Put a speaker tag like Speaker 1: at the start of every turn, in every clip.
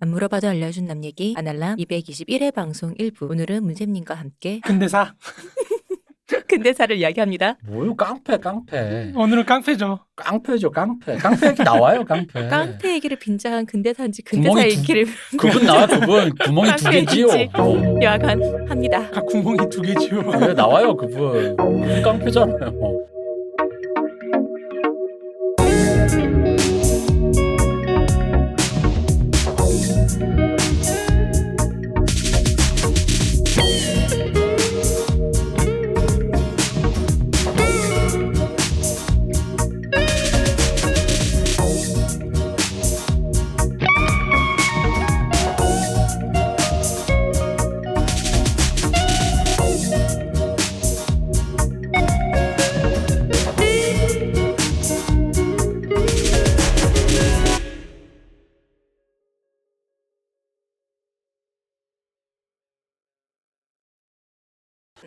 Speaker 1: 안 물어봐도 알려준 남 얘기 아날람 221회 방송 1부 오늘은 문쌤님과 함께
Speaker 2: 근데 사
Speaker 1: 근대사를 이야기합니다.
Speaker 3: 뭘 깡패 깡패
Speaker 2: 오늘은 깡패죠.
Speaker 3: 깡패죠 깡패 깡패 얘기 나와요
Speaker 2: 네.
Speaker 3: 깡패
Speaker 1: 깡패 얘기를 빈자한 근대사인지
Speaker 3: 구멍이
Speaker 1: 근대사
Speaker 3: 두-
Speaker 1: 얘기를
Speaker 3: 그분 나와 그분 구멍이 두
Speaker 1: 깡패
Speaker 3: 개지요
Speaker 1: 있지. 여하간 합니다.
Speaker 2: 각 구멍이 두 개지요.
Speaker 3: 왜 나와요 그분 그분 깡패잖아요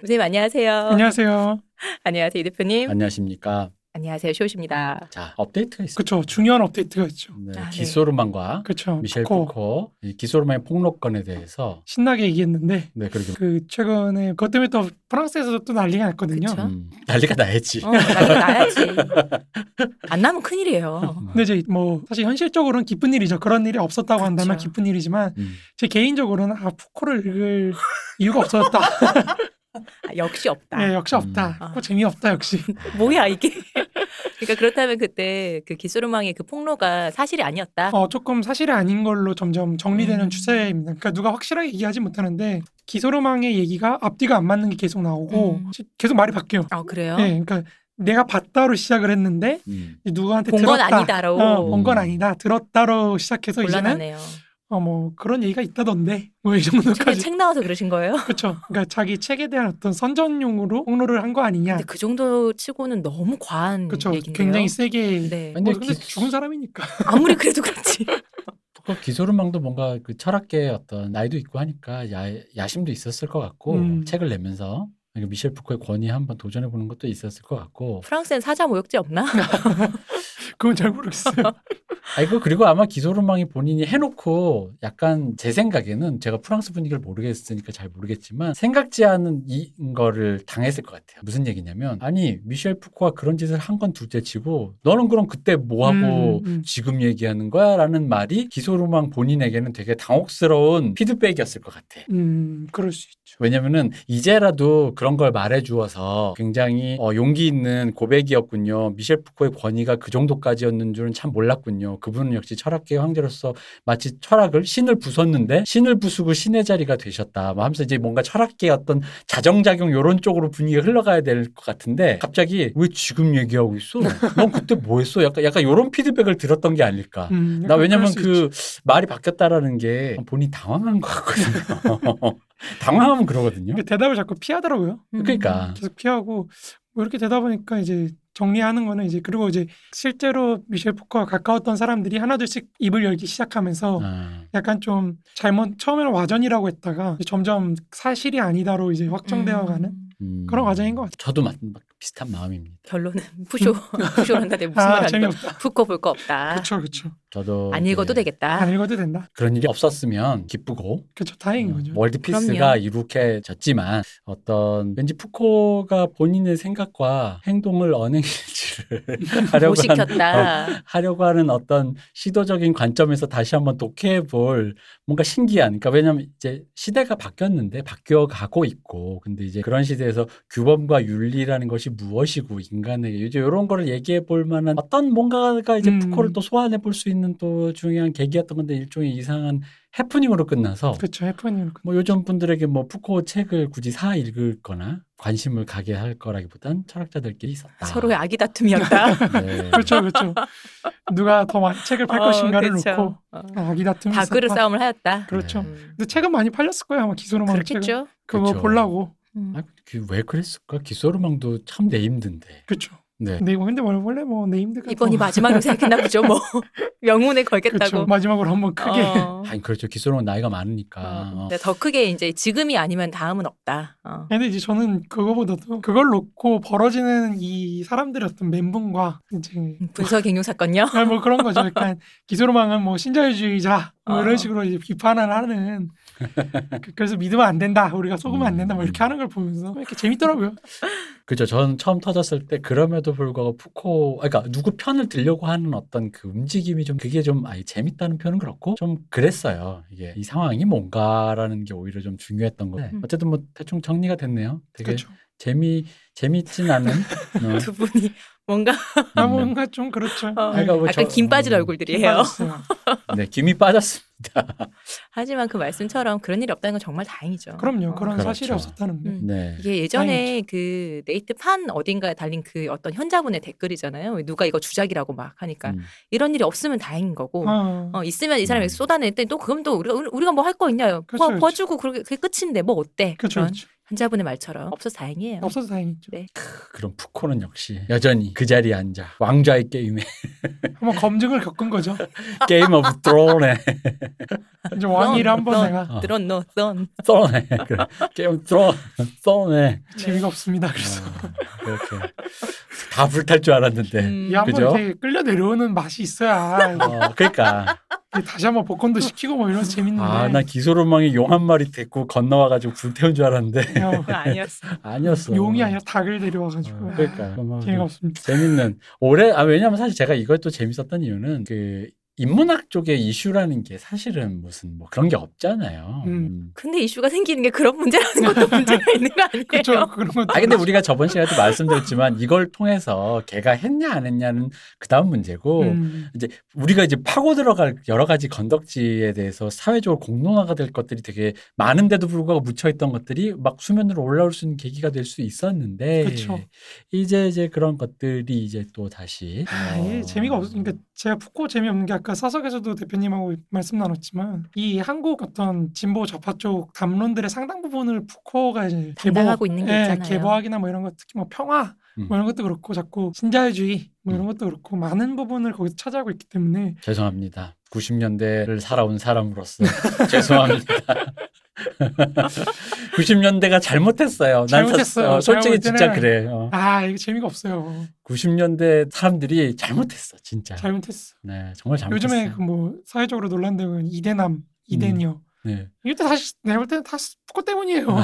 Speaker 1: 문쌤 안녕하세요.
Speaker 2: 안녕하세요.
Speaker 1: 안녕하세요 이 대표님.
Speaker 3: 안녕하십니까
Speaker 1: 안녕하세요 쇼우십니다.
Speaker 3: 자 업데이트가 있습니다
Speaker 2: 그쵸 중요한 업데이트가 있죠.
Speaker 3: 네,
Speaker 1: 아, 네.
Speaker 3: 기소르만과
Speaker 2: 그쵸.
Speaker 3: 미셸
Speaker 2: 코
Speaker 3: 포코 이 기소르만의 폭로건에 대해서
Speaker 2: 신나게 얘기했는데
Speaker 3: 네 그렇게
Speaker 2: 그 최근에 그것 때문에 또 프랑스에서도 또 난리가 났거든요.
Speaker 1: 그쵸.
Speaker 3: 음, 난리가 나야지
Speaker 2: 아.
Speaker 1: 어, 나도 나야지. 안 나면 큰일이에요.
Speaker 2: 근데 이제 뭐 사실 현실적으로는 기쁜 일이죠. 그런 일이 없었다고 한다면
Speaker 1: 그쵸.
Speaker 2: 기쁜 일이지만
Speaker 3: 음.
Speaker 2: 제 개인적으로는 아 푸코를 읽을 이유가 없었다.
Speaker 1: 아, 역시 없다.
Speaker 2: 네, 역시 없다.
Speaker 1: 음. 아.
Speaker 2: 푸코 재미없다 역시.
Speaker 1: 뭐야 이게? 그러니까 그렇다면 그때 그 기수르망의 그 폭로가 사실이 아니었다.
Speaker 2: 어, 조금 사실이 아닌 걸로 점점 정리되는
Speaker 1: 음.
Speaker 2: 추세입니다. 그러니까 누가 확실하게 얘기하지 못하는데 기소로망의 얘기가 앞뒤가 안 맞는 게 계속 나오고
Speaker 1: 음.
Speaker 2: 계속 말이 바뀌어요.
Speaker 1: 아 그래요?
Speaker 2: 예, 그러니까 내가 봤다로 시작을 했는데
Speaker 3: 음.
Speaker 2: 누구한테
Speaker 1: 본 건
Speaker 2: 들었다. 어,
Speaker 1: 아니다로.
Speaker 2: 본건 아니다. 들었다로 시작해서 이제는
Speaker 1: 곤란하네요.
Speaker 2: 어 뭐 그런 얘기가 있다던데 뭐 이
Speaker 1: 최근에
Speaker 2: 정도까지.
Speaker 1: 책 나와서 그러신 거예요?
Speaker 2: 그렇죠. 그러니까 자기 책에 대한 어떤 선전용으로 폭로를 한 거 아니냐.
Speaker 1: 근데 그 정도 치고는 너무 과한
Speaker 2: 그렇죠.
Speaker 1: 얘긴데요.
Speaker 2: 굉장히 세게.
Speaker 1: 네.
Speaker 3: 아니,
Speaker 2: 뭐,
Speaker 3: 근데
Speaker 2: 근데
Speaker 3: 기-
Speaker 2: 죽은 사람이니까.
Speaker 1: 아무리 그래도 그렇지.
Speaker 3: 그 기소르망도 뭔가 그 철학계의 어떤 나이도 있고 하니까 야, 야심도 있었을 것 같고
Speaker 2: 음.
Speaker 3: 책을 내면서 그러니까 미셸 부코의 권위에 한번 도전해 보는 것도 있었을 것 같고
Speaker 1: 프랑스엔 사자 모욕죄 없나?
Speaker 2: 그건 잘 모르겠어요.
Speaker 3: 아이고 그리고 아마 기소르망이 본인이 해놓고 약간 제 생각에는 제가 프랑스 분위기를 모르겠으니까 잘 모르겠지만 생각지 않은 이 거를 당했을 것 같아요. 무슨 얘기냐면 아니 미셸 푸코가 그런 짓을 한 건 둘째치고 너는 그럼 그때 뭐 하고
Speaker 2: 음, 음.
Speaker 3: 지금 얘기하는 거야라는 말이 기소르망 본인에게는 되게 당혹스러운 피드백이었을 것 같아.
Speaker 2: 음, 그럴 수 있죠.
Speaker 3: 그렇죠. 왜냐면은 이제라도 그런 걸 말해 주어서 굉장히 어, 용기 있는 고백이었군요. 미셸 푸코의 권위가 그 정도까지였는 줄은 참 몰랐군요. 그분은 역시 철학계의 황제로서 마치 철학을 신을 부쉈는데 신을 부수고 신의 자리가 되셨다. 뭐 하면서 이제 뭔가 철학계의 어떤 자정작용 요런 쪽으로 분위기가 흘러가야 될 것 같은데 갑자기 왜 지금 얘기하고 있어? 넌 그때 뭐 했어? 약간 약간 요런 피드백을 들었던 게 아닐까.
Speaker 2: 음,
Speaker 3: 나
Speaker 2: 약간
Speaker 3: 왜냐면
Speaker 2: 그럴 수 네.
Speaker 3: 그 말이 바뀌었다라는 게 본인 이 당황한 것 같거든요. 당황하면 그러거든요.
Speaker 2: 있죠. 대답을 자꾸 피하더라고요.
Speaker 3: 그러니까
Speaker 2: 계속 피하고 뭐 이렇게 되다 보니까 이제 정리하는 거는 이제 그리고 이제 실제로 미셸 포커와 가까웠던 사람들이 하나둘씩 입을 열기 시작하면서
Speaker 3: 아,
Speaker 2: 약간 좀 잘못 처음에는 와전이라고 했다가 점점 사실이 아니다로 이제 확정되어가는
Speaker 1: 음,
Speaker 3: 음.
Speaker 2: 그런 과정인 것 같아요.
Speaker 3: 저도 마, 마- 비슷한 마음입니다.
Speaker 1: 결론은 푸쇼 푸쇼를 한다대 무슨
Speaker 2: 아
Speaker 1: 말을 하는
Speaker 2: 재미없다.
Speaker 1: 푸코 볼 거 없다.
Speaker 2: 그렇죠, 그렇죠.
Speaker 3: 저도
Speaker 1: 안 읽어도
Speaker 2: 네.
Speaker 3: 이제
Speaker 1: 되겠다.
Speaker 2: 안 읽어도 된다.
Speaker 3: 그런 일이 없었으면 기쁘고
Speaker 2: 그렇죠, 다행인
Speaker 3: 음,
Speaker 2: 거죠.
Speaker 3: 월드피스가
Speaker 1: 그럼요.
Speaker 3: 이렇게 졌지만 어떤 왠지 푸코가 본인의 생각과 행동을 언행일치를 하려고
Speaker 1: 못
Speaker 3: 한
Speaker 1: 시켰다.
Speaker 3: 하려고 하는 어떤 시도적인 관점에서 다시 한번 독해해 볼 뭔가 신기한 그러니까 왜냐하면 이제 시대가 바뀌었는데 바뀌어 가고 있고 근데 이제 그런 시대에서 규범과 윤리라는 것이 무엇이고 인간에게 이제 이런 거를 얘기해 볼 만한 어떤 뭔가가 이제
Speaker 2: 음.
Speaker 3: 푸코를 또 소환해 볼 수 있는 또 중요한 계기였던 건데 일종의 이상한 해프닝으로 끝나서
Speaker 2: 그렇죠, 해프닝.
Speaker 3: 뭐 요즘 분들에게 뭐 푸코 책을 굳이 사 읽을거나 관심을 가게 할 거라기보단 철학자들끼리 있었다.
Speaker 1: 서로의 아기 다툼이었다.
Speaker 3: 네.
Speaker 2: 그렇죠, 그렇죠. 누가 더 많이 책을 팔
Speaker 1: 어,
Speaker 2: 것인가를
Speaker 1: 그쵸.
Speaker 2: 놓고
Speaker 1: 어.
Speaker 2: 아기 다툼이
Speaker 1: 밥그릇
Speaker 2: 있었다.
Speaker 1: 싸움을 하였다.
Speaker 2: 그렇죠.
Speaker 1: 음.
Speaker 2: 근데 책은 많이 팔렸을 거예요, 아마 기소로만 책은.
Speaker 1: 그렇겠죠.
Speaker 2: 그거
Speaker 3: 아, 그쵸.
Speaker 2: 보려고.
Speaker 1: 음.
Speaker 3: 아, 그왜 그랬을까? 기소르망도 참 내 힘든데.
Speaker 2: 그렇죠.
Speaker 3: 네.
Speaker 1: 음.
Speaker 2: 네, 근데 원- 원래 뭐 네임드가
Speaker 1: 이번이 마지막으로 생각했나 보죠. 뭐 명운에
Speaker 2: 그렇죠.
Speaker 1: 걸겠다고.
Speaker 2: 마지막으로 한번 크게 아,
Speaker 1: 어.
Speaker 3: 아니 그렇죠. 기술은 나이가 많으니까.
Speaker 1: 어,
Speaker 3: 어.
Speaker 1: 근데 더 크게 이제 지금이 아니면 다음은 없다. 어.
Speaker 2: 근데 이제 저는 그거보다도 그걸 놓고 벌어지는 이 사람들의 어떤 멘붕과
Speaker 1: 음.
Speaker 2: 이제
Speaker 1: 분석 갱용 사건요.
Speaker 2: 아, 뭐 그런 거죠. 약간 기소로망은 뭐 신자유주의자 뭐
Speaker 1: 어.
Speaker 2: 이런 식으로 이제 비판을 하는 그- 그래서 믿으면 안 된다. 우리가 속으면 안 된다.
Speaker 1: 음.
Speaker 2: 뭐 이렇게 하는 걸 보면서 이렇게 재밌더라고요.
Speaker 3: 그렇죠. 저는 처음 터졌을 때 그럼에도 불구하고 푸코, 그러니까 누구 편을 들려고 하는 어떤 그 움직임이 좀 그게 좀 아예 재밌다는 표현은 그렇고 좀 그랬어요. 이게 이 상황이 뭔가라는 게 오히려 좀 중요했던 거. 네.
Speaker 1: 음.
Speaker 3: 어쨌든 뭐 대충 정리가 됐네요. 되게
Speaker 2: 그렇죠.
Speaker 3: 재미 재밌진 않은. 어,
Speaker 1: 두 분이 뭔가
Speaker 2: 아
Speaker 3: 음.
Speaker 2: 뭔가 좀 그렇죠.
Speaker 1: 어,
Speaker 2: 네.
Speaker 3: 그러니까 뭐
Speaker 1: 약간
Speaker 3: 저-
Speaker 1: 김 빠진
Speaker 3: 음.
Speaker 1: 얼굴들이에요.
Speaker 2: 맞았어요.
Speaker 3: 네, 김이 빠졌습니다.
Speaker 1: 하지만 그 말씀처럼 그런 일이 없다는 건 정말 다행이죠.
Speaker 2: 그럼요.
Speaker 1: 어.
Speaker 2: 그런 사실이
Speaker 3: 그렇죠.
Speaker 2: 없었다는 거.
Speaker 1: 음.
Speaker 3: 네.
Speaker 1: 이게 예전에 그 네이트판 어딘가에 달린 그 어떤 현자분의 댓글이잖아요. 누가 이거 주작이라고 막 하니까
Speaker 3: 음.
Speaker 1: 이런 일이 없으면 다행인 거고
Speaker 2: 어.
Speaker 1: 어, 있으면 이 사람에게
Speaker 3: 음.
Speaker 1: 쏟아낼 때 또 그럼 또 우리가 우리가 뭐 할 거 있냐? 그
Speaker 2: 그렇죠,
Speaker 1: 버 주고 그렇게 그게 끝인데 뭐 어때?
Speaker 2: 그렇죠.
Speaker 1: 그런
Speaker 2: 그렇죠.
Speaker 1: 현자분의 말처럼 없어서 다행이에요.
Speaker 2: 없어서 다행이죠.
Speaker 1: 네.
Speaker 3: 그럼 푸코는 역시 여전히 그 자리에 앉아 왕좌의 게임에
Speaker 2: 한번 검증을 겪은 거죠.
Speaker 3: 게임 오브 드론에
Speaker 2: 이제 왕위를
Speaker 1: 그럼,
Speaker 2: 한번
Speaker 1: 그럼.
Speaker 2: 내가
Speaker 3: 어.
Speaker 1: 드론 노 썬.
Speaker 3: 쏘네 그래. 게임 오브 드론 쏘네
Speaker 2: 재미가 없습니다. 그래서
Speaker 3: 아, 그렇게 다 불탈 줄 알았는데
Speaker 1: 음.
Speaker 2: 이 한번
Speaker 3: 그죠?
Speaker 2: 이렇게 끌려 내려오는 맛이 있어야 이게
Speaker 3: 어, 그러니까
Speaker 2: 다시 한번 복권도 시키고 뭐 이러면서 재밌는데.
Speaker 3: 아, 나 기소로망이 용 한 마리 데리고 건너와가지고 불태운 줄 알았는데
Speaker 2: 야,
Speaker 1: 그거 아니었어.
Speaker 3: 아니었어.
Speaker 2: 용이 아니라 닭을 데려와가지고.
Speaker 3: 어, 그러니까
Speaker 2: 아, 재미가 없습니다.
Speaker 3: 재밌는 올해 아 왜냐면 사실 제가 이걸 또 재밌었던 이유는 그 인문학 쪽의 이슈라는 게 사실은 무슨 뭐 그런 게 없잖아요.
Speaker 2: 음.
Speaker 3: 음.
Speaker 1: 근데 이슈가 생기는 게 그런 문제라는 것도 문제가 있는 거 아니에요?
Speaker 2: 그렇죠. 그런 것도.
Speaker 3: 아 근데 우리가 저번 시간에도 말씀드렸지만 이걸 통해서 걔가 했냐 안 했냐는 그 다음 문제고
Speaker 2: 음,
Speaker 3: 이제 우리가 이제 파고 들어갈 여러 가지 건덕지에 대해서 사회적으로 공론화가 될 것들이 되게 많은데도 불구하고 묻혀 있던 것들이 막 수면으로 올라올 수 있는 계기가 될 수 있었는데
Speaker 2: 그쵸.
Speaker 3: 이제 이제 그런 것들이 이제 또 다시
Speaker 2: 아, 이게
Speaker 3: 어,
Speaker 2: 재미가 없. 그러니까 제가 푸코 재미없는 게 아까 사석에서도 대표님하고 말씀 나눴지만 이 한국 어떤 진보 좌파 쪽 담론들의 상당 부분을 푸코가 이제
Speaker 1: 담당하고 있는 게
Speaker 2: 예,
Speaker 1: 있잖아요.
Speaker 2: 개보학이나 뭐 이런 것 특히 뭐 평화
Speaker 3: 음.
Speaker 2: 뭐 이런 것도 그렇고 자꾸 신자유주의 뭐 이런
Speaker 3: 음.
Speaker 2: 것도 그렇고 많은 부분을 거기서 차지하고 있기 때문에
Speaker 3: 죄송합니다. 90년대를 살아온 사람으로서 죄송합니다. 90년대가 잘못했어요. 난 사-
Speaker 2: 잘못했어요.
Speaker 3: 어, 솔직히
Speaker 2: 잘못했네.
Speaker 3: 진짜 그래. 요 어.
Speaker 2: 아 이게 재미가 없어요.
Speaker 3: 90년대 사람들이 잘못했어, 진짜.
Speaker 2: 잘못했어.
Speaker 3: 네, 정말 잘못했어.
Speaker 2: 요즘에 그 뭐 사회적으로 논란되고 있는
Speaker 3: 음.
Speaker 2: 이대남 이대녀
Speaker 3: 네.
Speaker 2: 이것도 다시 내가 볼 때는 다 푸코 때문이에요.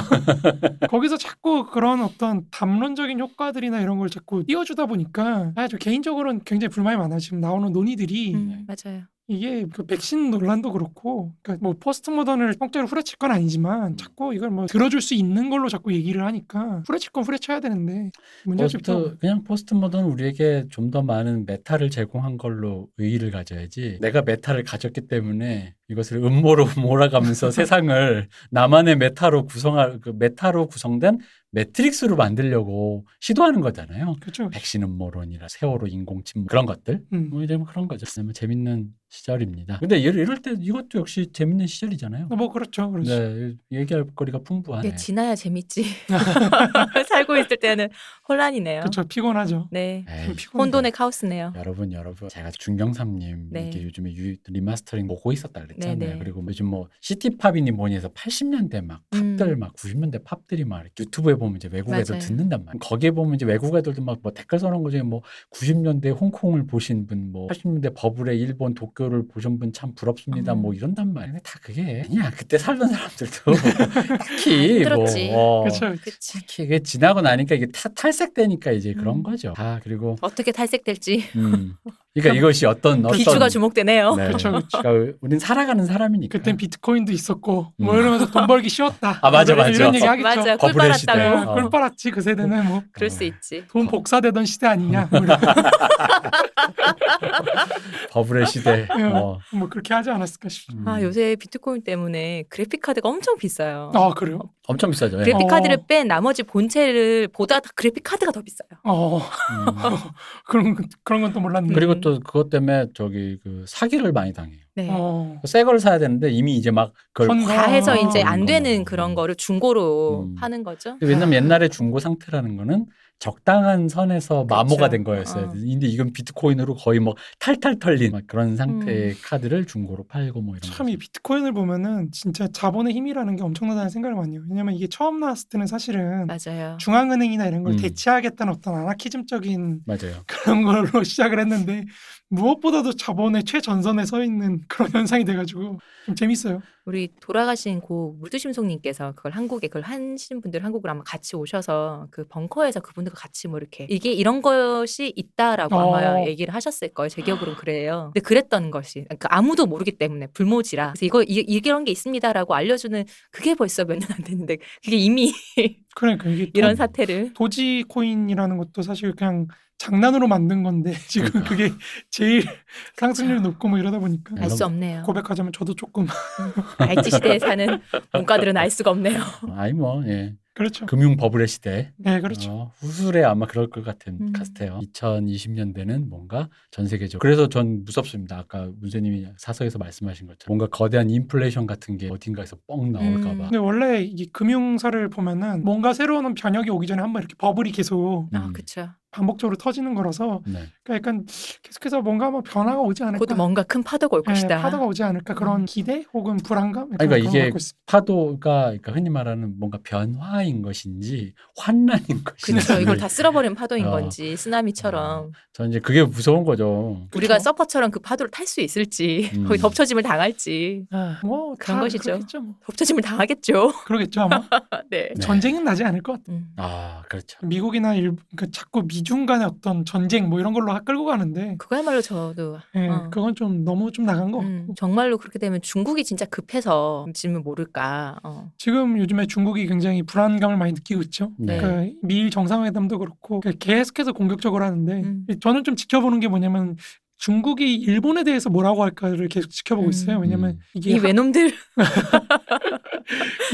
Speaker 2: 거기서 자꾸 그런 어떤 담론적인 효과들이나 이런 걸 자꾸 띄워주다 보니까 아, 저 개인적으로는 굉장히 불만이 많아요. 지금 나오는 논의들이
Speaker 1: 음,
Speaker 3: 네.
Speaker 1: 맞아요.
Speaker 2: 이게 그 백신 논란도 그렇고 그러니까 뭐 포스트 모던을 통째로 후려칠 건
Speaker 3: 음.
Speaker 2: 아니지만 자꾸 이걸 뭐 들어줄 수 있는 걸로 자꾸 얘기를 하니까 후려칠 건 후려쳐야 되는데 문제가 좀
Speaker 3: 포스트, 그냥 포스트 모던 우리에게 좀 더 많은 메타를 제공한 걸로 의의를 가져야지. 내가 메타를 가졌기 때문에 이것을 음모로 몰아가면서 세상을 나만의 메타로 구성할 그 메타로 구성된 매트릭스로 만들려고 시도하는 거잖아요.
Speaker 2: 그렇죠.
Speaker 3: 백신 음모론이라 세월호 인공 침몰 그런 것들.
Speaker 2: 음.
Speaker 3: 뭐 이제 뭐 그런 거죠. 그냥 뭐 재밌는 시절입니다. 근데 이럴, 이럴 때 이것도 역시 재밌는 시절이잖아요.
Speaker 2: 뭐 그렇죠. 그렇죠.
Speaker 3: 네, 얘기할 거리가 아, 풍부하네.
Speaker 1: 이게 지나야 재밌지. 살고 있을 때는 혼란이네요.
Speaker 2: 그렇죠. 피곤하죠.
Speaker 1: 네.
Speaker 3: 에이.
Speaker 2: 피곤해.
Speaker 1: 혼돈의 카오스네요.
Speaker 3: 여러분 여러분 제가 중경삼님
Speaker 1: 네.
Speaker 3: 이게 요즘에 유, 리마스터링 보고 있었다 그랬잖아요.
Speaker 1: 네, 네.
Speaker 3: 그리고 요즘 뭐 시티팝이니 뭐니 해서 80년대 막
Speaker 1: 음.
Speaker 3: 팝들 막 90년대 팝들이 막 이렇게 유튜브에 보면 이제 외국 애들
Speaker 1: 맞아요.
Speaker 3: 듣는단 말이에요. 거기에 보면 이제 외국 애들도 막 뭐 댓글 써놓은 거 중에 뭐 90년대 홍콩을 보신 분, 뭐 80년대 버블의 일본 도쿄를 보신 분 참 부럽습니다.
Speaker 1: 음.
Speaker 3: 뭐 이런단 말이에요. 근데 다 그게 아니야. 그때 살던 사람들도 특히 뭐
Speaker 1: 힘들었지.
Speaker 3: 어,
Speaker 2: 그렇죠.
Speaker 1: 그치.
Speaker 3: 특히 이게 지나고 나니까 이게 타, 탈색되니까 이제 그런
Speaker 1: 음.
Speaker 3: 거죠. 아 그리고
Speaker 1: 어떻게 탈색될지
Speaker 3: 음. 그러니까 이것이 어떤 어떤
Speaker 1: 비추가 주목되네요.
Speaker 3: 네.
Speaker 2: 그쵸, 그쵸.
Speaker 3: 그러니까 우린 살아가는 사람이니까.
Speaker 2: 그땐 비트코인도 있었고 뭐
Speaker 3: 음.
Speaker 2: 이러면서 돈 벌기 쉬웠다.
Speaker 3: 아, 맞아, 맞아.
Speaker 2: 이런 얘기 하겠죠.
Speaker 1: 맞아. 꿀
Speaker 3: 버블의 시대.
Speaker 1: 빨았다고.
Speaker 2: 네,
Speaker 3: 어.
Speaker 2: 꿀 빨았지 그 세대는 뭐 돈
Speaker 1: 그럴 수 있지.
Speaker 2: 복사되던 시대 아니냐 뭐 이런-
Speaker 3: 버블의 시대. 어.
Speaker 2: 뭐 그렇게 하지 않았을까 싶어.
Speaker 3: 음.
Speaker 1: 아 요새 비트코인 때문에 그래픽 카드가 엄청 비싸요.
Speaker 2: 아 그래요?
Speaker 3: 엄청 비싸죠. 예.
Speaker 1: 그래픽
Speaker 2: 어.
Speaker 1: 카드를 뺀 나머지 본체를 보다 다 그래픽 카드가 더 비싸요.
Speaker 2: 어
Speaker 3: 음.
Speaker 2: 그런 건- 그런 건 또 몰랐네.
Speaker 3: 그리고 또 그것 때문에 저기 그 사기를 많이 당해요.
Speaker 1: 네.
Speaker 2: 어.
Speaker 3: 새 걸 사야 되는데 이미 이제 막 그걸
Speaker 2: 선-
Speaker 1: 다 해서 이제
Speaker 3: 아.
Speaker 1: 안 되는 그런 거를 중고로
Speaker 3: 음.
Speaker 1: 파는 거죠.
Speaker 3: 왜냐면 옛날에 중고 상태라는 거는 적당한 선에서 마모가
Speaker 1: 그렇죠.
Speaker 3: 된 거였어요.
Speaker 1: 어.
Speaker 3: 근데 이건 비트코인으로 거의 뭐 탈탈 털린 막 그런 상태의 카드를 중고로 팔고 뭐 이런.
Speaker 2: 참
Speaker 3: 거죠.
Speaker 2: 이 비트코인을 보면은 진짜 자본의 힘이라는 게 엄청나다는 생각을 많이 해요. 왜냐면 이게 처음 나왔을 때는 사실은
Speaker 1: 맞아요.
Speaker 2: 중앙은행이나 이런 걸
Speaker 3: 음.
Speaker 2: 대체하겠다는 어떤 아나키즘적인
Speaker 3: 맞아요.
Speaker 2: 그런 걸로 시작을 했는데 무엇보다도 자본의 최전선에 서 있는 그런 현상이 돼가지고 좀 재밌어요.
Speaker 1: 우리 돌아가신 고 물두심송님께서 그걸 한국에 그걸 하시는 분들 한국으로 아마 같이 오셔서 그 벙커에서 그분들과 같이 뭐 이렇게 이게 이런 것이 있다라고 아마
Speaker 2: 어.
Speaker 1: 얘기를 하셨을 거예요. 제 기억으로는 그래요. 근데 그랬던 것이 그러니까 아무도 모르기 때문에 불모지라 그래서 이거 이, 이런 게 있습니다라고 알려주는 그게 벌써 몇 년 안 됐는데 그게 이미
Speaker 2: 그러니까 이게 또
Speaker 1: 이런 사태를
Speaker 2: 도지 코인이라는 것도 사실 그냥 장난으로 만든 건데 지금 그게 제일 상승률 높고 뭐 이러다 보니까
Speaker 1: 알 수 없네요.
Speaker 2: 고백하자면 저도 조금
Speaker 1: 알지 시대에 사는 문과들은 알 수가 없네요.
Speaker 2: 음.
Speaker 3: 아니 뭐 예.
Speaker 2: 그렇죠.
Speaker 3: 금융 버블의 시대.
Speaker 2: 네 그렇죠.
Speaker 3: 어, 후술에 아마 그럴 것 같은
Speaker 1: 음.
Speaker 3: 같아요. 2020년대는 뭔가 전 세계적으로 그래서 전 무섭습니다. 아까 문세님이 사석에서 말씀하신 것처럼 뭔가 거대한 인플레이션 같은 게 어딘가에서 뻥 나올까봐.
Speaker 2: 근데 원래 이 금융사를 보면은 뭔가 새로운 변혁이 오기 전에 한번 이렇게 버블이 계속
Speaker 1: 아
Speaker 3: 음,
Speaker 1: 그렇죠.
Speaker 2: 반복적으로 터지는 거라서
Speaker 3: 네.
Speaker 2: 그러니까 약간 계속해서 뭔가 뭐 변화가 오지 않을까.
Speaker 1: 곧 뭔가 큰 파도가 올
Speaker 2: 예,
Speaker 1: 것이다. 음.
Speaker 2: 파도가 오지 않을까 그런 기대 혹은 불안감 약간
Speaker 3: 그러니까
Speaker 2: 그런 걸
Speaker 3: 이게
Speaker 2: 갖고 있습니다.
Speaker 3: 파도가 그러니까 흔히 말하는 뭔가 변화인 것인지 환란인 것인지.
Speaker 1: 그렇죠. 이걸 다 쓸어버린 파도인
Speaker 3: 어.
Speaker 1: 건지 쓰나미처럼
Speaker 3: 전 이제 그게 무서운 거죠.
Speaker 1: 우리가
Speaker 2: 그렇죠.
Speaker 1: 서퍼처럼 그 파도를 탈 수 있을지
Speaker 3: 음.
Speaker 1: 거기 덮쳐짐을 당할지
Speaker 2: 아, 뭐
Speaker 1: 그런
Speaker 2: 다
Speaker 1: 것이죠.
Speaker 2: 그렇겠죠. 뭐.
Speaker 1: 덮쳐짐을 당하겠죠.
Speaker 2: 그러겠죠 아마
Speaker 1: 네.
Speaker 3: 네.
Speaker 2: 전쟁은 나지 않을 것 같아.
Speaker 1: 음.
Speaker 3: 아 그렇죠.
Speaker 2: 미국이나 일, 그 자꾸 미중 간의 어떤 전쟁 뭐 이런 걸로 끌고 가는데
Speaker 1: 그거야말로 저도
Speaker 2: 예,
Speaker 1: 어.
Speaker 2: 그건 좀 너무 좀 나간 것
Speaker 1: 음,
Speaker 2: 같고
Speaker 1: 정말로 그렇게 되면 중국이 진짜 급해서 지금 모를까. 어.
Speaker 2: 지금 요즘에 중국이 굉장히 불안감을 많이 느끼고 있죠.
Speaker 3: 네.
Speaker 1: 네.
Speaker 2: 그 미일 정상회담도 그렇고 그 계속해서 공격적으로 하는데
Speaker 1: 음.
Speaker 2: 저는 좀 지켜보는 게 뭐냐면 중국이 일본에 대해서 뭐라고 할까를 계속 지켜보고
Speaker 1: 음.
Speaker 2: 있어요. 왜냐면
Speaker 3: 음.
Speaker 2: 이게
Speaker 1: 이 외놈들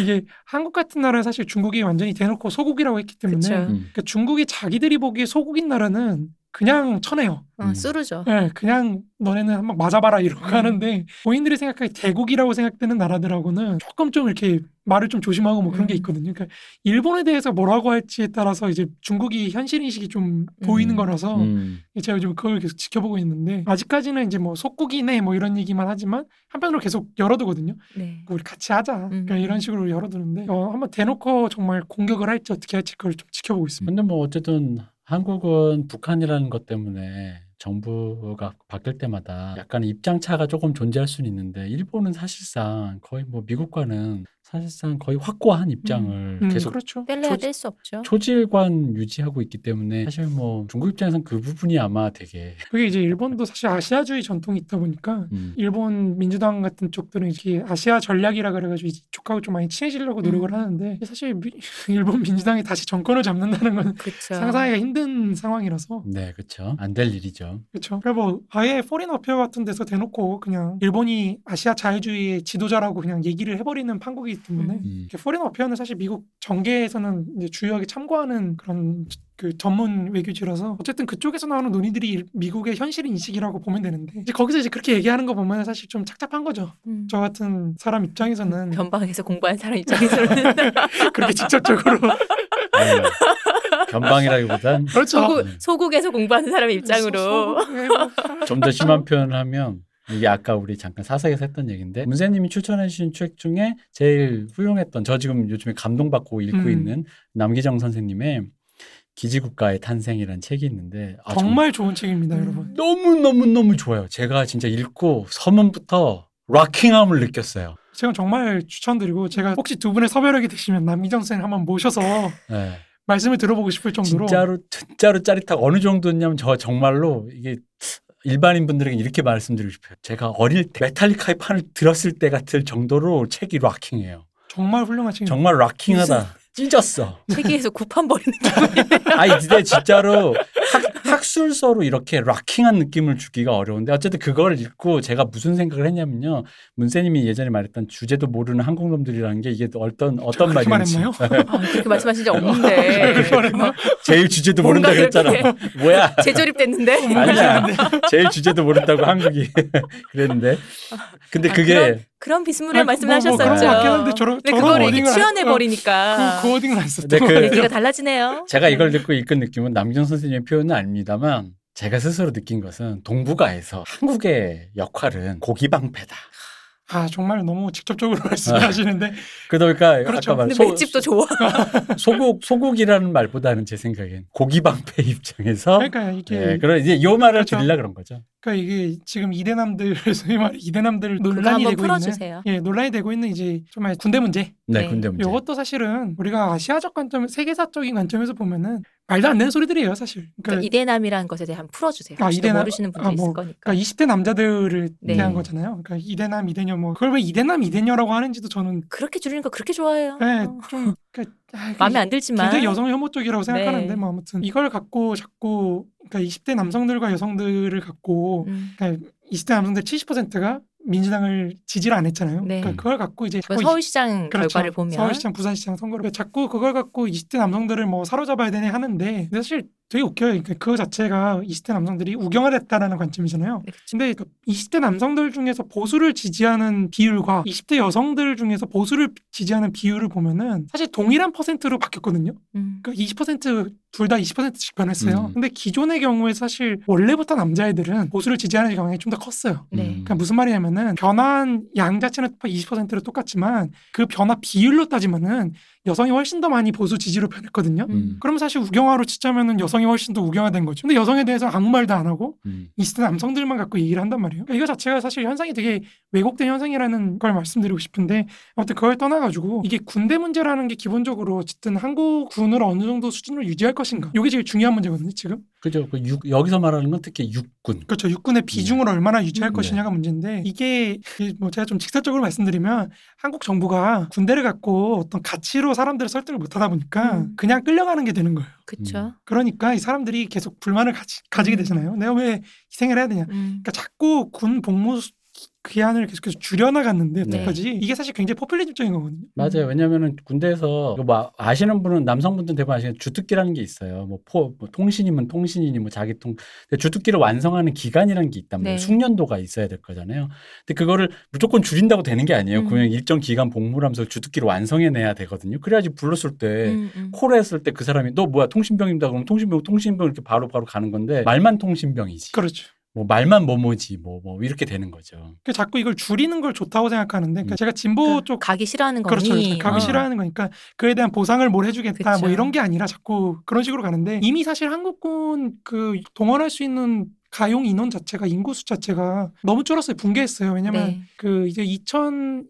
Speaker 2: 이게 한국 같은 나라는 사실 중국이 완전히 대놓고 소국이라고 했기 때문에
Speaker 1: 그쵸.
Speaker 2: 그러니까
Speaker 3: 음.
Speaker 2: 중국이 자기들이 보기에 소국인 나라는 그냥 쳐내요.
Speaker 1: 어,
Speaker 3: 음.
Speaker 1: 쓰르죠.
Speaker 2: 예, 그냥 너네는 한번 맞아봐라 이러고
Speaker 1: 음.
Speaker 2: 하는데 본인들이 생각하기 대국이라고 생각되는 나라들하고는 조금 좀 이렇게 말을 좀 조심하고 뭐 그런 게
Speaker 1: 음.
Speaker 2: 있거든요. 그러니까 일본에 대해서 뭐라고 할지에 따라서 이제 중국이 현실 인식이 좀 보이는
Speaker 3: 음.
Speaker 2: 거라서
Speaker 3: 음.
Speaker 2: 제가 요즘 그걸 계속 지켜보고 있는데 아직까지는 이제 뭐 속국이네 뭐 이런 얘기만 하지만 한편으로 계속 열어두거든요.
Speaker 1: 네.
Speaker 2: 뭐 우리 같이 하자. 그러니까
Speaker 1: 음.
Speaker 2: 이런 식으로 열어두는데 어, 한번 대놓고 정말 공격을 할지 어떻게 할지 그걸 좀 지켜보고 있습니다.
Speaker 3: 근데 뭐 어쨌든 한국은 북한이라는 것 때문에 정부가 바뀔 때마다 약간 입장 차가 조금 존재할 수는 있는데 일본은 사실상 거의 뭐 미국과는 사실상 거의 확고한 입장을
Speaker 2: 음,
Speaker 3: 계속
Speaker 2: 그렇죠.
Speaker 1: 뗄래야
Speaker 3: 조-
Speaker 1: 뗄 수 없죠.
Speaker 3: 초질관 유지하고 있기 때문에 사실 뭐 중국 입장에선 그 부분이 아마 되게
Speaker 2: 그게 이제 일본도 사실 아시아주의 전통이 있다 보니까
Speaker 3: 음,
Speaker 2: 일본 민주당 같은 쪽들은 이렇게 아시아 전략이라 그래가지고 이쪽하고 좀 많이 친해지려고 노력을
Speaker 1: 음.
Speaker 2: 하는데 사실 미- 일본 민주당이 다시 정권을 잡는다는 건
Speaker 1: 그렇죠.
Speaker 2: 상상하기가 힘든 상황이라서
Speaker 3: 네 그렇죠 안 될 일이죠
Speaker 2: 그렇죠. 그리고 뭐 아예 포린 어페어 같은 데서 대놓고 그냥 일본이 아시아 자유주의의 지도자라고 그냥 얘기를 해버리는 판국이기 때문에
Speaker 1: 음.
Speaker 3: 음,
Speaker 2: 이렇게 포린 어페어는 사실 미국 정계에서는 이제 주요하게 참고하는 그런 그 전문 외교지라서 어쨌든 그쪽에서 나오는 논의들이 일- 미국의 현실 인식이라고 보면 되는데 이제 거기서 이제 그렇게 얘기하는 거 보면 사실 좀 착잡한 거죠.
Speaker 1: 음.
Speaker 2: 저 같은 사람 입장에서는
Speaker 1: 변방에서 공부한 사람 입장에서는
Speaker 2: 그렇게 직접적으로
Speaker 3: 네. 변방이라기보단
Speaker 2: 그렇죠.
Speaker 1: 소국, 소국에서 공부하는 사람 입장으로
Speaker 2: 소- 소- 예, 뭐
Speaker 3: 좀 더 심한 표현을 하면 이게 아까 우리 잠깐 사석에서 했던 얘기인데 문세님이 추천해 주신 책 중에 제일 훌륭했던 저 지금 요즘에 감동받고 읽고
Speaker 2: 음.
Speaker 3: 있는 남기정 선생님의 기지국가의 탄생이라는 책이 있는데 아,
Speaker 2: 정말 좋은 책입니다,
Speaker 1: 음.
Speaker 2: 여러분.
Speaker 3: 너무 너무 너무 좋아요. 제가 진짜 읽고 서문부터 락킹함을 느꼈어요.
Speaker 2: 제가 정말 추천드리고 제가 혹시 두 분의 서별하게 되시면 남기정 선생 한번 모셔서
Speaker 3: 네.
Speaker 2: 말씀을 들어보고 싶을 정도로
Speaker 3: 진짜로 진짜로 짜릿하고 어느 정도였냐면 저 정말로 이게 일반인 분들에게 이렇게 말씀드리고 싶어요. 제가 어릴 때 메탈리카의 판을 들었을 때 같을 정도로 책이 락킹해요.
Speaker 2: 정말 훌륭한 책입니다.
Speaker 3: 음. 정말 락킹하다. 찢었어.
Speaker 1: 세계에서 구판 벌이는
Speaker 3: 아니 근데 진짜로 학, 학술서로 이렇게 락킹한 느낌을 주기가 어려운데 어쨌든 그걸 읽고 제가 무슨 생각을 했냐면요. 문세님이 예전에 말했던 주제도 모르는 한국놈들이라는 게 이게 어떤 어떤
Speaker 2: 그렇게
Speaker 3: 말인지
Speaker 2: 말했나요?
Speaker 1: 아, 그렇게 말씀하신
Speaker 2: 어.
Speaker 1: 적 없는데
Speaker 3: 제일 주제도
Speaker 1: 뭔가
Speaker 3: 모른다 그랬잖아. 뭐야?
Speaker 1: 어, 재조립됐는데
Speaker 3: 아니야. 제일 주제도 모른다고 한국이 그랬는데. 근데
Speaker 1: 아,
Speaker 3: 그게
Speaker 1: 그런- 그런 비스무리한 말씀을
Speaker 2: 뭐, 뭐 그런 거 같긴
Speaker 1: 하셨었죠.
Speaker 2: 한데 저런
Speaker 1: 근데
Speaker 2: 저런
Speaker 1: 그걸 이렇게
Speaker 2: 워딩을 안-
Speaker 1: 출연해
Speaker 2: 어,
Speaker 1: 버리니까 네,
Speaker 2: 그, 그 워딩을 안 썼던
Speaker 3: 근데
Speaker 2: 거
Speaker 3: 그-
Speaker 2: 같아요.
Speaker 1: 얘기가 달라지네요.
Speaker 3: 제가 이걸 듣고 이끈 느낌은 남기정 선생님의 표현은 아닙니다만 제가 스스로 느낀 것은 동북아에서 한국의 역할은 고기방패다.
Speaker 2: 아 정말 너무 직접적으로 말씀하시는데
Speaker 3: 그러니까
Speaker 2: 그렇죠.
Speaker 3: 아까 말한
Speaker 1: 근데
Speaker 3: 소-
Speaker 1: 맥집도 좋아.
Speaker 3: 소국 소국이라는 말보다는 제 생각엔 고기방패 입장에서
Speaker 2: 그러니까 이게
Speaker 3: 예, 그런 이제 요 말을
Speaker 2: 그렇죠.
Speaker 3: 드리려 그런 거죠.
Speaker 2: 그러니까 이게 지금 이대남들 소위 말 이대남들
Speaker 1: 그거
Speaker 2: 논란이
Speaker 1: 한번
Speaker 2: 되고
Speaker 1: 풀어주세요. 그러니까
Speaker 2: 있는 예 논란이 되고 있는 이제 정말 군대 문제
Speaker 3: 네,
Speaker 1: 네.
Speaker 3: 군대 문제.
Speaker 2: 이것도 사실은 우리가 아시아적 관점 세계사적인 관점에서 보면은 말도 안 되는 소리들이에요 사실
Speaker 1: 그러니까
Speaker 2: 그러니까,
Speaker 1: 이대남이라는 것에 대해 한번 풀어주세요.
Speaker 2: 아,
Speaker 1: 혹시 또
Speaker 2: 이대남-
Speaker 1: 모르시는 분도
Speaker 2: 아, 뭐,
Speaker 1: 있을 거니까.
Speaker 2: 그러니까 20대 남자들을
Speaker 1: 네.
Speaker 2: 대한 거잖아요 그러니까 이대남 이대녀 뭐 그걸 왜 이대남 이대녀라고 하는지도 저는
Speaker 1: 그렇게 줄이니까 그렇게 좋아해요.
Speaker 2: 네,
Speaker 1: 어.
Speaker 2: 좀 그러니까, 아, 이게
Speaker 1: 마음에 안 들지만
Speaker 2: 굉장히 여성 혐오 쪽이라고 생각하는데
Speaker 1: 네.
Speaker 2: 뭐 아무튼 이걸 갖고 자꾸 그러니까 20대 남성들과 여성들을 갖고
Speaker 1: 음.
Speaker 2: 그러니까 20대 남성들 70%가 민주당을 지지를 안 했잖아요.
Speaker 1: 네.
Speaker 2: 그러니까 그걸 갖고 이제
Speaker 1: 그
Speaker 2: 자꾸 이-
Speaker 1: 서울시장
Speaker 2: 그렇죠.
Speaker 1: 결과를 보면
Speaker 2: 서울시장, 부산시장 선거를 그러니까 자꾸 그걸 갖고 20대 남성들을 뭐 사로잡아야 되네 하는데 근데 사실 되게 웃겨요. 그러니까 그 자체가 20대 남성들이 우경화됐다라는 관점이잖아요.
Speaker 1: 네, 그쵸.
Speaker 2: 근데 그 20대 남성들 중에서 보수를 지지하는 비율과 20대 여성들 중에서 보수를 지지하는 비율을 보면은 사실 동일한 퍼센트로 바뀌었거든요.
Speaker 1: 음.
Speaker 2: 그러니까 20%둘 다 20%씩 변했어요.
Speaker 3: 음.
Speaker 2: 근데 기존의 경우에 사실 원래부터 남자애들은 보수를 지지하는 경향이 좀 더 컸어요.
Speaker 3: 음,
Speaker 1: 네.
Speaker 2: 그러니까 무슨 말이냐면은 변화한 양 자체는 20%로 똑같지만 그 변화 비율로 따지면은 여성이 훨씬 더 많이 보수 지지로 변했거든요.
Speaker 3: 음,
Speaker 2: 그럼 사실 우경화로 치자면은 여성이 훨씬 더 우경화된 거죠. 근데 여성에 대해서 아무 말도 안 하고
Speaker 3: 음.
Speaker 2: 20대 남성들만 갖고 얘기를 한단 말이에요. 그러니까 이거 자체가 사실 현상이 되게 왜곡된 현상이라는 걸 말씀드리고 싶은데 아무튼 그걸 떠나가지고 이게 군대 문제라는 게 기본적으로 어쨌든 한국 군을 어느 정도 수준으로 유지할 것인가 이게 제일 중요한 문제거든요 지금.
Speaker 3: 그죠. 그 육- 여기서 말하는 건 특히 육군.
Speaker 2: 그렇죠. 육군의 비중을 얼마나 유지할
Speaker 1: 예. 네.
Speaker 2: 것이냐가 문제인데 이게 그뭐 제가 좀 직설적으로 말씀드리면 한국 정부가 군대를 갖고 어떤 가치로 사람들을 설득을 못하다 보니까
Speaker 1: 음.
Speaker 2: 그냥 끌려가는 게 되는 거예요.
Speaker 1: 그쵸.
Speaker 2: 그러니까 이 사람들이 계속 불만을 가지, 가지게
Speaker 1: 음.
Speaker 2: 되잖아요. 내가 왜 희생을 해야 되냐.
Speaker 1: 음.
Speaker 2: 그러니까 자꾸 군 복무 수- 기한을 계속해서 줄여나갔는데
Speaker 3: 네.
Speaker 2: 여태까지 이게 사실 굉장히 포퓰리즘적인 거거든요.
Speaker 1: 음.
Speaker 3: 맞아요. 왜냐면은 군대에서 이거 뭐 아- 아시는 분은 남성분들은 대부분 아시는 주특기라는 게 있어요. 뭐, 포, 뭐 통신이면 통신이니 뭐 자기 통 근데 주특기를 완성하는 기간이라는 게 있단 말이에요.
Speaker 1: 네.
Speaker 3: 숙련도가 있어야 될 거잖아요. 근데 그거를 무조건 줄인다고 되는 게 아니에요.
Speaker 1: 음.
Speaker 3: 그냥 일정 기간 복무하면서 주특기를 완성해내야 되거든요. 그래야지 불렀을 때
Speaker 1: 음, 음.
Speaker 3: 콜을 했을 때 그 사람이 너 뭐야 통신병입니다. 그럼 통신병 통신병 이렇게 바로 바로 가는 건데 말만 통신병이지.
Speaker 2: 그렇죠.
Speaker 3: 뭐 말만 뭐뭐지 뭐 뭐 이렇게 되는 거죠.
Speaker 2: 그러니까 자꾸 이걸 줄이는 걸 좋다고 생각하는데 그러니까
Speaker 3: 음.
Speaker 2: 제가 진보
Speaker 1: 그러니까
Speaker 2: 쪽
Speaker 1: 가기 싫어하는 거니.
Speaker 2: 그렇죠. 그렇죠. 가기
Speaker 3: 어.
Speaker 2: 싫어하는 거니까 그에 대한 보상을 뭘 해주겠다
Speaker 1: 그쵸.
Speaker 2: 뭐 이런 게 아니라 자꾸 그런 식으로 가는데 이미 사실 한국군 그 동원할 수 있는 가용 인원 자체가 인구수 자체가 너무 줄었어요. 붕괴했어요. 왜냐면
Speaker 1: 네.
Speaker 2: 그 이제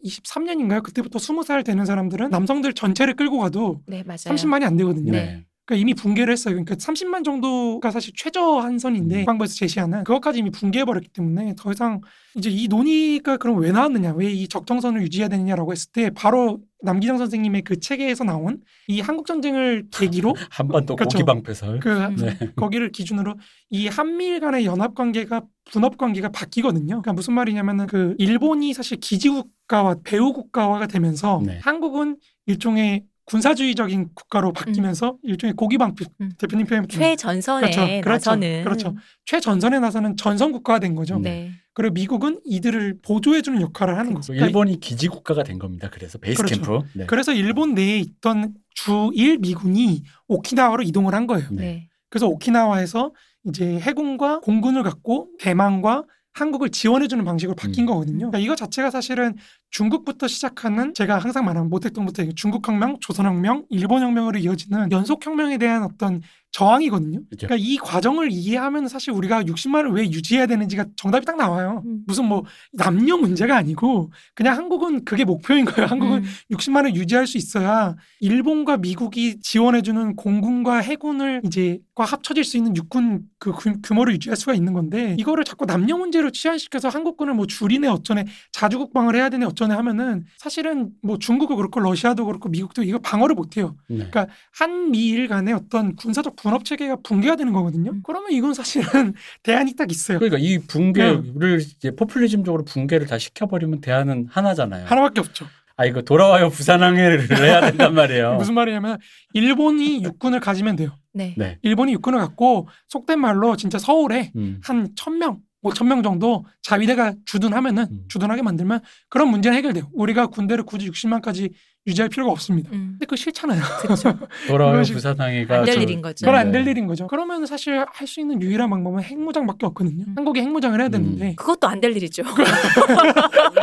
Speaker 2: 2023년인가요? 그때부터 20살 되는 사람들은 남성들 전체를 끌고 가도
Speaker 1: 네, 맞아요.
Speaker 2: 30만이 안 되거든요.
Speaker 1: 네.
Speaker 2: 그러니까 이미 붕괴를 했어요. 그러니까 30만 정도가 사실 최저 한선인데
Speaker 3: 음.
Speaker 2: 국방부에서 제시하는 그것까지 이미 붕괴해버렸기 때문에 더 이상 이제 이 논의가 그럼 왜 나왔느냐, 왜 이 적정선을 유지해야 되느냐라고 했을 때 바로 남기정 선생님의 그 책에서 나온 이 한국 전쟁을 계기로
Speaker 3: 한반도
Speaker 2: 그렇죠.
Speaker 3: 고기방패설.
Speaker 2: 그
Speaker 1: 음.
Speaker 2: 거기를 기준으로 이 한미일 간의 연합 관계가 분업 관계가 바뀌거든요. 그러니까 무슨 말이냐면은 그 일본이 사실 기지 국가와 배후 국가화가 되면서
Speaker 3: 네.
Speaker 2: 한국은 일종의 군사주의적인 국가로 바뀌면서 일종의 고기방패
Speaker 1: 음.
Speaker 2: 대표님 표현
Speaker 1: 최전선에
Speaker 2: 그렇죠, 그렇죠,
Speaker 1: 나서는
Speaker 2: 그렇죠. 최전선에 나서는 전선 국가가 된 거죠.
Speaker 1: 네.
Speaker 2: 그리고 미국은 이들을 보조해주는 역할을 하는
Speaker 3: 그
Speaker 2: 거죠. 그러니까
Speaker 3: 일본이 기지 국가가 된 겁니다. 그래서 베이스
Speaker 2: 그렇죠.
Speaker 3: 캠프. 네.
Speaker 2: 그래서 일본 내에 있던 주일 미군이 오키나와로 이동을 한 거예요.
Speaker 1: 네.
Speaker 2: 그래서 오키나와에서 이제 해군과 공군을 갖고 대만과 한국을 지원해주는 방식으로 바뀐
Speaker 3: 음.
Speaker 2: 거거든요. 그러니까 이거 자체가 사실은 중국부터 시작하는 제가 항상 말하는 모택동부터 얘기해요. 중국혁명, 조선혁명, 일본혁명으로 이어지는 연속혁명에 대한 어떤 저항이거든요.
Speaker 3: 그죠.
Speaker 2: 그러니까 이 과정을 이해하면 사실 우리가 60만을 왜 유지해야 되는지가 정답이 딱 나와요.
Speaker 1: 음.
Speaker 2: 무슨 뭐 남녀 문제가 아니고 그냥 한국은 그게 목표인 거예요. 한국은
Speaker 1: 음.
Speaker 2: 60만을 유지할 수 있어야 일본과 미국이 지원해주는 공군과 해군을 이제 과 합쳐질 수 있는 육군 그 규- 규모를 유지할 수가 있는 건데 이거를 자꾸 남녀 문제로 치환시켜서 한국군을 뭐 줄이네 어쩌네 자주 국방을 해야 되네 어쩌네 하면은 사실은 뭐 중국도 그렇고 러시아도 그렇고 미국도 이거 방어를 못해요.
Speaker 3: 네.
Speaker 2: 그러니까 한미일 간의 어떤 군사적 분업 체계가 붕괴가 되는 거거든요.
Speaker 1: 음.
Speaker 2: 그러면 이건 사실은 대안이 딱 있어요.
Speaker 3: 그러니까 이
Speaker 2: 음.
Speaker 3: 붕괴를 이제 포퓰리즘적으로 붕괴를 다 시켜버리면 대안은 하나잖아요.
Speaker 2: 하나밖에 없죠.
Speaker 3: 아 이거 돌아와요 부산항해를 해야 된단 말이에요.
Speaker 2: 무슨 말이냐면 일본이 육군을 가지면 돼요.
Speaker 1: 네.
Speaker 3: 네.
Speaker 2: 일본이 육군을 갖고 속된 말로 진짜 서울에
Speaker 3: 음.
Speaker 2: 한 1000명, 뭐 천 명 정도 자위대가 주둔하면은
Speaker 3: 음.
Speaker 2: 주둔하게 만들면 그런 문제는 해결돼요. 우리가 군대를 굳이 60만까지 유지할 필요가 없습니다.
Speaker 1: 음.
Speaker 2: 근데 그거 싫잖아요.
Speaker 1: 그렇죠.
Speaker 3: 돌아올
Speaker 2: 그것이-
Speaker 3: 부산항해가
Speaker 1: 안 될
Speaker 3: 좀-
Speaker 1: 일인 거죠.
Speaker 2: 그건 안
Speaker 3: 네.
Speaker 2: 될 일인 거죠. 그러면 사실 할 수 있는 유일한 방법은 핵무장밖에 없거든요.
Speaker 1: 음.
Speaker 2: 한국이 핵무장을 해야 되는데
Speaker 1: 그것도 안 될 일이죠.
Speaker 2: 네.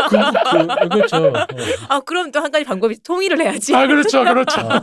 Speaker 3: 그, 그, 그렇죠. 어.
Speaker 1: 아 그럼 또 한 가지 방법이 통일을 해야지.
Speaker 2: 아 그렇죠, 그렇죠.
Speaker 3: 아.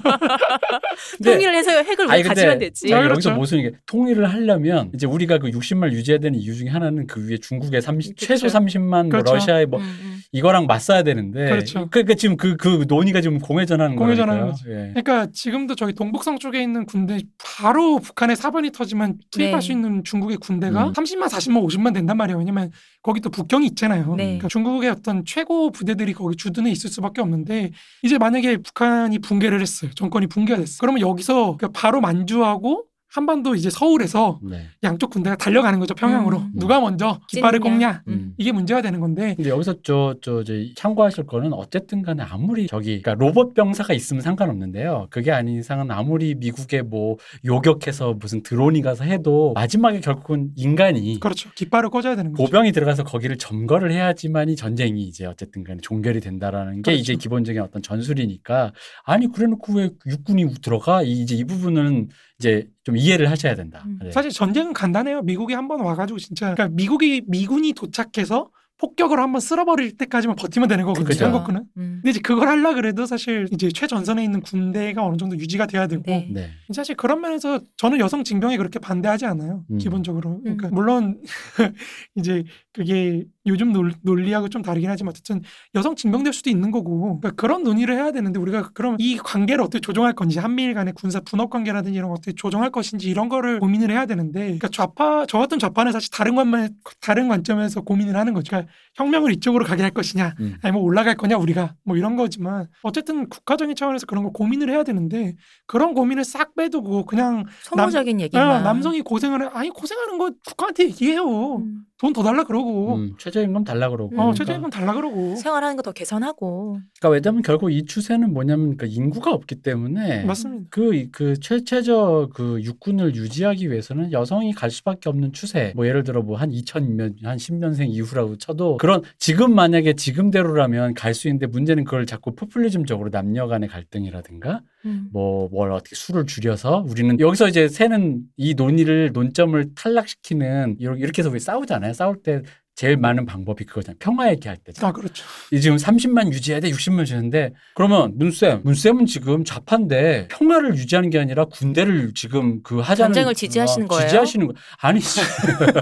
Speaker 3: 근데-
Speaker 1: 통일을 해서 핵을 우리
Speaker 3: 아니,
Speaker 1: 가지면
Speaker 3: 근데 네.
Speaker 1: 되지.
Speaker 3: 자,
Speaker 2: 아,
Speaker 3: 여기서
Speaker 2: 그렇죠.
Speaker 3: 모순이 게 통일을 하려면 이제 우리가 그 60만 유지해야 되는 이유 중에 하나는 그 위에 중국의 30,
Speaker 1: 그쵸.
Speaker 3: 최소 30만 뭐
Speaker 2: 그렇죠.
Speaker 3: 러시아의 뭐
Speaker 1: 음, 음.
Speaker 3: 이거랑 맞서야 되는데
Speaker 2: 그렇죠.
Speaker 3: 그러니까 지금 그 그 논의가 지금 공회전하는 거예요.
Speaker 2: 공회전하는
Speaker 3: 예.
Speaker 1: 네.
Speaker 2: 그러니까 지금도 저기 동북성 쪽에 있는 군대 바로 북한의 사변이 터지만 투입할
Speaker 1: 네.
Speaker 2: 수 있는 중국의 군대가
Speaker 3: 음.
Speaker 2: 30만, 40만, 50만 된단 말이에요. 왜냐면 거기 또 북경이 있잖아요.
Speaker 1: 네.
Speaker 2: 그러니까 중국의 어떤 최고 부대들이 거기 주둔해 있을 수밖에 없는데 이제 만약에 북한이 붕괴를 했어요. 정권이 붕괴가 됐어. 그러면 여기서 그러니까 바로 만주하고 한반도 이제 서울에서
Speaker 3: 네.
Speaker 2: 양쪽 군대가 달려가는 거죠. 평양으로
Speaker 1: 음.
Speaker 2: 누가 먼저 깃발을 꼽냐
Speaker 3: 음.
Speaker 2: 이게 문제가 되는 건데
Speaker 3: 근데 여기서 저, 저, 이제 참고하실 거는 어쨌든 간에 아무리 저기, 그러니까 로봇 병사가 있으면 상관없는데요. 그게 아닌 이상은 아무리 미국에 뭐 요격해서 무슨 드론이 가서 해도 마지막에 결국은 인간이
Speaker 2: 그렇죠. 깃발을 꽂아야 되는 거죠.
Speaker 3: 보병이 들어가서 거기를 점거를 해야지만 이 전쟁이 이제 어쨌든 간에 종결이 된다라는 게
Speaker 2: 그렇죠.
Speaker 3: 이제 기본적인 어떤 전술이니까 아니 그래놓고 왜 육군이 들어가 이- 이제 이 부분은 이제 좀 이해를 하셔야 된다.
Speaker 1: 음.
Speaker 3: 네.
Speaker 2: 사실 전쟁은 간단해요. 미국이 한번 와가지고 진짜 그러니까 미국이 미군이 도착해서 폭격으로 한번 쓸어버릴 때까지만 버티면 되는 거거든요.
Speaker 3: 그죠.
Speaker 2: 한국군은.
Speaker 1: 음.
Speaker 2: 근데 이제 그걸 하려 그래도 사실 이제 최전선에 있는 군대가 어느 정도 유지가 돼야 되고
Speaker 1: 네.
Speaker 3: 네.
Speaker 2: 사실 그런 면에서 저는 여성 징병에 그렇게 반대하지 않아요.
Speaker 3: 음.
Speaker 2: 기본적으로. 그러니까
Speaker 1: 음.
Speaker 2: 물론 이제 그게 요즘 논, 논리하고 좀 다르긴 하지만 어쨌든 여성 징병될 수도 있는 거고 그러니까 그런 논의를 해야 되는데 우리가 그럼 이 관계를 어떻게 조정할 건지 한미일 간의 군사 분업 관계라든지 이런 거 어떻게 조정할 것인지 이런 거를 고민을 해야 되는데 그러니까 좌파 저 같은 좌파는 사실 다른 관만 다른 관점에서 고민을 하는 거죠. 그러니까 혁명을 이쪽으로 가게 할 것이냐
Speaker 3: 음.
Speaker 2: 아니 뭐 올라갈 거냐 우리가 뭐 이런 거지만 어쨌든 국가적인 차원에서 그런 거 고민을 해야 되는데 그런 고민을 싹 빼두고 그냥
Speaker 1: 소모적인 얘기만.
Speaker 2: 아, 남성이 고생을 해. 아니 고생하는 거 국가한테 얘기해요.
Speaker 1: 음.
Speaker 2: 돈 더 달라 그러고
Speaker 3: 음, 최저임금 달라 그러고.
Speaker 2: 뭐 어
Speaker 1: 그러니까.
Speaker 2: 최저임금 달라 그러고
Speaker 1: 생활하는 거 더 개선하고.
Speaker 3: 그러니까 왜냐면 결국 이 추세는 뭐냐면 그 인구가 없기 때문에
Speaker 2: 맞습니다.
Speaker 3: 그, 그, 최최저 그 육군을 유지하기 위해서는 여성이 갈 수밖에 없는 추세. 뭐, 예를 들어, 뭐, 한 2000년, 한 10년생 이후라고 쳐도 그런 지금 만약에 지금대로라면 갈 수 있는데 문제는 그걸 자꾸 포퓰리즘적으로 남녀 간의 갈등이라든가
Speaker 1: 음.
Speaker 3: 뭐, 뭘 어떻게 수를 줄여서 우리는 여기서 이제 새는 이 논의를, 논점을 탈락시키는 이렇게 이렇게 해서 왜 싸우잖아요. 싸울 때 제일 많은 방법이 그거잖아요. 평화 얘기할 때잖아요.
Speaker 2: 아 그렇죠.
Speaker 3: 이 지금 30만 유지해야 돼, 60만 주는데 그러면 문쌤, 문쌤은 지금 좌파인데 평화를 유지하는 게 아니라 군대를 지금 그 하자는
Speaker 1: 전쟁을 지지하시는
Speaker 3: 어,
Speaker 1: 거예요?
Speaker 3: 지지하시는 거 아니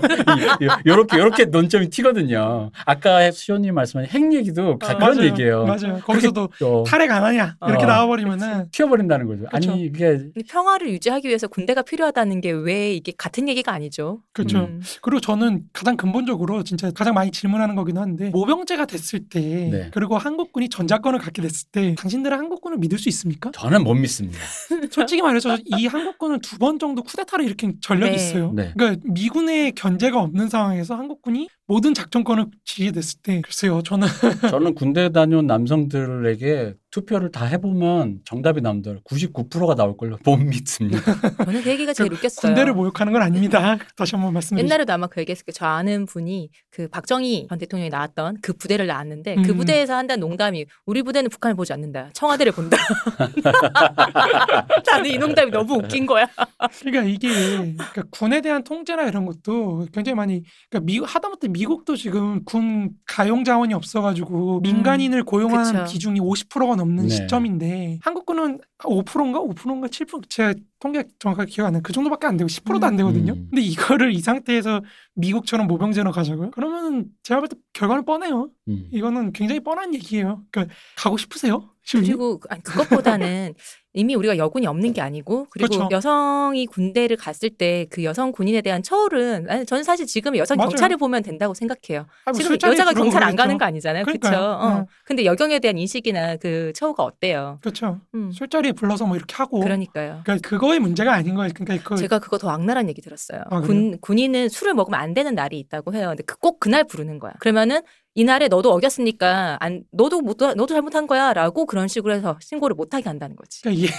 Speaker 3: 이렇게 이렇게 논점이 튀거든요. 아까 시호님 말씀하신 핵 얘기도 다
Speaker 1: 어,
Speaker 3: 그런
Speaker 2: 맞아요.
Speaker 3: 얘기예요.
Speaker 2: 맞아요. 거기서도
Speaker 3: 어,
Speaker 2: 탈핵 안 하냐 이렇게
Speaker 3: 어.
Speaker 2: 나와버리면은
Speaker 3: 튀어버린다는 거죠.
Speaker 2: 그쵸.
Speaker 3: 아니 이게
Speaker 1: 근데 평화를 유지하기 위해서 군대가 필요하다는 게 왜 이게 같은 얘기가 아니죠.
Speaker 2: 그렇죠.
Speaker 1: 음.
Speaker 2: 그리고 저는 가장 근본적으로 진짜 가장 많이 질문하는 거긴 한데 모병제가 됐을 때
Speaker 3: 네.
Speaker 2: 그리고 한국군이 전자권을 갖게 됐을 때 당신들은 한국군을 믿을 수 있습니까?
Speaker 3: 저는 못 믿습니다.
Speaker 2: 솔직히 말해서 이 한국군은 두 번 정도 쿠데타를 일으킨 전력이
Speaker 1: 네.
Speaker 2: 있어요.
Speaker 3: 네.
Speaker 2: 그러니까 미군의 견제가 없는 상황에서 한국군이 모든 작전권을 쥐게 됐을 때 글쎄요 저는
Speaker 3: 저는 군대 다녀온 남성들에게 투표를 다 해보면 정답이 남들 99%가 나올걸요. 못 믿습니다.
Speaker 1: 저는 그 얘기가 제일 웃겼어요.
Speaker 2: 군대를 모욕하는 건 아닙니다. 다시 한번 말씀드리죠.
Speaker 1: 옛날에도 아마 그 얘기했을 거예요. 저 아는 분이 그 박정희 전 대통령이 나왔던 그 부대를 나왔는데 그
Speaker 2: 음.
Speaker 1: 부대에서 한다는 농담이 우리 부대는 북한을 보지 않는다. 청와대를 본다. 나는 이 농담이 너무 웃긴 거야.
Speaker 2: 그러니까 이게 그러니까 군에 대한 통제나 이런 것도 굉장히 많이 그러니까 미 하다못해 미국도 지금 군 가용 자원이 없어가지고 민간인을 고용하는
Speaker 1: 음, 그쵸.
Speaker 2: 비중이 50%가 넘는
Speaker 3: 네.
Speaker 2: 시점인데 한국군은 5%인가 5%인가 7% 제가 통계 정확하게 기억 안 나요. 그 정도밖에 안 되고 10%도 안 되거든요.
Speaker 3: 음.
Speaker 2: 근데 이거를 이 상태에서 미국처럼 모병제로 가자고요? 그러면 제가 볼 때 결과는 뻔해요.
Speaker 3: 음.
Speaker 2: 이거는 굉장히 뻔한 얘기예요. 그러니까 가고 싶으세요? 시민님?
Speaker 1: 그리고 아니, 그것보다는 이미 우리가 여군이 없는 게 아니고 그리고
Speaker 2: 그렇죠.
Speaker 1: 여성이 군대를 갔을 때 그 여성 군인에 대한 처우는 아니, 저는 사실 지금 여성
Speaker 2: 맞아요.
Speaker 1: 경찰을 보면 된다고 생각해요.
Speaker 2: 아, 뭐
Speaker 1: 지금
Speaker 2: 술자리
Speaker 1: 여자가
Speaker 2: 부르고
Speaker 1: 경찰 안 가는
Speaker 2: 그러겠죠.
Speaker 1: 거 아니잖아요. 그렇죠.
Speaker 2: 그러니까요.
Speaker 1: 어.
Speaker 2: 네.
Speaker 1: 근데 여경에 대한 인식이나 그 처우가 어때요?
Speaker 2: 그렇죠.
Speaker 1: 음.
Speaker 2: 술자리에 불러서 뭐 이렇게 하고
Speaker 1: 그러니까요.
Speaker 2: 그러니까 그거의 문제가 아닌 거예요. 그러니까 그
Speaker 1: 제가 그거 더 악랄한 얘기 들었어요.
Speaker 2: 아,
Speaker 1: 군, 군인은 술을 먹으면 안 되는 날이 있다고 해요. 근데 그, 꼭 그날 부르는 거야. 그러면은 이날에 너도 어겼으니까 안 너도 못 너도 잘못한 거야라고 그런 식으로 해서 신고를 못하게 한다는 거지.
Speaker 2: 그러니까 이게,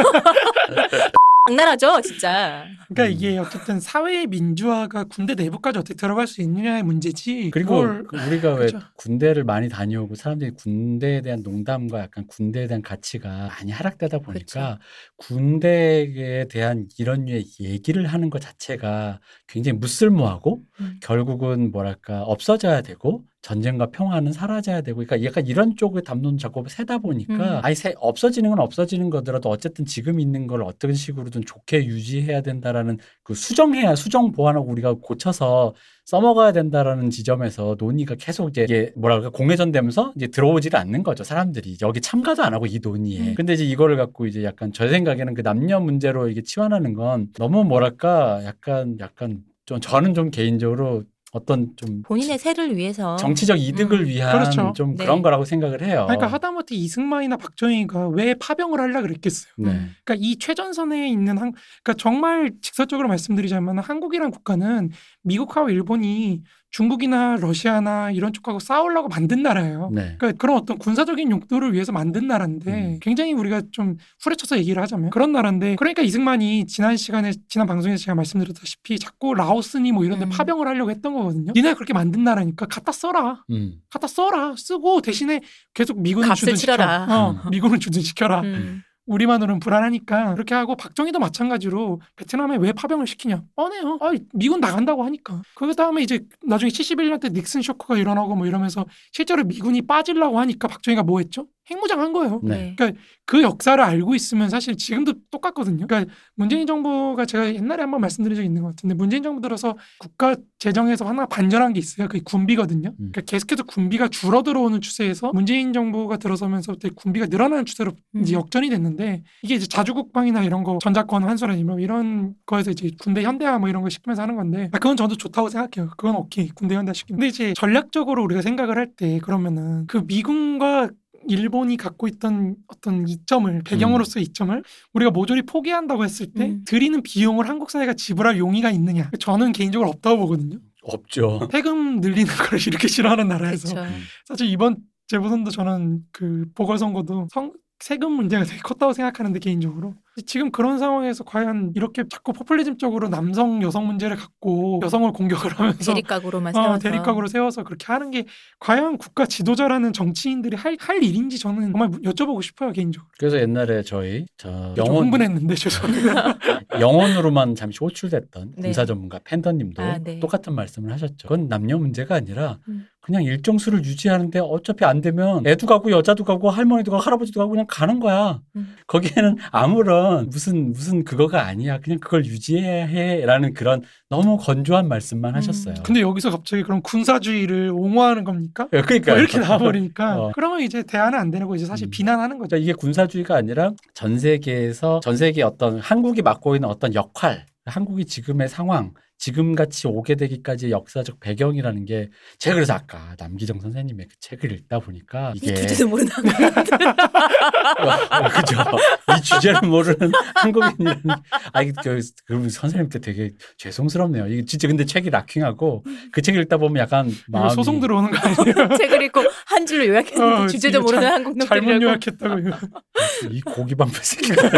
Speaker 1: 장난하죠, 진짜.
Speaker 2: 그러니까
Speaker 3: 음.
Speaker 2: 이게 어쨌든 사회의 민주화가 군대 내부까지 어떻게 들어갈 수 있느냐의 문제지.
Speaker 3: 그리고
Speaker 2: 그걸-
Speaker 3: 그 우리가 왜
Speaker 2: 그죠.
Speaker 3: 군대를 많이 다녀오고 사람들이 군대에 대한 농담과 약간 군대에 대한 가치가 많이 하락되다 보니까 군대에 대한 이런 류의 얘기를 하는 것 자체가 굉장히 무쓸모하고
Speaker 1: 음.
Speaker 3: 결국은 뭐랄까 없어져야 되고 전쟁과 평화는 사라져야 되고 그러니까 약간 이런 쪽의 담론 작업을 세다 보니까
Speaker 1: 음.
Speaker 3: 아니 세, 없어지는 건 없어지는 거더라도 어쨌든 지금 있는 걸 어떤 식으로든 좋게 유지해야 된다라는 그 수정해야 수정 보완하고 우리가 고쳐서 써먹어야 된다라는 지점에서 논의가 계속 이제 이게 뭐랄까 공회전되면서 이제 들어오질 않는 거죠 사람들이 여기 참가도 안 하고 이 논의에
Speaker 1: 음.
Speaker 3: 근데 이제 이거를 갖고 이제 약간 저 생각에는 그 남녀 문제로 이게 치환하는 건 너무 뭐랄까 약간 약간 좀 저는 좀 개인적으로 어떤 좀
Speaker 1: 본인의 세를 위해서
Speaker 3: 정치적 이득을
Speaker 1: 음.
Speaker 3: 위한
Speaker 2: 어. 그렇죠.
Speaker 3: 좀
Speaker 1: 네.
Speaker 3: 그런 거라고 생각을 해요.
Speaker 2: 그러니까 하다못해 이승만이나 박정희가 왜 파병을 하려 그랬겠어요.
Speaker 3: 네.
Speaker 2: 그러니까 이 최전선에 있는 한, 그러니까 정말 직설적으로 말씀드리자면 한국이란 국가는 미국하고 일본이 중국이나 러시아나 이런 쪽하고 싸우려고 만든 나라예요.
Speaker 3: 네.
Speaker 2: 그러니까 그런 어떤 군사적인 용도를 위해서 만든 나라인데
Speaker 3: 음.
Speaker 2: 굉장히 우리가 좀 후려쳐서 얘기를 하자면 그런 나라인데 그러니까 이승만이 지난 시간에 지난 방송에서 제가 말씀드렸다시피 자꾸 라오스니 뭐 이런 데
Speaker 1: 음.
Speaker 2: 파병을 하려고 했던 거거든요. 니네 그렇게 만든 나라니까 갖다 써라.
Speaker 3: 음.
Speaker 2: 갖다 써라. 쓰고 대신에 계속 미군은
Speaker 1: 값을
Speaker 2: 주둔시켜.
Speaker 1: 치러라.
Speaker 2: 어, 미군은 주둔시켜라.
Speaker 1: 음.
Speaker 2: 우리만으로는 불안하니까 그렇게 하고 박정희도 마찬가지로 베트남에 왜 파병을 시키냐 뻔해요 아, 미군 나간다고 하니까 그 다음에 이제 나중에 71년 때 닉슨 쇼크가 일어나고 뭐 이러면서 실제로 미군이 빠지려고 하니까 박정희가 뭐 했죠 핵무장 한 거예요
Speaker 3: 네.
Speaker 1: 네.
Speaker 2: 그 역사를 알고 있으면 사실 지금도 똑같거든요 그러니까 문재인 정부가 제가 옛날에 한번 말씀드린 적이 있는 것 같은데 문재인 정부 들어서 국가 재정에서 하나 반전한 게 있어요 그게 군비거든요
Speaker 3: 음.
Speaker 2: 그러니까 계속해서 군비가 줄어들어오는 추세에서 문재인 정부가 들어서면서부터 군비가 늘어나는 추세로 이제
Speaker 1: 음.
Speaker 2: 역전이 됐는데 이게 이제 자주국방이나 이런 거 전자권 환수라니 뭐 이런 거에서 이제 군대 현대화 뭐 이런 거 시키면서 하는 건데 아, 그건 저도 좋다고 생각해요. 그건 오케이 군대 현대화 시키는. 근데 이제 전략적으로 우리가 생각을 할 때 그러면은 그 미군과 일본이 갖고 있던 어떤 이점을 배경으로서 의 이점을 우리가 모조리 포기한다고 했을 때
Speaker 1: 음.
Speaker 2: 드리는 비용을 한국 사회가 지불할 용의가 있느냐? 저는 개인적으로 없다고 보거든요.
Speaker 3: 없죠.
Speaker 2: 세금 늘리는 걸 이렇게 싫어하는 나라에서
Speaker 1: 그렇죠.
Speaker 2: 사실 이번 재보선도 저는 그 보궐선거도 성- 세금 문제가 되게 컸다고 생각하는데 개인적으로 지금 그런 상황에서 과연 이렇게 자꾸 포퓰리즘적으로 남성 여성 문제를 갖고 여성을 공격을 하면서
Speaker 1: 대립각으로만 세워서
Speaker 2: 어, 대립각으로 세워서 그렇게 하는 게 과연 국가 지도자라는 정치인들이 할, 할 일인지 저는 정말 여쭤보고 싶어요 개인적으로
Speaker 3: 그래서 옛날에 저희 저
Speaker 2: 좀
Speaker 3: 영혼
Speaker 2: 흥분했는데 죄송합니다
Speaker 3: 영혼으로만 잠시 호출됐던
Speaker 1: 네.
Speaker 3: 군사 전문가 팬더님도
Speaker 1: 아, 네.
Speaker 3: 똑같은 말씀을 하셨죠. 그건 남녀 문제가 아니라
Speaker 1: 음.
Speaker 3: 그냥 일정 수를 유지하는데 어차피 안 되면 애도 가고 여자도 가고 할머니도 가고 할아버지도 가고 그냥 가는 거야.
Speaker 1: 음.
Speaker 3: 거기에는 아무런 무슨 무슨 그거가 아니야. 그냥 그걸 유지해야 해라는 그런 너무 건조한 말씀만
Speaker 1: 음.
Speaker 3: 하셨어요.
Speaker 2: 근데 여기서 갑자기 그럼 군사주의를 옹호하는 겁니까?
Speaker 3: 예, 그러니까
Speaker 2: 뭐 이렇게 나와버리니까
Speaker 3: 어.
Speaker 2: 그러면 이제 대안은 안 되는 거 이제 사실
Speaker 3: 음.
Speaker 2: 비난하는 거죠
Speaker 3: 그러니까 이게 군사주의가 아니라 전 세계에서 전 세계 어떤 한국이 맡고 있는 어떤 역할, 한국이 지금의 상황, 지금 같이 오게 되기까지의 역사적 배경이라는 게 제가 그래서 아까 남기정 선생님의 그 책을 읽다 보니까
Speaker 1: 이
Speaker 3: 이게 어,
Speaker 1: 주제도 모르나
Speaker 3: 그죠 이 주제를 모르는 한국인이라는 아이 그, 그 선생님께 되게 죄송스럽네요. 이게 진짜 근데 책이 락킹하고
Speaker 1: 음.
Speaker 3: 그 책을 읽다 보면 약간
Speaker 2: 이거
Speaker 3: 마음이
Speaker 2: 소송 들어오는 거 아니에요?
Speaker 1: 책을 읽고 한 줄로 요약했는데 그
Speaker 2: 어,
Speaker 1: 주제도
Speaker 2: 이거
Speaker 1: 모르는
Speaker 2: 참-
Speaker 1: 한국
Speaker 2: 잘못
Speaker 1: 놈들이라고
Speaker 2: 요약했다고 이거.
Speaker 3: 이 고기 반팔 새끼가.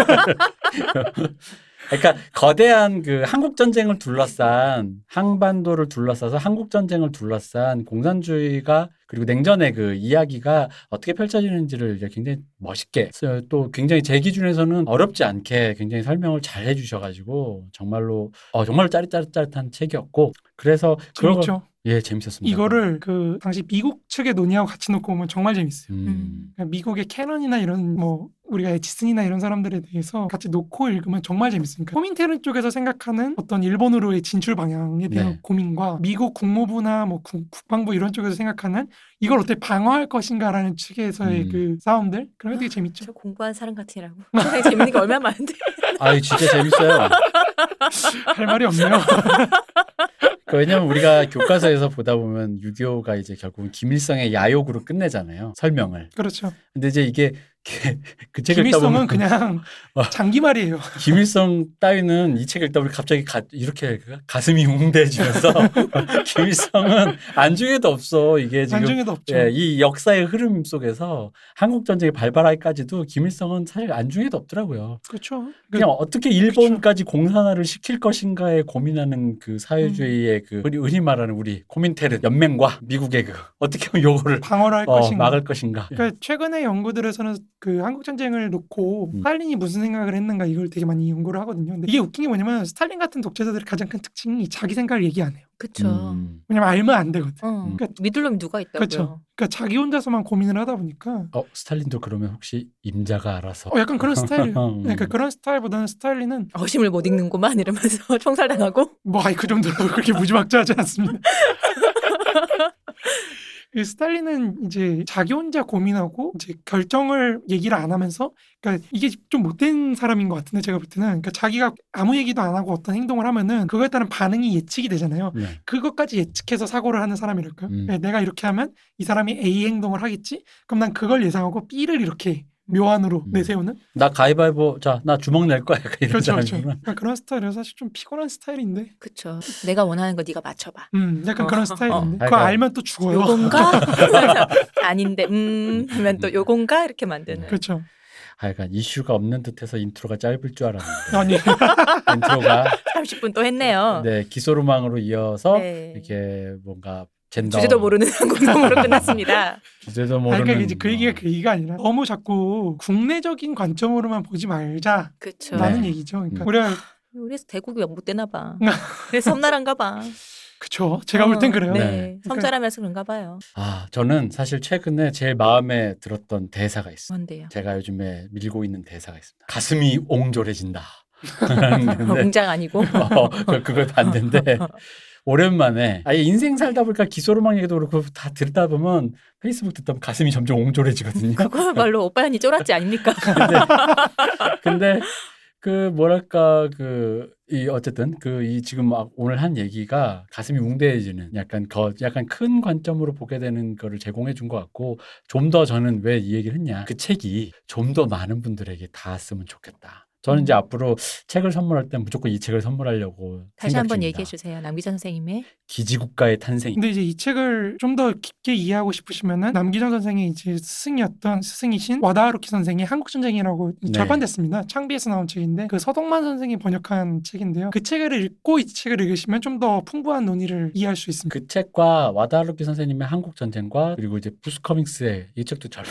Speaker 3: 그러니까 거대한 그 한국 전쟁을 둘러싼 한반도를 둘러싸서 한국 전쟁을 둘러싼 공산주의가 그리고 냉전의 그 이야기가 어떻게 펼쳐지는지를 이제 굉장히 멋있게 또 굉장히 제 기준에서는 어렵지 않게 굉장히 설명을 잘 해주셔가지고 정말로 어 정말로 짜릿짜릿짜릿한 책이었고 그래서 그런 거-
Speaker 2: 재밌죠.
Speaker 3: 예 재밌었습니다
Speaker 2: 그렇죠. 이거를 그 당시 미국 측의 논의하고 같이 놓고 보면 정말 재밌어요.
Speaker 3: 음,
Speaker 2: 그러니까 미국의 캐넌이나 이런 뭐 우리가 에치슨이나 이런 사람들에 대해서 같이 놓고 읽으면 정말 재밌으니까 포민테른 쪽에서 생각하는 어떤 일본으로의 진출 방향에 대한
Speaker 3: 네.
Speaker 2: 고민과 미국 국무부나 뭐 국- 국방부 이런 쪽에서 생각하는 이걸 어떻게 방어할 것인가라는 측에서의
Speaker 3: 음.
Speaker 2: 그 싸움들 그런 게 되게 재밌죠.
Speaker 1: 저 공부한 사람 같으라고 세상에 재밌는 게 얼마나 많은데
Speaker 3: 아유 진짜 재밌어요
Speaker 2: 할 말이 없네요.
Speaker 3: 그 왜냐면 우리가 교과서에서 보다 보면 유교가 이제 결국은 김일성의 야욕으로 끝내잖아요. 설명을.
Speaker 2: 그렇죠.
Speaker 3: 근데 이제 이게 그 책을 읽다 보면
Speaker 2: 김일성은
Speaker 3: 어.
Speaker 2: 그냥
Speaker 3: 와.
Speaker 2: 장기말이에요.
Speaker 3: 김일성 따위는 이 책을 읽다 보니 갑자기 가- 이렇게 가슴이 웅대해지면서 김일성은 안중에도 없어 이게 지금
Speaker 2: 안중에도 없죠.
Speaker 3: 예, 이 역사의 흐름 속에서 한국 전쟁이 발발하기까지도 김일성은 사실 안중에도 없더라고요.
Speaker 2: 그렇죠.
Speaker 3: 그냥 어떻게 일본까지 공산화를 시킬 것인가에 고민하는 그 사회주의의 그
Speaker 2: 음.
Speaker 3: 흔히, 흔히 말하는 우리 코민테르 연맹과 미국의 그 어떻게 하면 요거를
Speaker 2: 방어를 할
Speaker 3: 어,
Speaker 2: 것인가.
Speaker 3: 막을 것인가. 예.
Speaker 2: 그러니까 최근의 연구들에서는 그 한국 전쟁을 놓고
Speaker 3: 음.
Speaker 2: 스탈린이 무슨 생각을 했는가 이걸 되게 많이 연구를 하거든요. 근데 이게 웃긴 게 뭐냐면 스탈린 같은 독재자들의 가장 큰 특징이 자기 생각을 얘기 안 해요.
Speaker 1: 그쵸.
Speaker 3: 음.
Speaker 2: 왜냐면 알면 안 되거든.
Speaker 1: 어.
Speaker 3: 음.
Speaker 2: 그러니까-
Speaker 1: 믿을 놈이 누가 있다고요?
Speaker 2: 그쵸. 그러니까 자기 혼자서만 고민을 하다 보니까
Speaker 3: 어, 스탈린도 그러면 혹시 임자가 알아서
Speaker 2: 어, 약간 그런 스타일이에요.
Speaker 3: 음.
Speaker 2: 그러니까 그런 스타일보다는 스탈린은
Speaker 1: 어심을 못 읽는구만 이러면서 총살당하고
Speaker 2: 뭐 아이 그 정도로 그렇게 무지막지하지 않습니다. 이 스탈린은 이제 자기 혼자 고민하고 이제 결정을 얘기를 안 하면서 그러니까 이게 좀 못된 사람인 것 같은데 제가 볼 때는 그러니까 자기가 아무 얘기도 안 하고 어떤 행동을 하면은 그거에 따른 반응이 예측이 되잖아요.
Speaker 3: 네.
Speaker 2: 그것까지 예측해서 사고를 하는 사람이랄까요?
Speaker 3: 음.
Speaker 2: 예, 내가 이렇게 하면 이 사람이 A 행동을 하겠지? 그럼 난 그걸 예상하고 B를 이렇게 묘안으로
Speaker 3: 음.
Speaker 2: 내세우는
Speaker 3: 나 가위바위보 자 나 주먹 낼 거야 약간 이런
Speaker 2: 그렇죠, 그렇죠.
Speaker 3: 사람이구나.
Speaker 2: 그러니까 그런 스타일은 사실 좀 피곤한 스타일인데
Speaker 1: 그쵸. 내가 원하는 거 네가 맞춰봐.
Speaker 2: 음, 약간
Speaker 1: 어.
Speaker 2: 그런 스타일인데
Speaker 3: 어.
Speaker 2: 그거
Speaker 3: 약간
Speaker 2: 알면 또 죽어요.
Speaker 1: 요건가? 아닌데 음 하면 또 요건가 이렇게
Speaker 3: 네.
Speaker 1: 만드는.
Speaker 2: 그렇죠.
Speaker 3: 아, 약간 이슈가 없는 듯해서 인트로가 짧을 줄 알았는데
Speaker 2: 아니 그러니까
Speaker 3: 인트로가
Speaker 1: 30분 또 했네요.
Speaker 3: 네 기소로망으로 이어서
Speaker 1: 어. 네.
Speaker 3: 이렇게 뭔가 젠더
Speaker 1: 주제도 모르는 한국놈으로 끝났습니다.
Speaker 3: 주제도
Speaker 2: 아니,
Speaker 3: 모르는
Speaker 2: 그러니까 이제 그 얘기가 그 얘기가 아니라 너무 자꾸 국내적인 관점으로만 보지 말자라는
Speaker 1: 그쵸.
Speaker 3: 네.
Speaker 2: 얘기죠. 그러니까
Speaker 3: 음.
Speaker 2: 우리가
Speaker 1: 그래서 대국이 못 되나 봐. 그래서 섬나란가 봐.
Speaker 2: 그쵸. 제가 볼 땐
Speaker 1: 어,
Speaker 2: 그래요. 그러니까
Speaker 1: 네.
Speaker 3: 네.
Speaker 1: 섬사람이라서 그런가 봐요.
Speaker 3: 아 저는 사실 최근에 제일 마음에 들었던 대사가 있어요.
Speaker 1: 뭔데요?
Speaker 3: 제가 요즘에 밀고 있는 대사가 있습니다. 가슴이 옹졸해진다.
Speaker 2: 네.
Speaker 3: 근데
Speaker 1: 공장 아니고.
Speaker 3: 어, 저 그걸 봤는데 오랜만에 아예 인생 살다 보니까 기소로망 얘기도 그렇고 다 듣다 보면 페이스북 듣다 보면 가슴이 점점 옹졸해지거든요.
Speaker 1: 그걸말로 오빠 현이 쫄았지 아닙니까?
Speaker 3: 근데, 근데 그 뭐랄까 그 이 어쨌든 그 이 지금 막 오늘 한 얘기가 가슴이 웅대해지는 약간 거 약간 큰 관점으로 보게 되는 거를 제공해 준 것 같고 좀 더 저는 왜 이 얘기를 했냐 그 책이 좀 더 많은 분들에게 닿았으면 좋겠다. 저는
Speaker 1: 음.
Speaker 3: 이제 앞으로 책을 선물할 땐 무조건 이 책을 선물하려고
Speaker 1: 다시
Speaker 3: 생각
Speaker 1: 한번
Speaker 3: 중입니다.
Speaker 1: 얘기해 주세요. 남기자 선생님의
Speaker 3: 기지국가의 탄생.
Speaker 2: 근데 이제 이 책을 좀 더 깊게 이해하고 싶으시면은 남기정 선생의 이제 스승이었던 스승이신 와다하루키 선생의 한국전쟁이라고
Speaker 3: 네.
Speaker 2: 절판됐습니다. 창비에서 나온 책인데 그 서동만 선생이 번역한 책인데요. 그 책을 읽고 이 책을 읽으시면 좀 더 풍부한 논의를 이해할 수 있습니다.
Speaker 3: 그 책과 와다루키 선생님의 한국 전쟁과 그리고 이제 부스 커밍스의 이 책도 절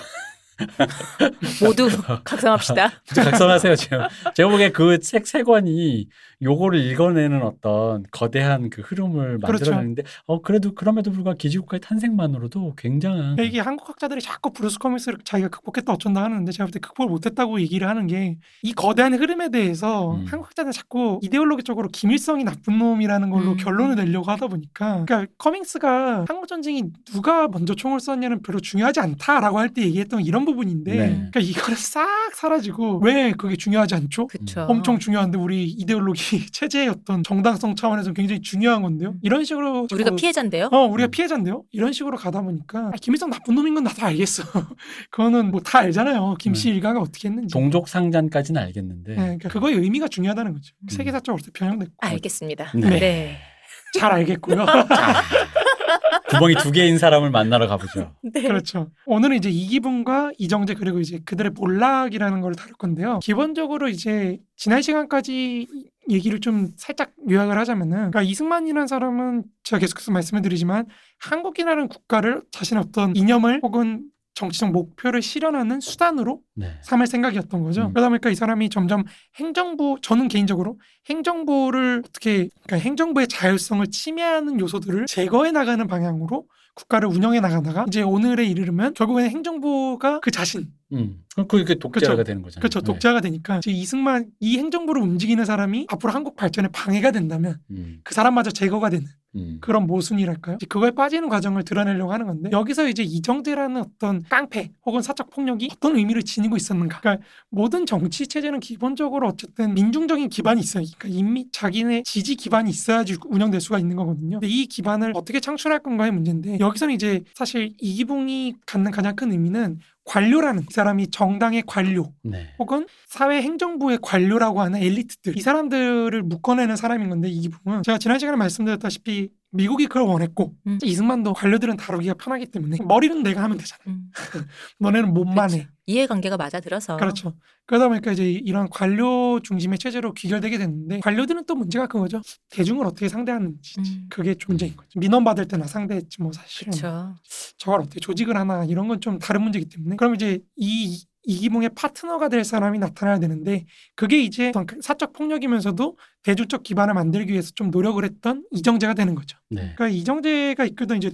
Speaker 1: 모두 각성합시다.
Speaker 3: 작성하세요 제가 제가 보기에 그 책 세 권이 요거를 읽어내는 어떤 거대한 그 흐름을
Speaker 2: 그렇죠.
Speaker 3: 만들어내는데 어 그래도 그럼에도 불구하고 기지국가의 탄생만으로도 굉장한
Speaker 1: 음.
Speaker 2: 이게 한국 학자들이 자꾸 브루스 커밍스를 자기가 극복했다 어쩐다 하는데 제가 볼 때 극복을 못했다고 얘기를 하는 게 이 거대한 흐름에 대해서
Speaker 3: 음.
Speaker 2: 한국 학자들은 자꾸 이데올로기적으로 김일성이 나쁜 놈이라는 걸로
Speaker 1: 음.
Speaker 2: 결론을 내려고 하다 보니까 그러니까 커밍스가 한국 전쟁이 누가 먼저 총을 쐈냐는 별로 중요하지 않다라고 할 때 얘기했던 이런 부분인데
Speaker 3: 네.
Speaker 2: 그러니까 이거는 싹 사라지고 왜 그게 중요하지 않죠?
Speaker 1: 그쵸.
Speaker 2: 엄청 중요한데 우리 이데올로기 체제의 어떤 정당성 차원에서 굉장히 중요한 건데요.
Speaker 1: 음.
Speaker 2: 이런 식으로
Speaker 1: 우리가
Speaker 2: 자꾸
Speaker 1: 피해자인데요.
Speaker 2: 어, 우리가
Speaker 3: 음.
Speaker 2: 피해자인데요? 이런 식으로 가다 보니까 아, 김일성 나쁜 놈인 건 나 다 알겠어. 그거는 뭐 다 알잖아요.
Speaker 3: 네.
Speaker 2: 김씨 일가가 어떻게 했는지.
Speaker 3: 동족 상잔까지는 알겠는데
Speaker 2: 네, 그러니까 그거의 의미가 중요하다는 거죠.
Speaker 3: 음.
Speaker 2: 세계사적으로 어떻게 변형됐고
Speaker 1: 알겠습니다.
Speaker 3: 네.
Speaker 1: 네.
Speaker 2: 잘 알겠고요.
Speaker 3: 자, 구멍이 두 개인 사람을 만나러 가보죠.
Speaker 1: 네.
Speaker 2: 그렇죠. 오늘은 이제 이기분과 이정재 그리고 이제 그들의 몰락이라는 걸 다룰 건데요. 기본적으로 이제 지난 시간까지 얘기를 좀 살짝 요약을 하자면은 그러니까 이승만이라는 사람은 제가 계속해서 말씀을 드리지만 한국이라는 국가를 자신의 어떤 이념을 혹은 정치적 목표를 실현하는 수단으로
Speaker 3: 네.
Speaker 2: 삼을 생각이었던 거죠.
Speaker 3: 음.
Speaker 2: 그러다 보니까 이 사람이 점점 행정부 저는 개인적으로 행정부를 어떻게 그러니까 행정부의 자율성을 침해하는 요소들을 제거해 나가는 방향으로 국가를 운영해 나가다가 이제 오늘에 이르르면 결국에는 행정부가 그 자신
Speaker 3: 음. 그럼 그게 독재가
Speaker 2: 그쵸.
Speaker 3: 되는 거잖아요.
Speaker 2: 그렇죠
Speaker 3: 네.
Speaker 2: 독자가 되니까 이제 이승만 이 행정부를 움직이는 사람이 앞으로 한국 발전에 방해가 된다면
Speaker 3: 음,
Speaker 2: 그 사람마저 제거가 되는
Speaker 3: 음.
Speaker 2: 그런 모순이랄까요? 이제 그거에 빠지는 과정을 드러내려고 하는 건데 여기서 이제 이정재라는 어떤 깡패 혹은 사적 폭력이 어떤 의미를 지니고 있었는가? 그러니까 모든 정치 체제는 기본적으로 어쨌든 민중적인 기반이 있어요. 그러니까 이미 자기네 지지 기반이 있어야지 운영될 수가 있는 거거든요. 근데 이 기반을 어떻게 창출할 건가의 문제인데 여기서는 이제 사실 이기붕이 갖는 가장 큰 의미는 관료라는 이 사람이 정당의 관료
Speaker 3: 네.
Speaker 2: 혹은 사회 행정부의 관료라고 하는 엘리트들 이 사람들을 묶어내는 사람인 건데 이 부분은 제가 지난 시간에 말씀드렸다시피 미국이 그걸 원했고
Speaker 1: 음.
Speaker 2: 이승만도 관료들은 다루기가 편하기 때문에 머리는 내가 하면 되잖아
Speaker 1: 음.
Speaker 2: 너네는 몸만
Speaker 1: 그치.
Speaker 2: 해
Speaker 1: 이해관계가 맞아들어서
Speaker 2: 그렇죠. 그러다 보니까 이제 이런 관료 중심의 체제로 귀결되게 됐는데 관료들은 또 문제가 그거죠. 대중을 어떻게 상대하는지
Speaker 1: 음.
Speaker 2: 그게 존재인 거죠. 민원 받을 때나 상대했지 뭐 사실은
Speaker 1: 그렇죠.
Speaker 2: 저걸 어떻게 조직을 하나 이런 건 좀 다른 문제이기 때문에 그럼 이제 이 이기붕의 파트너가 될 사람이 나타나야 되는데 그게 이제 어떤 사적 폭력이면서도 대중적 기반을 만들기 위해서 좀 노력을 했던 이정재가 되는 거죠.
Speaker 3: 네.
Speaker 2: 그러니까 이정재가 이끌던 이제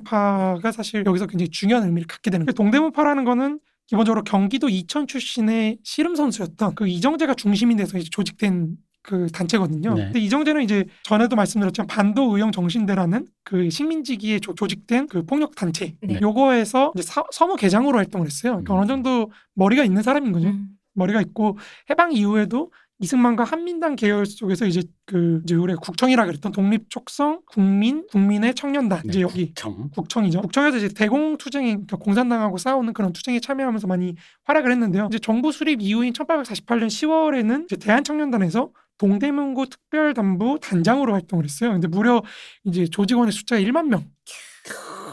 Speaker 2: 동대문파가 사실 여기서 굉장히 중요한 의미를 갖게 되는 거예요. 동대문파라는 거는 기본적으로 경기도 이천 출신의 씨름 선수였던 그 이정재가 중심이 돼서 이제 조직된 그 단체거든요.
Speaker 3: 네.
Speaker 2: 근데 이정재는 이제 전에도 말씀드렸지만 반도 의형 정신대라는 그 식민지기에 조, 직된그 폭력 단체
Speaker 1: 네.
Speaker 2: 요거에서 이제 서, 서무 계장으로 활동을 했어요. 그러니까
Speaker 3: 음.
Speaker 2: 어느 정도 머리가 있는 사람인 거죠.
Speaker 1: 음.
Speaker 2: 머리가 있고 해방 이후에도 이승만과 한민당 계열 속에서 이제 그 이제 우리 국청이라 그랬던 독립 촉성 국민 국민의 청년단 이제
Speaker 3: 네.
Speaker 2: 여기
Speaker 3: 정.
Speaker 2: 국청이죠. 국청에서 이제 대공 투쟁이 그러니까 공산당하고 싸우는 그런 투쟁에 참여하면서 많이 활약을 했는데요. 이제 정부 수립 이후인 1848년 10월에는 이제 대한청년단에서 동대문구 특별단부 단장으로 활동을 했어요. 근데 무려 이제 조직원의 숫자가 1만 명.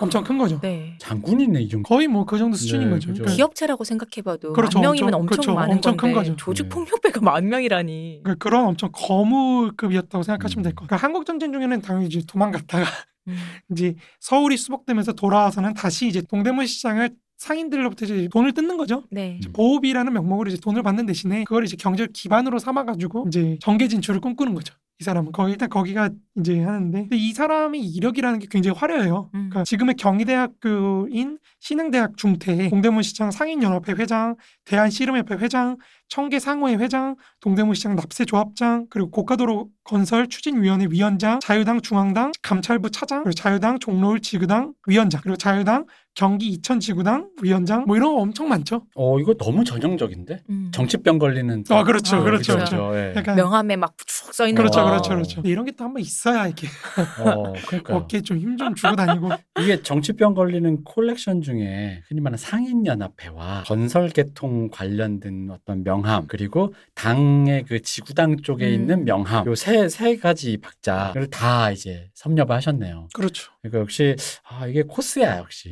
Speaker 2: 엄청 큰 거죠.
Speaker 1: 네.
Speaker 3: 장군이네 이 정도.
Speaker 2: 거의 뭐 그 정도 수준인
Speaker 3: 네,
Speaker 2: 거죠.
Speaker 3: 그죠.
Speaker 2: 그러니까
Speaker 1: 기업체라고 생각해봐도
Speaker 2: 그렇죠,
Speaker 1: 만 명이면
Speaker 2: 엄청-
Speaker 1: 엄청,
Speaker 2: 그렇죠,
Speaker 1: 많은
Speaker 2: 엄청 큰
Speaker 1: 건데
Speaker 2: 거죠.
Speaker 1: 조직
Speaker 3: 네.
Speaker 1: 폭력배가 만 명이라니.
Speaker 2: 그러니까 그런 엄청 거무급이었다고 생각하시면
Speaker 3: 음.
Speaker 2: 될 거예요. 그러니까 한국 전쟁 중에는 당연히 이제 도망갔다가
Speaker 1: 음.
Speaker 2: 이제 서울이 수복되면서 돌아와서는 다시 이제 동대문 시장을 상인들로부터 이제 돈을 뜯는 거죠.
Speaker 1: 네.
Speaker 3: 음.
Speaker 2: 보호비라는 명목으로 이제 돈을 받는 대신에 그걸 이제 경제를 기반으로 삼아가지고 이제 정계 진출을 꿈꾸는 거죠. 이 사람은 거기 일단 거기가 이제 하는데 근데 이 사람의 이력이라는 게 굉장히 화려해요.
Speaker 1: 음.
Speaker 2: 그러니까 지금의 경희대학교인 신흥대학 중퇴, 동대문시장 상인연합회 회장, 대한씨름협회 회장, 청계상호회 회장, 동대문시장 납세조합장, 그리고 고가도로 건설 추진위원회 위원장, 자유당 중앙당 감찰부 차장, 그리고 자유당 종로울 지구당 위원장, 그리고 자유당 경기 이천 지구당 위원장 뭐 이런 거 엄청 많죠.
Speaker 3: 어 이거 너무 전형적인데.
Speaker 1: 음.
Speaker 3: 정치병 걸리는.
Speaker 2: 아, 그렇죠,
Speaker 1: 아, 그렇죠.
Speaker 2: 그렇죠,
Speaker 1: 아.
Speaker 2: 그렇죠.
Speaker 3: 예.
Speaker 2: 약간
Speaker 1: 명함에 막쭉 써있는
Speaker 2: 그렇죠,
Speaker 1: 거.
Speaker 2: 그렇죠, 그렇죠. 이런 게 또 한번 있어야 이렇게
Speaker 3: 어, 그러니까요.
Speaker 2: 어깨 좀 힘 좀 주고 다니고.
Speaker 3: 이게 정치병 걸리는 콜렉션 중에 흔히 말하는 상인연합회와 건설계통 관련된 어떤 명함 그리고 당의 그 지구당 쪽에
Speaker 1: 음.
Speaker 3: 있는 명함 요 세 세 가지 박자를 다 이제 섭렵을 하셨네요.
Speaker 2: 그렇죠.
Speaker 3: 그러니까 역시 아 이게 코스야 역시.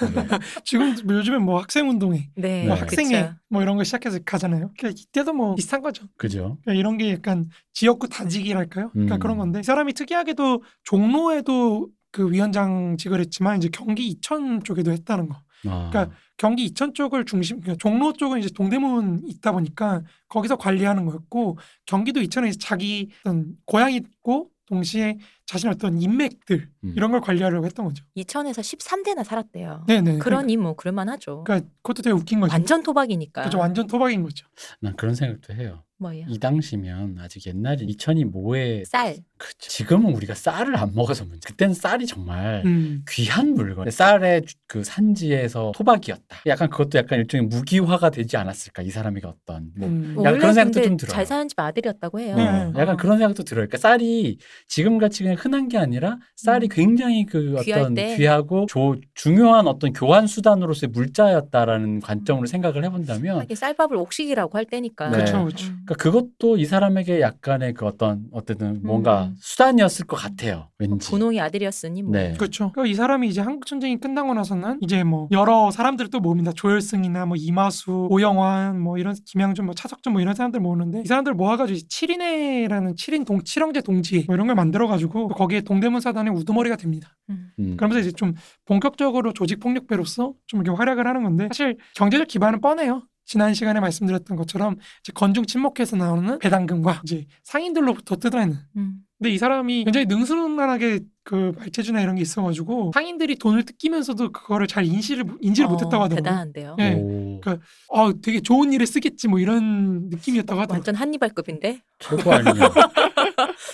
Speaker 3: 네.
Speaker 2: 지금 뭐 요즘에 뭐 학생 운동회,
Speaker 1: 네.
Speaker 2: 뭐
Speaker 3: 네.
Speaker 2: 학생회
Speaker 1: 그쵸.
Speaker 2: 뭐 이런 거 시작해서 가잖아요. 그러니까 이때도 뭐 비슷한 거죠.
Speaker 3: 그죠?
Speaker 2: 그러니까 이런 게 약간 지역구 단직이랄까요? 그러니까
Speaker 3: 음.
Speaker 2: 그런 건데 이 사람이 특이하게도 종로에도 그 위원장직을 했지만 이제 경기 이천 쪽에도 했다는 거.
Speaker 3: 아,
Speaker 2: 그러니까 경기 이천 쪽을 중심, 그러니까 종로 쪽은 이제 동대문 있다 보니까 거기서 관리하는 거였고 경기도 이천에 이제 자기 어떤 고향이 있고 동시에 자신의 어떤 인맥들
Speaker 3: 음.
Speaker 2: 이런 걸 관리하려고 했던 거죠.
Speaker 1: 이천에서 13대나 살았대요.
Speaker 2: 네네. 그러니까,
Speaker 1: 그러니 뭐 그럴만하죠.
Speaker 2: 그러니까 그것도 되게 웃긴 거죠.
Speaker 1: 완전 토박이니까.
Speaker 2: 그렇죠. 완전 토박인 거죠.
Speaker 3: 난 그런 생각도 해요.
Speaker 1: 뭐예요?
Speaker 3: 이 당시면 아직 옛날에 2000이 뭐에
Speaker 1: 쌀.
Speaker 3: 그죠. 지금은 우리가 쌀을 안 먹어서 문제. 그때는 쌀이 정말
Speaker 2: 음.
Speaker 3: 귀한 물건. 쌀의 주- 그 산지에서 토박이었다. 약간 그것도 약간 일종의 무기화가 되지 않았을까 이 사람이 어떤. 뭐.
Speaker 2: 음.
Speaker 3: 약간 그런 생각도 좀 들어요.
Speaker 1: 잘 사는 집 아들이었다고 해요.
Speaker 3: 어,
Speaker 2: 네.
Speaker 3: 약간 그런 생각도 들어요. 그러니까 쌀이 지금같이 그냥 흔한 게 아니라 쌀이
Speaker 1: 음.
Speaker 3: 굉장히 그
Speaker 1: 귀할
Speaker 3: 어떤
Speaker 1: 때.
Speaker 3: 귀하고 조- 중요한 어떤 교환 수단으로서의 물자였다라는 관점으로 생각을 해본다면
Speaker 1: 하긴 쌀밥을 옥식이라고 할 때니까.
Speaker 3: 네. 그쵸,
Speaker 2: 그쵸.
Speaker 1: 음.
Speaker 3: 그러니까 그것도 이 사람에게 약간의 그 어떤 어쨌든 뭔가
Speaker 1: 음. 어, 그
Speaker 3: 수단이었을 것 같아요. 왠지.
Speaker 1: 분홍이 아들이었으니 뭐.
Speaker 3: 네.
Speaker 2: 그렇죠. 그러니까 이 사람이 이제 한국 전쟁이 끝나고 나서는 이제 뭐 여러 사람들을 또 모읍니다. 조열승이나 뭐 이마수, 오영환, 뭐 이런 김양준, 뭐 차석준 뭐 이런 사람들 모으는데 이 사람들 모아가지고 7인회라는 7인 동 7형제 동지 뭐 이런 걸 만들어가지고 거기에 동대문 사단의 우두머리가 됩니다.
Speaker 1: 음.
Speaker 3: 음.
Speaker 2: 그러면서 이제 좀 본격적으로 조직 폭력배로서 좀 이렇게 활약을 하는 건데 사실 경제적 기반은 뻔해요. 지난 시간에 말씀드렸던 것처럼 이제 건중 침묵해서 나오는 배당금과 이제 상인들로부터 뜯어내는
Speaker 1: 음.
Speaker 2: 근데 이 사람이 굉장히 능수능란하게 그 말체주나 이런 게 있어가지고 상인들이 돈을 뜯기면서도 그거를 잘 인식을 못- 인지를
Speaker 1: 어,
Speaker 2: 못했다고 하더라고요.
Speaker 1: 대단한데요.
Speaker 2: 예.
Speaker 3: 오,
Speaker 2: 그- 어, 되게 좋은 일에 쓰겠지 뭐 이런 느낌이었다고 하더라고요.
Speaker 1: 완전 한니발급인데
Speaker 3: 최고 아니냐.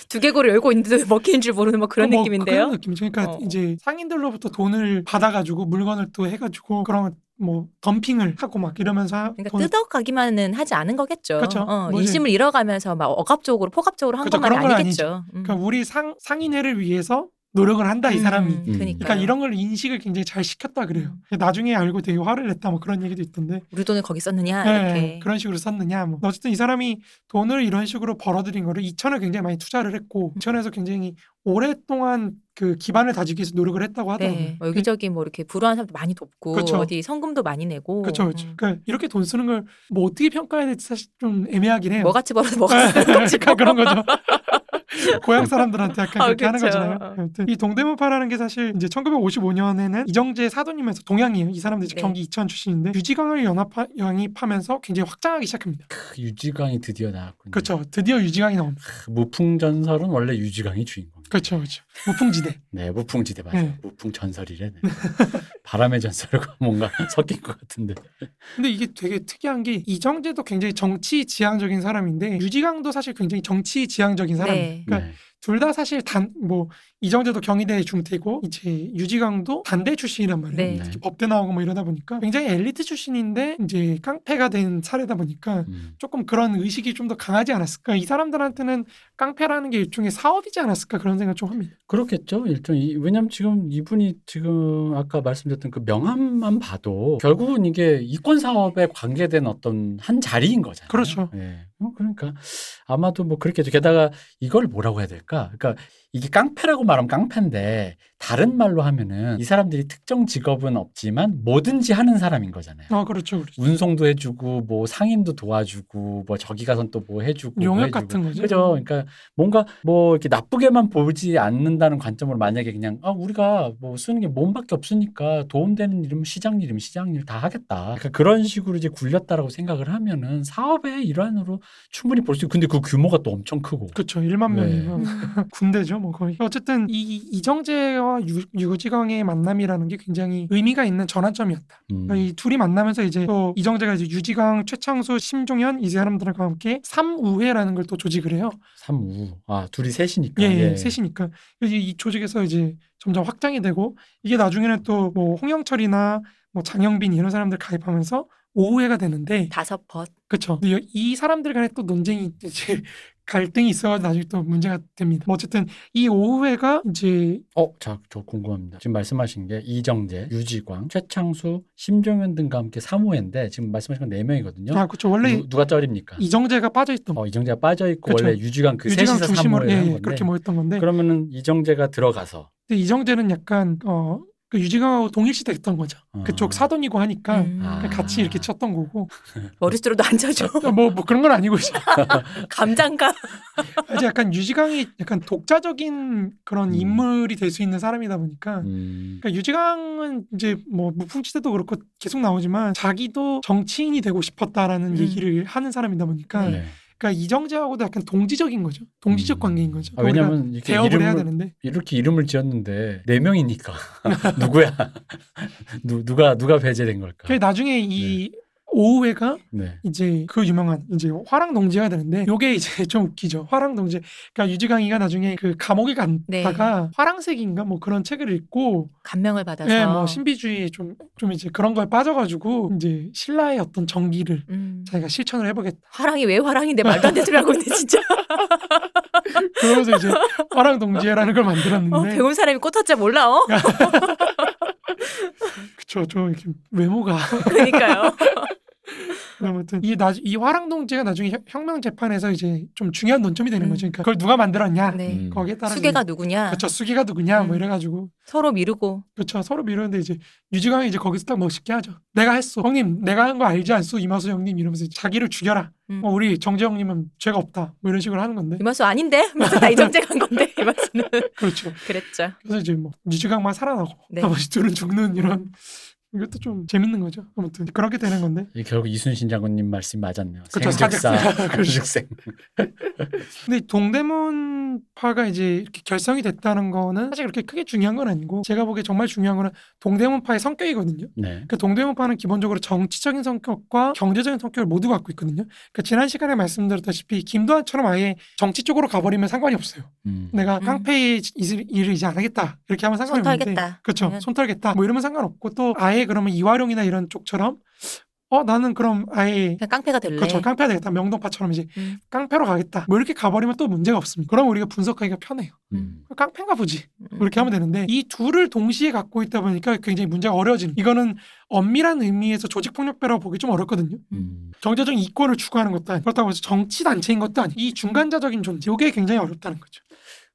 Speaker 1: 두개골을 열고 있는데 먹히는 줄 모르는 뭐 그런
Speaker 2: 뭐
Speaker 1: 느낌인데요.
Speaker 2: 그런 느낌이죠. 그러니까
Speaker 1: 어.
Speaker 2: 이제 상인들로부터 돈을 받아가지고 물건을 또 해가지고 그런 뭐 덤핑을 하고 막 이러면서
Speaker 1: 그러니까
Speaker 2: 돈을
Speaker 1: 뜯어가기만은 하지 않은 거겠죠.
Speaker 2: 그렇죠.
Speaker 1: 어,
Speaker 2: 뭐지?
Speaker 1: 인심을 잃어가면서 막 억압적으로 포갑적으로 한
Speaker 2: 그렇죠.
Speaker 1: 것만
Speaker 2: 그런 건
Speaker 1: 아니겠죠. 음.
Speaker 2: 그러니까 우리 상 상인회를 위해서 노력을 한다 이 사람이.
Speaker 1: 음, 그러니까요. 음.
Speaker 2: 그러니까 이런 걸 인식을 굉장히 잘 시켰다 그래요. 나중에 알고 되게 화를 냈다 뭐 그런 얘기도 있던데.
Speaker 1: 우리 돈을 거기 썼느냐
Speaker 2: 네,
Speaker 1: 이렇게.
Speaker 2: 그런 식으로 썼느냐 뭐 어쨌든 이 사람이 돈을 이런 식으로 벌어들인 거를 2천을 굉장히 많이 투자를 했고 2천에서 굉장히 오랫동안 그 기반을 다지기 위해서 노력을 했다고 하더라고요.
Speaker 1: 네. 뭐 여기저기 뭐 이렇게 불우한 사람도 많이 돕고
Speaker 2: 그쵸.
Speaker 1: 어디 성금도 많이 내고.
Speaker 2: 그렇죠, 그렇죠.
Speaker 1: 음.
Speaker 2: 그러니까 이렇게 돈 쓰는 걸 뭐 어떻게 평가해야 될지 사실 좀 애매하긴 해요.
Speaker 1: 뭐 같이 벌어서 먹었을 것
Speaker 2: 약간 그러니까 그런 거죠. 고향 사람들한테 약간
Speaker 1: 아,
Speaker 2: 그렇게 하는
Speaker 1: 그쵸.
Speaker 2: 거잖아요. 아무튼 이 동대문파라는 게 사실 이제 1955년에는 이정재 사돈이면서 동양이에요. 이 사람들이 이제
Speaker 1: 네.
Speaker 2: 경기 이천 출신인데 유지강을 연합 영입하면서 굉장히 확장하기 시작합니다.
Speaker 1: 음.
Speaker 3: 크, 그 유지강이 드디어 나왔군요.
Speaker 2: 그렇죠. 드디어 유지강이 나옵니다.
Speaker 3: 크, 그 무풍전설은 원래 유지강이 주인공.
Speaker 2: 그렇죠, 그렇죠. 무풍지대.
Speaker 3: 네, 무풍지대 맞아요.
Speaker 2: 네.
Speaker 3: 무풍전설이래. 네. 바람의 전설과 뭔가 섞인 것 같은데.
Speaker 2: 근데 이게 되게 특이한 게 이정재도 굉장히 정치 지향적인 사람인데 유지강도 사실 굉장히 정치 지향적인 사람이에요.
Speaker 1: 네.
Speaker 2: 그러니까
Speaker 3: 네.
Speaker 2: 둘 다 사실 단 뭐 이정재도 경희대 중퇴고 이제 유지강도 단대 출신이란
Speaker 1: 네.
Speaker 2: 말이에요.
Speaker 3: 네.
Speaker 2: 법대 나오고 뭐 이러다 보니까 굉장히 엘리트 출신인데 이제 깡패가 된 사례다 보니까
Speaker 3: 음.
Speaker 2: 조금 그런 의식이 좀 더 강하지 않았을까 그러니까 이 사람들한테는 깡패라는 게 일종의 사업이지 않았을까 그런 생각 좀 합니다.
Speaker 3: 그렇겠죠. 일종 이- 왜냐면 지금 이분이 지금 아까 말씀드렸던 그 명함만 봐도 결국은 이게 이권 사업에 관계된 어떤 한 자리인 거잖아요.
Speaker 2: 그렇죠.
Speaker 3: 예. 어, 그러니까 아마도 뭐 그렇겠죠. 게다가 이걸 뭐라고 해야 될까? 그러니까 이게 깡패라고 말하면 깡패인데 다른 말로 하면은 이 사람들이 특정 직업은 없지만 뭐든지 하는 사람인 거잖아요.
Speaker 2: 아 그렇죠, 그렇죠.
Speaker 3: 운송도 해주고 뭐 상인도 도와주고 뭐 저기 가선 또 뭐 해주고 뭐
Speaker 2: 용역
Speaker 3: 해주고.
Speaker 2: 같은 거죠.
Speaker 3: 그죠. 그러니까 뭔가 뭐 이렇게 나쁘게만 보지 않는다는 관점으로 만약에 그냥 아 우리가 뭐 쓰는 게 몸밖에 없으니까 도움되는 일은 시장 일이면 시장 일 다 하겠다. 약간 그런 식으로 이제 굴렸다라고 생각을 하면은 사업의 일환으로 충분히 볼 수 있고 근데 그 규모가 또 엄청 크고
Speaker 2: 그렇죠. 1만
Speaker 3: 네.
Speaker 2: 명이면
Speaker 1: 음.
Speaker 2: 군대죠, 뭐 거의. 어쨌든 이 이정재와 유, 유지강의 만남이라는 게 굉장히 의미가 있는 전환점이었다.
Speaker 3: 음,
Speaker 2: 그러니까 이 둘이 만나면서 이제 또 이정재가 이제 유지강, 최창수, 심종현 이 사람들과 함께 삼우회라는 걸 또 조직을 해요.
Speaker 3: 삼우 아 둘이 셋이니까
Speaker 2: 예, 예, 셋이니까 이, 이 조직에서 이제 점점 확장이 되고 이게 나중에는 또 뭐 홍영철이나 뭐 장영빈 이런 사람들 가입하면서 오후회가 되는데
Speaker 1: 다섯 벗.
Speaker 2: 그렇죠. 이 사람들 간에 또 논쟁이 이제 갈등이 있어가지고 나중에 또 문제가 됩니다. 뭐 어쨌든 이 오후회가 이제
Speaker 3: 어, 자, 저 궁금합니다. 지금 말씀하신 게 이정재, 유지광, 최창수, 심종현 등과 함께 3호인데 지금 말씀하신 건 4명이거든요.
Speaker 2: 아 그렇죠. 원래
Speaker 3: 누, 가 쩔입니까?
Speaker 2: 이정재가 빠져있던
Speaker 3: 어, 이정재가 빠져 있고
Speaker 2: 그쵸.
Speaker 3: 원래 유지광 그
Speaker 2: 유지강
Speaker 3: 셋이서 3호를
Speaker 2: 중심으로
Speaker 3: 한
Speaker 2: 예,
Speaker 3: 건데.
Speaker 2: 예, 그렇게 모였던 건데
Speaker 3: 그러면은 이정재가 들어가서
Speaker 2: 근데 이정재는 약간 어, 그 유지강하고 동일시돼 있던 거죠.
Speaker 3: 아.
Speaker 2: 그쪽 사돈이고 하니까 그러니까
Speaker 1: 음.
Speaker 3: 아.
Speaker 2: 같이 이렇게 쳤던 거고
Speaker 1: 머릿수로도 안 차죠.
Speaker 2: 뭐, 뭐 그런 건 아니고 이제
Speaker 1: 감장가.
Speaker 2: 이제 약간 유지강이 약간 독자적인 그런
Speaker 3: 음.
Speaker 2: 인물이 될 수 있는 사람이다 보니까
Speaker 3: 음,
Speaker 2: 그러니까 유지강은 이제 뭐 무풍지대도 그렇고 계속 나오지만 자기도 정치인이 되고 싶었다라는
Speaker 1: 음.
Speaker 2: 얘기를 하는 사람이다 보니까
Speaker 3: 네.
Speaker 2: 그러니까 이정재하고도 약간 동지적인 거죠. 동지적
Speaker 3: 음.
Speaker 2: 관계인 거죠.
Speaker 3: 아, 왜냐면
Speaker 2: 우리가
Speaker 3: 이렇게
Speaker 2: 개업을 해야
Speaker 3: 이름을
Speaker 2: 되는데
Speaker 3: 이렇게 이름을 지었는데 네 명이니까 누구야? 누, 누가 누가 배제된 걸까?
Speaker 2: 그래서 나중에 이 오후회가
Speaker 3: 네.
Speaker 2: 이제 그 유명한 이제 화랑 동지가 되는데 요게 이제 좀 웃기죠. 화랑 동지. 그러니까 유지강이가 나중에 그 감옥에
Speaker 1: 네.
Speaker 2: 갔다가 화랑색인가 뭐 그런 책을 읽고
Speaker 1: 감명을 받아서.
Speaker 2: 예, 뭐 신비주의에 좀, 좀 이제 그런 거에 빠져가지고 이제 신라의 어떤 정기를
Speaker 1: 음.
Speaker 2: 자기가 실천을 해보겠다.
Speaker 1: 화랑이 왜 화랑인데 말도 안 되는 소리 하고 있네 진짜.
Speaker 2: 그러면서 이제 화랑 동지회라는 걸 만들었는데
Speaker 1: 어, 배운 사람이 꽃화자 몰라. 어?
Speaker 2: 그쵸, 저 이렇게 외모가
Speaker 1: 그러니까요.
Speaker 2: 아무튼 이, 나, 이 화랑 동지가 나중에 혁- 혁명 재판에서 이제 좀 중요한 논점이 되는
Speaker 1: 음.
Speaker 2: 거죠. 그러니까 그걸 누가 만들었냐
Speaker 1: 네.
Speaker 3: 음.
Speaker 2: 거기에 따라
Speaker 1: 수계가 누구냐.
Speaker 2: 그렇죠 수기가 누구냐
Speaker 1: 음.
Speaker 2: 뭐 이래가지고
Speaker 1: 서로 미루고.
Speaker 2: 그렇죠. 서로 미루는데 이제 유지광이 이제 거기서 딱 멋있게 하죠. 내가 했어. 형님, 내가 한 거 알지 않소? 이마수 형님 이러면서 이제 자기를 죽여라.
Speaker 1: 음.
Speaker 2: 어, 우리 정재 형님은 죄가 없다. 뭐 이런 식으로 하는 건데.
Speaker 1: 이마수 아닌데? 이마수 나 이정재 간 건데 이마수는
Speaker 2: 그렇죠.
Speaker 1: 그랬죠.
Speaker 2: 그래서 이제 뭐 유지광만 살아나고
Speaker 1: 네.
Speaker 2: 나머지 둘은 죽는 이런 이것도 좀 재밌는 거죠. 아무튼 그렇게 되는 건데.
Speaker 3: 이게 결국 이순신 장군님 말씀 맞았네요.
Speaker 2: 그쵸,
Speaker 3: 생즉사
Speaker 2: 그렇죠. 사즉사.
Speaker 3: 그즉생.
Speaker 2: 근데 동대문파가 이제 이렇게 결성이 됐다는 거는 사실 그렇게 크게 중요한 건 아니고 제가 보기에 정말 중요한 거는 동대문파의 성격이거든요.
Speaker 3: 네.
Speaker 2: 그 동대문파는 기본적으로 정치적인 성격과 경제적인 성격을 모두 갖고 있거든요. 그 지난 시간에 말씀드렸다시피 김도환처럼 아예 정치 쪽으로 가버리면 상관이 없어요.
Speaker 3: 음.
Speaker 2: 내가
Speaker 1: 음.
Speaker 2: 깡패의 일- 일을 이제 안 하겠다 이렇게 하면 상관이
Speaker 1: 손
Speaker 2: 없는데
Speaker 1: 털겠다. 음.
Speaker 2: 그렇죠.
Speaker 1: 그러면.
Speaker 2: 손 털겠다 뭐 이러면 상관없고 또 아예 그러면 이화룡이나 이런 쪽처럼 어 나는 그럼 아예
Speaker 1: 그냥 깡패가 될래.
Speaker 2: 그렇죠 깡패가 되겠다 명동파처럼 이제
Speaker 1: 네. 음.
Speaker 2: 깡패로 가겠다 뭐 이렇게 가버리면 또 문제가 없습니다 그럼 우리가 분석하기가 편해요
Speaker 3: 음.
Speaker 2: 깡패인가 보지
Speaker 1: 음.
Speaker 2: 그렇게 하면 되는데 이 둘을 동시에 갖고 있다 보니까 굉장히 문제가 어려워지는 이거는 엄밀한 의미에서 조직폭력배라고 보기 좀 어렵거든요
Speaker 3: 음.
Speaker 2: 경제적인 이권을 추구하는 것도 아니고 그렇다고 해서 정치단체인 것도 아니고 이 중간자적인 존재 이게 굉장히 어렵다는 거죠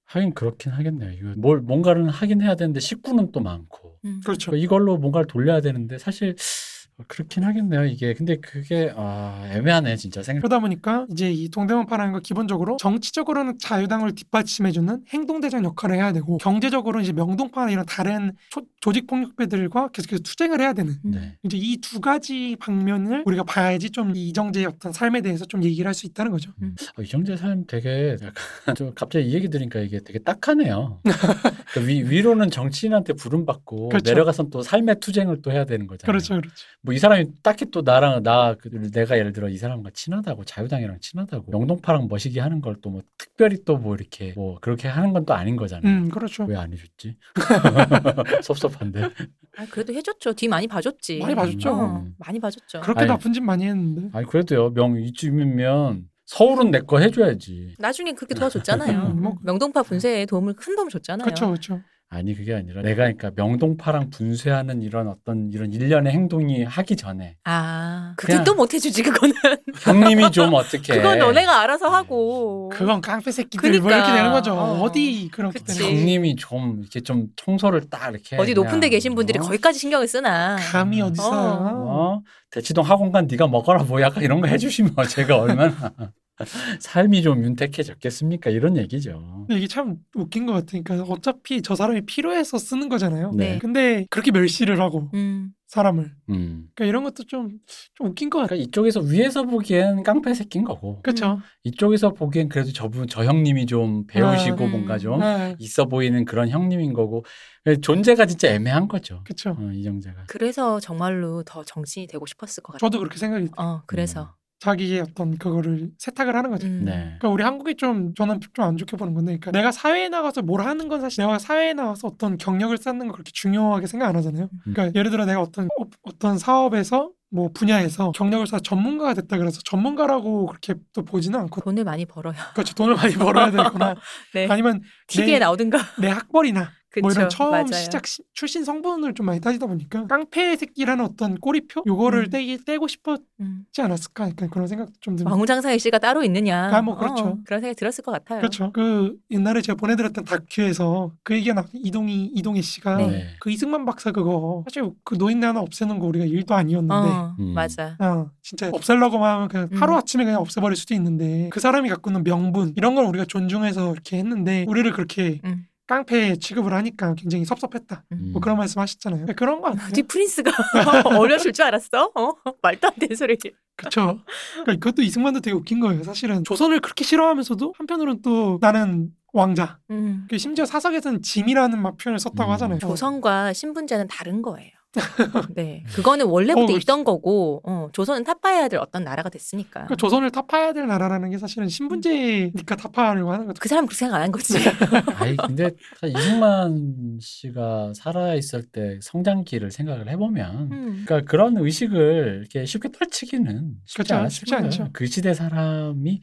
Speaker 3: 하긴 그렇긴 하겠네요. 이거 뭘 뭔가를 하긴 해야 되는데 식구는 또 많고
Speaker 1: 음.
Speaker 2: 그렇죠
Speaker 3: 이걸로 뭔가를 돌려야 되는데 사실 그렇긴 하겠네요. 이게 근데 그게 아 애매하네 진짜 생각.
Speaker 2: 그러다 보니까 이제 이 동대문파라는 건 기본적으로 정치적으로는 자유당을 뒷받침해주는 행동대장 역할을 해야 되고 경제적으로 이제 명동파나 이런 다른 초- 조직폭력배들과 계속해서 투쟁을 해야 되는
Speaker 1: 음.
Speaker 3: 네.
Speaker 2: 이제 이 두 가지 방면을 우리가 봐야지 좀 이 이정재의 어떤 삶에 대해서 좀 얘기를 할 수 있다는 거죠.
Speaker 3: 어, 이정재 삶 되게 약간 좀 갑자기 이 얘기 들으니까 이게 되게 딱하네요. 그러니까 위, 위로는 정치인한테 부름받고
Speaker 2: 그렇죠.
Speaker 3: 내려가선 또 삶의 투쟁을 또 해야 되는 거잖아요.
Speaker 2: 그렇죠, 그렇죠.
Speaker 3: 뭐 이 사람이 딱히 또 나랑 나 그- 내가 예를 들어 이 사람과 친하다고 자유당이랑 친하다고 영동파랑 멋이기 하는 걸 또 뭐 특별히 또 뭐 이렇게 뭐 그렇게 하는 건 또 아닌 거잖아요.
Speaker 2: 음, 그렇죠.
Speaker 3: 왜 안 해줬지? 섭섭한데.
Speaker 1: 아, 그래도 해줬죠. 뒤 많이 봐줬지.
Speaker 2: 많이 봐줬죠.
Speaker 1: 어, 많이 봐줬죠.
Speaker 2: 그렇게
Speaker 3: 아니.
Speaker 2: 나쁜 짓 많이 했는데.
Speaker 3: 아니 그래도요 명 이쯤이면 서울은 내 거 해줘야지.
Speaker 1: 나중에 그렇게 도와줬잖아요.
Speaker 2: 음, 뭐.
Speaker 1: 명동파 분쇄에 도움을 큰 도움 줬잖아요.
Speaker 2: 그렇죠, 그렇죠.
Speaker 3: 아니 그게 아니라 내가 그러니까 명동파랑 분쇄하는 이런 어떤 이런 일련의 행동이 하기 전에
Speaker 1: 아, 그게
Speaker 3: 그냥-
Speaker 1: 또 못 해주지 그거는.
Speaker 3: 형님이 좀 어떻게
Speaker 1: 그건 너네가 알아서 하고.
Speaker 2: 예. 그건 깡패 새끼들 뭐
Speaker 1: 그러니까.
Speaker 2: 이렇게 되는 거죠.
Speaker 1: 어.
Speaker 2: 어. 디 그렇기
Speaker 1: 그치.
Speaker 2: 때문에
Speaker 3: 형님이 좀 이렇게 좀 청소를 딱
Speaker 2: 예,
Speaker 3: 이렇게
Speaker 1: 어디 높은 데
Speaker 3: 그냥,
Speaker 1: 계신 분들이
Speaker 3: 어?
Speaker 1: 거기까지 신경을 쓰나.
Speaker 2: 감이
Speaker 3: 어.
Speaker 2: 어디서?
Speaker 3: 어? 대치동 학원간 네가 먹어라 뭐 약간 이런 거 해주시면 제가 얼마나 삶이 좀 윤택해졌겠습니까 이런 얘기죠.
Speaker 2: 근데 이게 참 웃긴 것 같으니까 어차피 저 사람이 필요해서 쓰는 거잖아요.
Speaker 1: 네.
Speaker 2: 근데 그렇게 멸시를 하고
Speaker 1: 음.
Speaker 2: 사람을
Speaker 3: 음.
Speaker 2: 그러니까 이런 것도 좀 좀 웃긴 것 같아요.
Speaker 3: 그러니까 이쪽에서 위에서 보기엔 깡패 새끼인 거고
Speaker 2: 그렇죠.
Speaker 3: 이쪽에서 보기엔 그래도 저분 저 형님이 좀 배우시고
Speaker 1: 음.
Speaker 3: 뭔가 좀
Speaker 2: 네,
Speaker 3: 있어 보이는 그런 형님인 거고 존재가 진짜 애매한 거죠.
Speaker 2: 그렇죠.
Speaker 3: 어, 이정재가.
Speaker 1: 그래서 정말로 더 정신이 되고 싶었을 것 같아.
Speaker 2: 저도 그렇게 생각이 들어요.
Speaker 1: 어, 그래서.
Speaker 2: 자기의 어떤 그거를 세탁을 하는 거죠.
Speaker 1: 음.
Speaker 3: 네.
Speaker 2: 그러니까 우리 한국이 좀 저는 좀 안 좋게 보는 건데, 그러니까 내가 사회에 나가서 뭘 하는 건 사실 내가 사회에 나가서 어떤 경력을 쌓는 걸 그렇게 중요하게 생각 안 하잖아요.
Speaker 1: 음.
Speaker 2: 그러니까 예를 들어 내가 어떤 업- 어떤 사업에서 뭐 분야에서 경력을 쌓아 전문가가 됐다 그래서 전문가라고 그렇게 또 보지는 않고
Speaker 1: 돈을 많이 벌어요.
Speaker 2: 그렇죠 돈을 많이 벌어야 되거나
Speaker 1: 네.
Speaker 2: 아니면
Speaker 1: TV에
Speaker 2: 내-
Speaker 1: 나오든가.
Speaker 2: 내 학벌이나
Speaker 1: 그쵸.
Speaker 2: 뭐 이런 처음
Speaker 1: 맞아요.
Speaker 2: 시작 시- 출신 성분을 좀 많이 따지다 보니까 깡패 새끼라는 어떤 꼬리표 요거를
Speaker 1: 음.
Speaker 2: 떼기 떼고 싶었지
Speaker 1: 음.
Speaker 2: 않았을까 그러니까 그런 생각도 좀 듭니다.
Speaker 1: 왕우장사의 씨가 따로 있느냐.
Speaker 2: 아, 뭐 그렇죠.
Speaker 1: 어, 그런 생각이 들었을 것 같아요.
Speaker 2: 그렇죠. 그 옛날에 제가 보내드렸던 다큐에서 그 얘기가 나 이동희 이동희 씨가
Speaker 1: 네.
Speaker 2: 그 이승만 박사 그거 사실 그 노인네 하나 없애는 거 우리가 일도 아니었는데
Speaker 1: 어,
Speaker 3: 음.
Speaker 1: 맞아.
Speaker 2: 아, 진짜 없애려고만 하면 그냥
Speaker 1: 음.
Speaker 2: 하루아침에 그냥 없애버릴 수도 있는데 그 사람이 갖고 있는 명분 이런 걸 우리가 존중해서 이렇게 했는데 우리를 그렇게
Speaker 1: 음.
Speaker 2: 깡패 취급을 하니까 굉장히 섭섭했다
Speaker 3: 음.
Speaker 2: 뭐 그런 말씀 하셨잖아요 그런 거 같아요
Speaker 1: 어디 프린스가 어려줄 줄 알았어? 어? 말도 안 되는 소리.
Speaker 2: 그쵸 그러니까 그것도 이승만도 되게 웃긴 거예요 사실은 조선을 그렇게 싫어하면서도 한편으로는 또 나는 왕자
Speaker 1: 음.
Speaker 2: 그 심지어 사석에서는 짐이라는 막 표현을 썼다고
Speaker 3: 음.
Speaker 2: 하잖아요
Speaker 1: 조선과 신분제는 다른 거예요. 네, 그거는 원래부터
Speaker 2: 어,
Speaker 1: 있던 거고 어, 조선은 타파해야 될 어떤 나라가 됐으니까.
Speaker 2: 그러니까 조선을 타파해야 될 나라라는 게 사실은 신분제니까 타파하려고 하는 거죠
Speaker 1: 그 사람 그렇게 생각 안 한 거지.
Speaker 2: 네.
Speaker 3: 아니 근데 사실 이승만 씨가 살아 있을 때 성장기를 생각을 해보면.
Speaker 1: 음.
Speaker 3: 그러니까 그런 의식을 이렇게 쉽게 떨치기는 쉽지
Speaker 2: 그렇죠.
Speaker 3: 않았을
Speaker 2: 쉽지
Speaker 3: 거예요.
Speaker 2: 않죠.
Speaker 3: 그 시대 사람이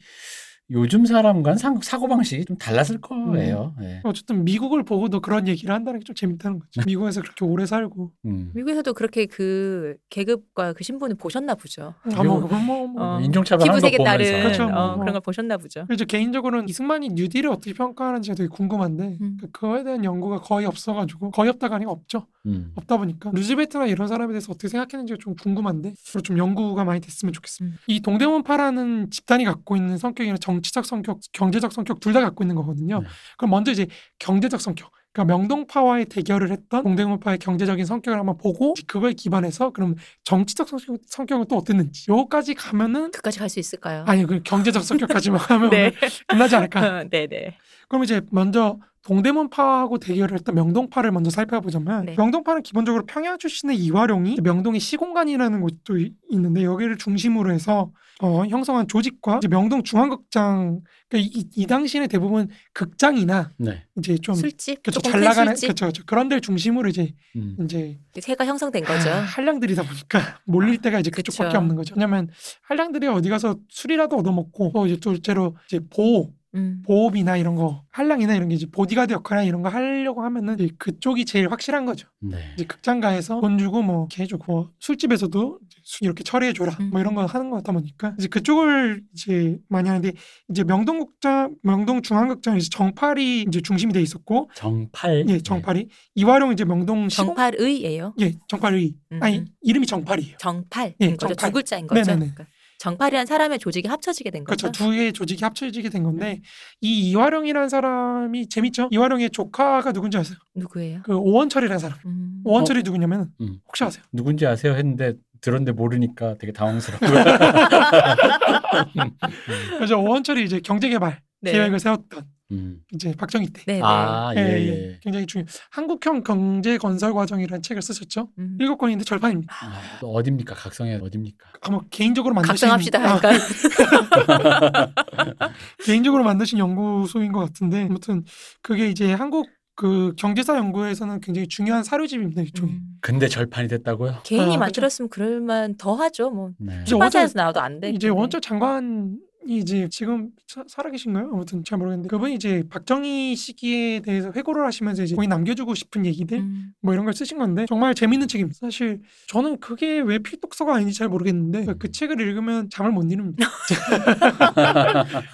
Speaker 3: 요즘 사람과는 상- 사고방식이 좀 달랐을 거예요. 예.
Speaker 2: 음. 어쨌든 미국을 보고도 그런 얘기를 한다는 게 좀 재밌다는 거죠 미국에서 그렇게 오래 살고
Speaker 3: 음.
Speaker 1: 미국에서도 그렇게 그 계급과 그 신분을 보셨나 보죠.
Speaker 2: 아, 뭐, 그건 뭐, 뭐.
Speaker 1: 어,
Speaker 3: 인종차별하는 거
Speaker 1: 피부색에 따른
Speaker 3: 보면서 음.
Speaker 2: 그렇죠.
Speaker 1: 어,
Speaker 2: 뭐.
Speaker 1: 그런 걸 보셨나 보죠.
Speaker 2: 그래서 개인적으로는 이승만이 뉴딜을 어떻게 평가하는지가 되게 궁금한데
Speaker 1: 음.
Speaker 2: 그- 그거에 대한 연구가 거의 없어가지고 거의 없다가 아니고 없죠.
Speaker 3: 음.
Speaker 2: 없다 보니까 루즈벨트나 이런 사람에 대해서 어떻게 생각했는지가 좀 궁금한데 앞으로 좀 연구가 많이 됐으면
Speaker 1: 음.
Speaker 2: 좋겠습니다. 이 동대문파라는 집단이 갖고 있는 성격이나 정치적 성격, 경제적 성격 둘 다 갖고 있는 거거든요.
Speaker 3: 네.
Speaker 2: 그럼 먼저 이제 경제적 성격. 그러니까 명동파와의 대결을 했던 동대문파의 경제적인 성격을 한번 보고 그거에 기반해서 그럼 정치적 성격, 성격은 또 어땠는지 요거까지 가면은
Speaker 1: 그까지 갈 수 있을까요?
Speaker 2: 아니 아, 그 경제적 성격까지만 하면
Speaker 1: 네,
Speaker 2: 끝나지 않을까
Speaker 1: 네, 네.
Speaker 2: 그럼 이제 먼저 동대문파하고 대결을 했던 명동파를 먼저 살펴보자면
Speaker 1: 네.
Speaker 2: 명동파는 기본적으로 평양 출신의 이화룡이 명동의 시공간이라는 곳도 이- 있는데 여기를 중심으로 해서 어, 형성한 조직과 이제 명동 중앙극장 그러니까 이, 이 당시에는 대부분 극장이나
Speaker 3: 네.
Speaker 2: 이제 좀
Speaker 1: 술집
Speaker 2: 그쵸,
Speaker 1: 조금
Speaker 2: 잘
Speaker 1: 큰
Speaker 2: 나가는
Speaker 1: 술집
Speaker 2: 그쵸, 그쵸. 그런 데를 중심으로 이제
Speaker 3: 음.
Speaker 2: 이제
Speaker 1: 새가 형성된 거죠.
Speaker 2: 하- 한량들이다 보니까 몰릴 데가 이제
Speaker 1: 아, 그쵸.
Speaker 2: 그쪽밖에 없는 거죠. 왜냐면 한량들이 어디 가서 술이라도 얻어먹고 또 이제 둘째로 이제 보호
Speaker 1: 음.
Speaker 2: 보험이나 이런 거, 한량이나 이런 게 이제 보디가드 역할이나 이런 거 하려고 하면은 이제 그쪽이 제일 확실한 거죠.
Speaker 3: 네.
Speaker 2: 이제 극장가에서 돈 주고 뭐 이렇게 해주고 뭐 술집에서도 이제 술 이렇게 처리해 줘라
Speaker 1: 음.
Speaker 2: 뭐 이런 거 하는 거 같다 보니까 이제 그쪽을 이제 많이 하는데 이제 명동극장, 명동중앙극장 이제 정팔이 이제 중심이 돼 있었고
Speaker 3: 정팔.
Speaker 2: 예 정팔이 이화룡 이제 명동 시공
Speaker 1: 네. 정팔의예요.
Speaker 2: 예 정팔이
Speaker 1: 음,
Speaker 2: 아니
Speaker 1: 음.
Speaker 2: 이름이 정팔이에요.
Speaker 1: 정팔인
Speaker 2: 예,
Speaker 1: 거죠.
Speaker 2: 정팔.
Speaker 1: 두 글자인 거죠.
Speaker 2: 네네네.
Speaker 1: 그러니까 정팔이란 사람의 조직이 합쳐지게 된 거죠.
Speaker 2: 그렇죠. 두 개의 조직이 합쳐지게 된
Speaker 1: 음.
Speaker 2: 건데 이 이화룡이라는 사람이 재밌죠. 이화룡의 조카가 누군지 아세요?
Speaker 1: 누구예요?
Speaker 2: 그 오원철이라는 사람.
Speaker 1: 음.
Speaker 2: 오원철이 누구냐면
Speaker 3: 음.
Speaker 2: 혹시 아세요?
Speaker 3: 누군지 아세요? 했는데 들었는데 모르니까 되게 당황스럽고요.
Speaker 2: 그래서 오원철이 이제 경제개발
Speaker 1: 네.
Speaker 2: 계획을 세웠던
Speaker 3: 음.
Speaker 2: 이제 박정희 때.
Speaker 1: 네네.
Speaker 3: 아, 예,
Speaker 2: 예,
Speaker 3: 예.
Speaker 2: 예. 굉장히 중요. 한국형 경제 건설 과정이라는 책을 쓰셨죠.
Speaker 1: 음.
Speaker 2: 일곱 권인데 절반입니다.
Speaker 3: 아, 또 어딥니까? 각성해 어딥니까?
Speaker 2: 아마 뭐 개인적으로 만드신
Speaker 1: 각성합시다.
Speaker 2: 아,
Speaker 1: 그러니까
Speaker 2: 개인적으로 만드신 연구소인 것 같은데 아무튼 그게 이제 한국 그 경제사 연구에서는 굉장히 중요한 사료집입니다. 일종의.
Speaker 1: 음.
Speaker 3: 근데 절판이 됐다고요?
Speaker 1: 개인이
Speaker 2: 그쵸.
Speaker 1: 만들었으면 그럴만 더 하죠. 뭐
Speaker 3: 네.
Speaker 2: 아, 이제
Speaker 1: 빠져서 나와도 안 돼. 네.
Speaker 2: 이제 원철 장관이 이제 지금 사- 살아계신가요? 아무튼 잘 모르겠는데 그분이 이제 박정희 시기에 대해서 회고를 하시면서 이제 거기 남겨주고 싶은 얘기들
Speaker 1: 음.
Speaker 2: 뭐 이런 걸 쓰신 건데 정말 재밌는 책입니다. 사실 저는 그게 왜 필독서가 아닌지 잘 모르겠는데
Speaker 1: 음.
Speaker 2: 그 책을 읽으면 잠을 못 이룹니다.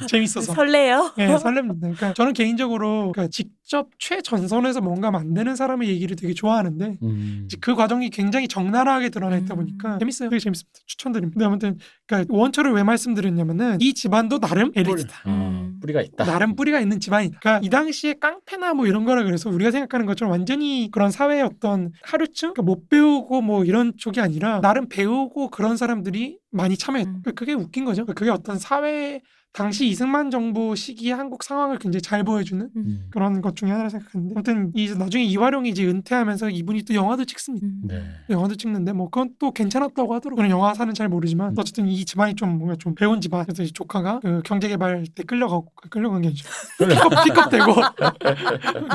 Speaker 2: 재밌어서.
Speaker 1: 설레요.
Speaker 2: 예, 설렙니다. 그러니까 저는 개인적으로 그러니까 직접 최전선에서 뭔가 만드는 사람의 얘기를 되게 좋아하는데
Speaker 3: 음.
Speaker 2: 이제 그 과정이 굉장히 적나라하게 드러나 있다
Speaker 1: 음.
Speaker 2: 보니까 재밌어요. 되게 재밌습니다. 추천드립니다. 근데 아무튼 그러니까 원초를 왜 말씀드렸냐면은 이 집안도 나름 엘리트다.
Speaker 3: 어, 뿌리가 있다.
Speaker 2: 나름 뿌리가 있는 집안이다. 그러니까 이 당시에 깡패나 뭐 이런 거라 그래서 우리가 생각하는 것처럼 완전히 그런 사회의 어떤 하류층 그러니까 못 배우고 뭐 이런 쪽이 아니라 나름 배우고 그런 사람들이 많이 참여했다.
Speaker 1: 음.
Speaker 2: 그러니까 그게 웃긴 거죠. 그러니까 그게 어떤 사회 당시 이승만 정부 시기의 한국 상황을 굉장히 잘 보여주는
Speaker 3: 음.
Speaker 2: 그런 것 중에 하나라 생각하는데 아무튼 이 나중에 이화룡이 이제 은퇴하면서 이분이 또 영화도 찍습니다.
Speaker 1: 음.
Speaker 3: 네.
Speaker 2: 영화도 찍는데 뭐 그건 또 괜찮았다고 하더라고요. 저는 영화사는 잘 모르지만
Speaker 3: 음.
Speaker 2: 어쨌든 이 집안이 좀 뭔가 좀 배운 집안. 그래서 이 조카가 그 경제개발 때 끌려가고 끌려간 게 아니죠.
Speaker 3: 그래.
Speaker 2: 픽업, 픽업되고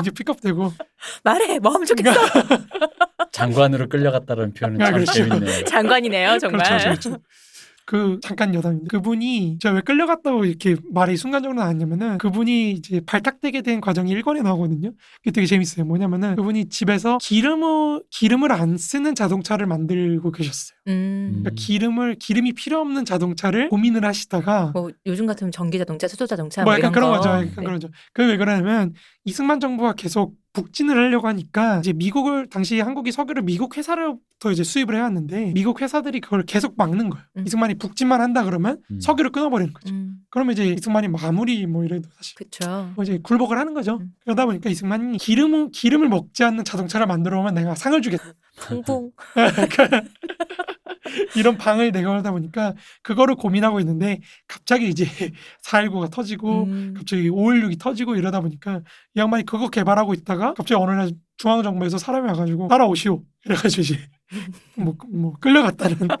Speaker 2: 이제 픽업되고 그렇죠,
Speaker 1: 말해 뭐 하면 좋겠어.
Speaker 3: 장관으로 끌려갔다는 표현은
Speaker 2: 아,
Speaker 3: 참
Speaker 2: 그렇죠.
Speaker 3: 재밌네요.
Speaker 1: 장관이네요 정말.
Speaker 2: 그렇죠, 그렇죠. 그 잠깐 여담인데 그분이 제가 왜 끌려갔다고 이렇게 말이 순간적으로 나왔냐면은 그분이 이제 발탁되게 된 과정이 1권에 나오거든요. 그게 되게 재밌어요. 뭐냐면은 그분이 집에서 기름을 기름을 안 쓰는 자동차를 만들고 계셨어요.
Speaker 1: 음.
Speaker 2: 그러니까 기름을 기름이 필요 없는 자동차를 고민을 하시다가
Speaker 1: 뭐 요즘 같으면 전기 자동차, 수소 자동차
Speaker 2: 뭐
Speaker 1: 뭐,
Speaker 2: 약간
Speaker 1: 이런
Speaker 2: 그런
Speaker 1: 거.
Speaker 2: 거죠. 약간 그런 거죠. 그게 왜 그러냐면 이승만 정부가 계속 북진을 하려고 하니까 이제 미국을 당시 한국이 석유를 미국 회사로부터 이제 수입을 해왔는데 미국 회사들이 그걸 계속 막는 거예요.
Speaker 1: 음.
Speaker 2: 이승만이 북진만 한다 그러면
Speaker 3: 음.
Speaker 2: 석유를 끊어버리는 거죠.
Speaker 1: 음.
Speaker 2: 그러면 이제 이승만이 마무리 뭐 이래도 사실
Speaker 1: 그렇죠.
Speaker 2: 뭐 이제 굴복을 하는 거죠.
Speaker 1: 음.
Speaker 2: 그러다 보니까 이승만이 기름을 기름을 먹지 않는 자동차를 만들어 오면 내가 상을 주겠다.
Speaker 1: 풍풍.
Speaker 2: 이런 방을 내걸다 보니까 그거를 고민하고 있는데 갑자기 이제 4.19가 터지고
Speaker 1: 음.
Speaker 2: 갑자기 5.16이 터지고 이러다 보니까 이 양반이 그거 개발하고 있다가 갑자기 어느 날 중앙정부에서 사람이 와가지고 따라오시오 이래가지고 이제 뭐, 뭐 끌려갔다는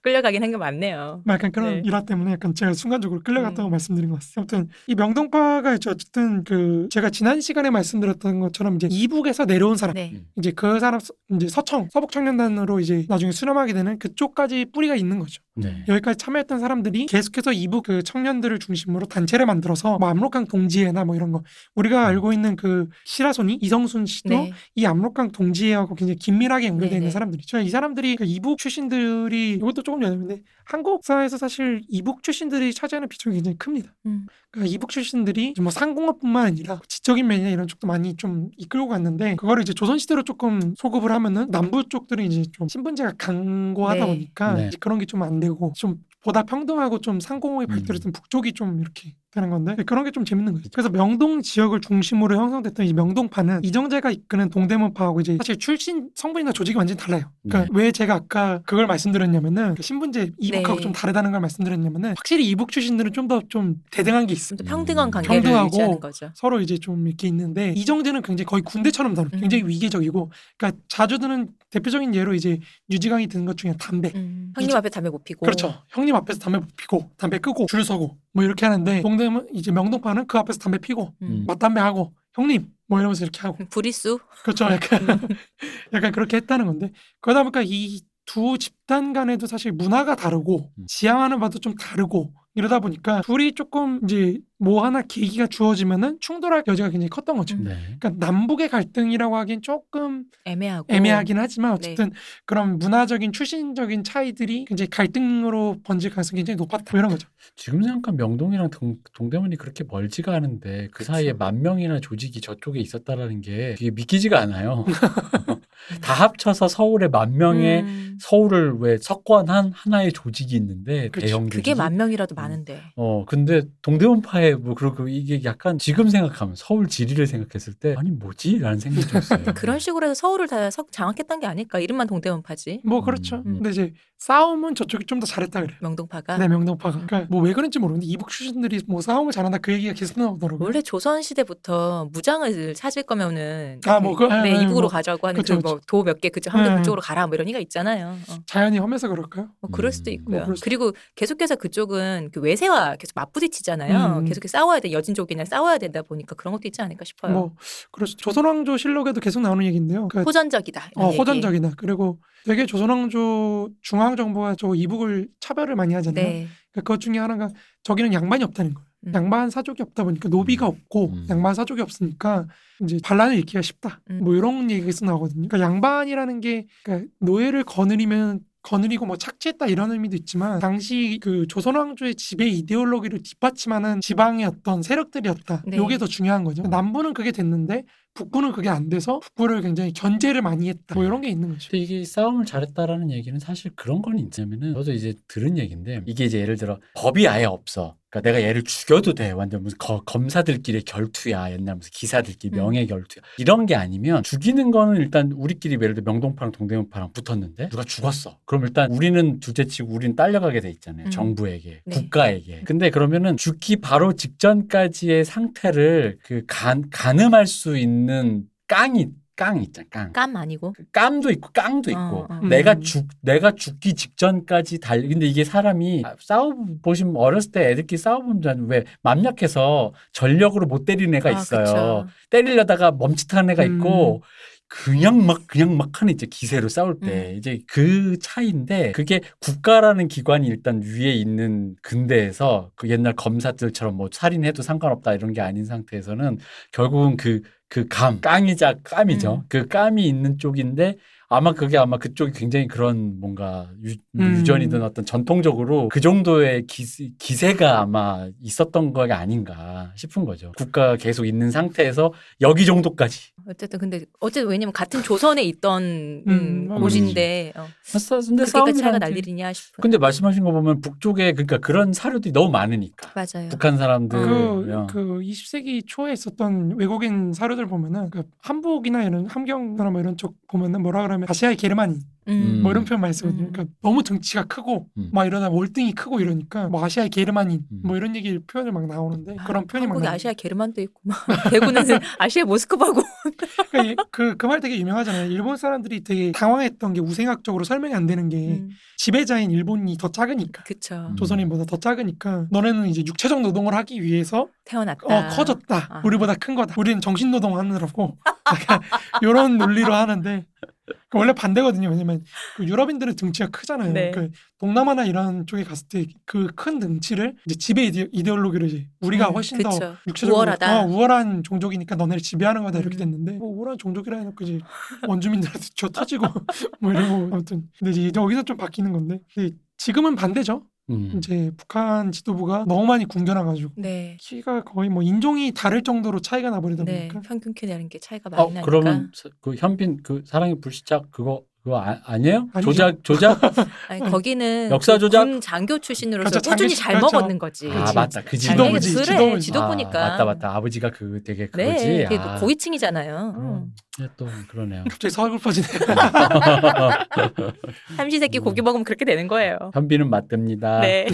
Speaker 1: 끌려가긴 한 게 많네요.
Speaker 2: 뭐 약간 그런
Speaker 1: 네.
Speaker 2: 일화 때문에 약간 제가 순간적으로 끌려갔다고 말씀드린 것 같아요. 아무튼 이 명동파가 이제 어쨌든 그 제가 지난 시간에 말씀드렸던 것처럼 이제 이북에서 내려온 사람
Speaker 1: 네.
Speaker 2: 이제 그 사람 서- 이제 서청 서북 청년단으로 이제 나중에 수렴하게 되는 그쪽까지 뿌리가 있는 거죠.
Speaker 3: 네.
Speaker 2: 여기까지 참여했던 사람들이 계속해서 이북 그 청년들을 중심으로 단체를 만들어서 뭐 압록강 동지회나 뭐 이런 거 우리가 알고 있는 그 시라소니 이성순 씨도
Speaker 1: 음. 네.
Speaker 2: 이 압록강 동지회하고 굉장히 긴밀하게 연결되어 있는
Speaker 1: 네네.
Speaker 2: 사람들이죠. 이 사람들이 그 이북 출신들이 이것도 조금 여담인데 한국사에서 사실 이북 출신들이 차지하는 비중이 굉장히 큽니다.
Speaker 1: 음.
Speaker 2: 그러니까 이북 출신들이 뭐 상공업뿐만 아니라 지적인 면이나 이런 쪽도 많이 좀 이끌고 갔는데 그거를 이제 조선시대로 조금 소급을 하면은 남부 쪽들은 이제 좀 신분제가 강고하다
Speaker 1: 네.
Speaker 2: 보니까
Speaker 3: 네.
Speaker 2: 이제 그런 게 좀 안 되고 좀 보다 평등하고 좀 상공업이 발달했던 북쪽이 좀 이렇게 되는 건데 네, 그런 게 좀 재밌는 거죠. 음. 그래서 명동 지역을 중심으로 형성됐던 이 명동파는 이정재가 이끄는 동대문파하고 이제 사실 출신 성분이나 조직이 완전히 달라요. 그러니까 왜 제가 아까 그걸 말씀드렸냐면은 그 신분제 이북하고
Speaker 1: 네.
Speaker 2: 좀 다르다는 걸 말씀드렸냐면은 확실히 이북 출신들은 좀 더 좀 대등한 게 있어. 요
Speaker 1: 좀 더 평등한
Speaker 3: 음.
Speaker 1: 관계를
Speaker 2: 평등하고
Speaker 1: 유지하는 거죠.
Speaker 2: 서로 이제 좀 이렇게 있는데 이정재는 굉장히 거의 군대처럼 다뤄.
Speaker 1: 음.
Speaker 2: 굉장히 위계적이고 그러니까 자주 드는 대표적인 예로 이제 유지강이 드는 것 중에 담배.
Speaker 1: 음. 형님
Speaker 2: 이제-
Speaker 1: 앞에 담배 못 피고
Speaker 2: 그렇죠. 형님 앞에서 담배 피고 담배 끄고 줄 서고 뭐 이렇게 하는데 동대문 이제 명동파는 그 앞에서 담배 피고
Speaker 1: 음.
Speaker 2: 맞담배 하고 형님 뭐 이러면서 이렇게 하고
Speaker 1: 불이수
Speaker 2: 그렇죠. 약간 약간 그렇게 했다는 건데 그러다 보니까 이 두 집단 간에도 사실 문화가 다르고
Speaker 3: 음.
Speaker 2: 지향하는 바도 좀 다르고 이러다 보니까 둘이 조금 이제 뭐 하나 계기가 주어지면은 충돌할 여지가 굉장히 컸던 거죠.
Speaker 1: 음.
Speaker 3: 네.
Speaker 2: 그러니까 남북의 갈등이라고 하긴 조금
Speaker 1: 애매하고
Speaker 2: 애매하긴 하지만
Speaker 1: 네.
Speaker 2: 어쨌든 그런 문화적인 출신적인 차이들이 굉장히 갈등으로 번질 가능성이 굉장히 높았다 뭐 이런 거죠.
Speaker 3: 지금 생각하면 명동이랑 동, 동대문이 그렇게 멀지가 않은데 그
Speaker 1: 그쵸.
Speaker 3: 사이에 만 명이나 조직이 저쪽에 있었다라는 게 되게 믿기지가 않아요. 다 합쳐서 서울에 만 명의
Speaker 1: 음.
Speaker 3: 서울을 왜 석권한 하나의 조직이 있는데
Speaker 2: 그쵸.
Speaker 3: 대형 조직이
Speaker 1: 그게 만 명이라도
Speaker 3: 음.
Speaker 1: 많은데
Speaker 3: 어 근데 동대문파에 뭐 그러고 이게 약간 지금 생각하면 서울 지리를 생각했을 때 아니 뭐지라는 생각이 들었어요.
Speaker 1: 아,
Speaker 2: 음.
Speaker 1: 그런 식으로 해서 서울을 다 석- 장악했던 게 아닐까 이름만 동대문파지
Speaker 2: 뭐 그렇죠.
Speaker 3: 음.
Speaker 2: 근데 이제 싸움은 저쪽이 좀 더 잘했다 그래. 요
Speaker 1: 명동파가
Speaker 2: 네 명동파가. 그러니까 뭐 왜 그런지 모르는데 이북 출신들이 뭐 싸움을 잘한다 그 얘기가 계속 나오더라고요.
Speaker 1: 원래 조선 시대부터 무장을 찾을 거면은
Speaker 2: 아, 뭐 그- 아,
Speaker 1: 네,
Speaker 2: 아,
Speaker 1: 이북으로
Speaker 2: 뭐.
Speaker 1: 가자고 하는
Speaker 2: 그쵸,
Speaker 1: 그 뭐 도 몇 개 그쪽 한개
Speaker 2: 아, 아.
Speaker 1: 그쪽으로 가라 뭐 이런 얘기가 있잖아요. 어.
Speaker 2: 자연이 험해서 그럴까요?
Speaker 1: 뭐 그럴
Speaker 3: 음.
Speaker 1: 수도 있고요.
Speaker 2: 뭐 그럴 수도
Speaker 1: 그리고 계속해서 그쪽은 그 외세와 계속 맞부딪히잖아요.
Speaker 2: 음.
Speaker 1: 계속 싸워야 돼 여진족이나 싸워야 되다 보니까 그런 것도 있지 않을까 싶어요.
Speaker 2: 뭐 그래서 조선왕조 실록에도 계속 나오는 얘기인데요. 그
Speaker 1: 호전적이다. 이런
Speaker 2: 어,
Speaker 1: 얘기.
Speaker 2: 호전적이나 그리고 되게 조선왕조 중앙정부가 저 이북을 차별을 많이 하잖아요.
Speaker 1: 네.
Speaker 2: 그것 중에 하나가 저기는 양반이 없다는 거예요.
Speaker 1: 음.
Speaker 2: 양반 사족이 없다 보니까 노비가
Speaker 3: 음.
Speaker 2: 없고
Speaker 3: 음.
Speaker 2: 양반 사족이 없으니까 이제 반란을 일으키기가 쉽다.
Speaker 1: 음.
Speaker 2: 뭐 이런 얘기가 계속 나오거든요. 그러니까 양반이라는 게 그러니까 노예를 거느리면 거느리고 뭐 착취했다 이런 의미도 있지만 당시 그 조선 왕조의 지배 이데올로기를 뒷받침하는 지방의 어떤 세력들이었다.
Speaker 1: 네.
Speaker 2: 요게 더 중요한 거죠.
Speaker 3: 음.
Speaker 2: 남부는 그게 됐는데 북부는 그게 안 돼서 북부를 굉장히 견제를 많이 했다. 뭐 이런 게 있는 거죠.
Speaker 3: 근데 그렇죠. 이게 싸움을 잘했다라는 얘기는 사실 그런 건 있냐면은 저도 이제 들은 얘기인데 이게 이제 예를 들어 법이 아예 없어. 그러니까 내가 얘를 죽여도 돼. 완전 무슨 거- 검사들끼리 결투야. 옛날 무슨
Speaker 1: 음.
Speaker 3: 기사들끼리 명예 결투야. 이런 게 아니면 죽이는 거는 일단 우리끼리 예를 들어 명동파랑 동대문파랑 붙었는데 누가 죽었어. 그럼 일단 우리는 둘째치고 우리는 딸려가게 돼 있잖아요.
Speaker 1: 음.
Speaker 3: 정부에게,
Speaker 1: 네.
Speaker 3: 국가에게. 근데 그러면은 죽기 바로 직전까지의 상태를 그 간, 가늠할 수 있는 깡이 깡 있잖아. 깡.
Speaker 1: 깜 아니고
Speaker 3: 깜도 있고 깡도 있고
Speaker 1: 어, 어.
Speaker 3: 내가
Speaker 2: 음.
Speaker 3: 죽 내가 죽기 직전까지 달 근데 이게 사람이 아, 싸워 보시면 어렸을 때 애들끼리 싸워 보면 왜 맘약해서 전력으로 못 때리는 애가
Speaker 2: 그러니까
Speaker 3: 있어요
Speaker 1: 아, 그쵸.
Speaker 3: 때리려다가 멈칫한 애가
Speaker 2: 음.
Speaker 3: 있고 그냥 막 그냥 막 하는 이제 기세로 싸울 때
Speaker 1: 음.
Speaker 3: 이제 그 차이인데 그게 국가라는 기관이 일단 위에 있는 근대에서 그 옛날 검사들처럼 뭐 살인해도 상관없다 이런 게 아닌 상태에서는 결국은 그 그 감, 깡이자 깜이죠.
Speaker 1: 음.
Speaker 3: 그 깜이 있는 쪽인데 아마 그게 아마 그쪽이 굉장히 그런 뭔가 유,
Speaker 2: 음.
Speaker 3: 전이든 어떤 전통적으로 그 정도의 기세, 기세가 아마 있었던 거 아닌가 싶은 거죠. 국가가 계속 있는 상태에서 여기 정도까지.
Speaker 1: 어쨌든 근데 어쨌든 왜냐면 같은 조선에 있던 음,
Speaker 2: 음,
Speaker 1: 곳인데 어,
Speaker 3: 근데
Speaker 1: 그렇게까지 차이가 날 일이냐 싶은.
Speaker 3: 근데 말씀하신 거 보면 북쪽에 그러니까 그런 사료들이 너무 많으니까
Speaker 1: 맞아요.
Speaker 3: 북한 사람들
Speaker 2: 그, 그 20세기 초에 있었던 외국인 사료들 보면은 그 한복이나 이런 함경도나 뭐 이런 쪽 보면은 뭐라 그러면 아시아의 게르마니
Speaker 1: 음.
Speaker 2: 뭐 이런 표현 많이 쓰거든요.
Speaker 1: 음.
Speaker 2: 그러니까 너무 등치가 크고
Speaker 3: 음.
Speaker 2: 막 이러다 월등히 크고 이러니까 뭐 아시아의 게르마니
Speaker 3: 음.
Speaker 2: 뭐 이런 얘기 표현을 막 나오는데 그런 표현이 막
Speaker 1: 한국에
Speaker 2: 나와요.
Speaker 1: 아시아 게르만도 있고 막
Speaker 3: 음.
Speaker 1: 대구는 아시아 모스크바고
Speaker 2: 그러니까 그그 말 되게 유명하잖아요. 일본 사람들이 되게 당황했던 게 우생학적으로 설명이 안 되는 게
Speaker 1: 음,
Speaker 2: 지배자인 일본이 더 작으니까.
Speaker 1: 그쵸
Speaker 3: 음.
Speaker 2: 조선인보다 더 작으니까 너네는 이제 육체적 노동을 하기 위해서
Speaker 1: 태어났다
Speaker 2: 어 커졌다.
Speaker 1: 아.
Speaker 2: 우리보다 큰 거다. 우리는 정신 노동하느라고 약간 이런 논리로 하는데 그 원래 반대거든요. 왜냐면 그 유럽인들은 등치가 크잖아요.
Speaker 1: 네.
Speaker 2: 그 동남아나 이런 쪽에 갔을 때 그 큰 등치를 이제 지배 이데, 이데올로기로 이제 우리가
Speaker 1: 음,
Speaker 2: 훨씬 더
Speaker 1: 그쵸.
Speaker 2: 육체적으로
Speaker 1: 우월하다.
Speaker 2: 어, 우월한 종족이니까 너네를 지배하는 거다 이렇게
Speaker 1: 음.
Speaker 2: 됐는데 뭐 우월한 종족이라 해놓고 이제 원주민들한테 쥐어 터지고 뭐 이러고 아무튼 근데 이제 여기서 좀 바뀌는 건데 근데 지금은 반대죠.
Speaker 3: 음.
Speaker 2: 이제 북한 지도부가 너무 많이 굶겨나가지고
Speaker 1: 네.
Speaker 2: 키가 거의 뭐 인종이 다를 정도로 차이가 나버리다
Speaker 1: 네,
Speaker 2: 보니까
Speaker 1: 평균 키 다른 게 차이가 많이
Speaker 3: 어
Speaker 1: 나니까.
Speaker 3: 그러면 사- 그 현빈 그 사랑의 불시착 그거 그거 아, 아니에요?
Speaker 2: 아니죠.
Speaker 3: 조작 조작
Speaker 1: 아니,
Speaker 2: 음.
Speaker 1: 거기는
Speaker 3: 역사
Speaker 1: 그
Speaker 3: 조작?
Speaker 1: 군 장교 출신으로서
Speaker 2: 그렇죠, 장교
Speaker 1: 꾸준히
Speaker 2: 출-
Speaker 1: 잘
Speaker 2: 그렇죠.
Speaker 1: 먹었는 거지.
Speaker 3: 아
Speaker 2: 그치.
Speaker 3: 맞다 그
Speaker 2: 지도부지,
Speaker 1: 아니,
Speaker 3: 지도부지
Speaker 1: 그래,
Speaker 2: 지도부지.
Speaker 1: 지도부니까.
Speaker 3: 아, 맞다 맞다 아버지가 그 되게 그거지
Speaker 1: 네, 그게
Speaker 3: 아,
Speaker 1: 그 고위층이잖아요.
Speaker 2: 음.
Speaker 3: 그럼. 예, 또 그러네요
Speaker 2: 갑자기 서울 퍼지네.
Speaker 1: 삼시세끼
Speaker 3: 음.
Speaker 1: 고기 먹으면 그렇게 되는 거예요.
Speaker 3: 현비는
Speaker 2: 아.
Speaker 3: 맞듭니다
Speaker 1: 네.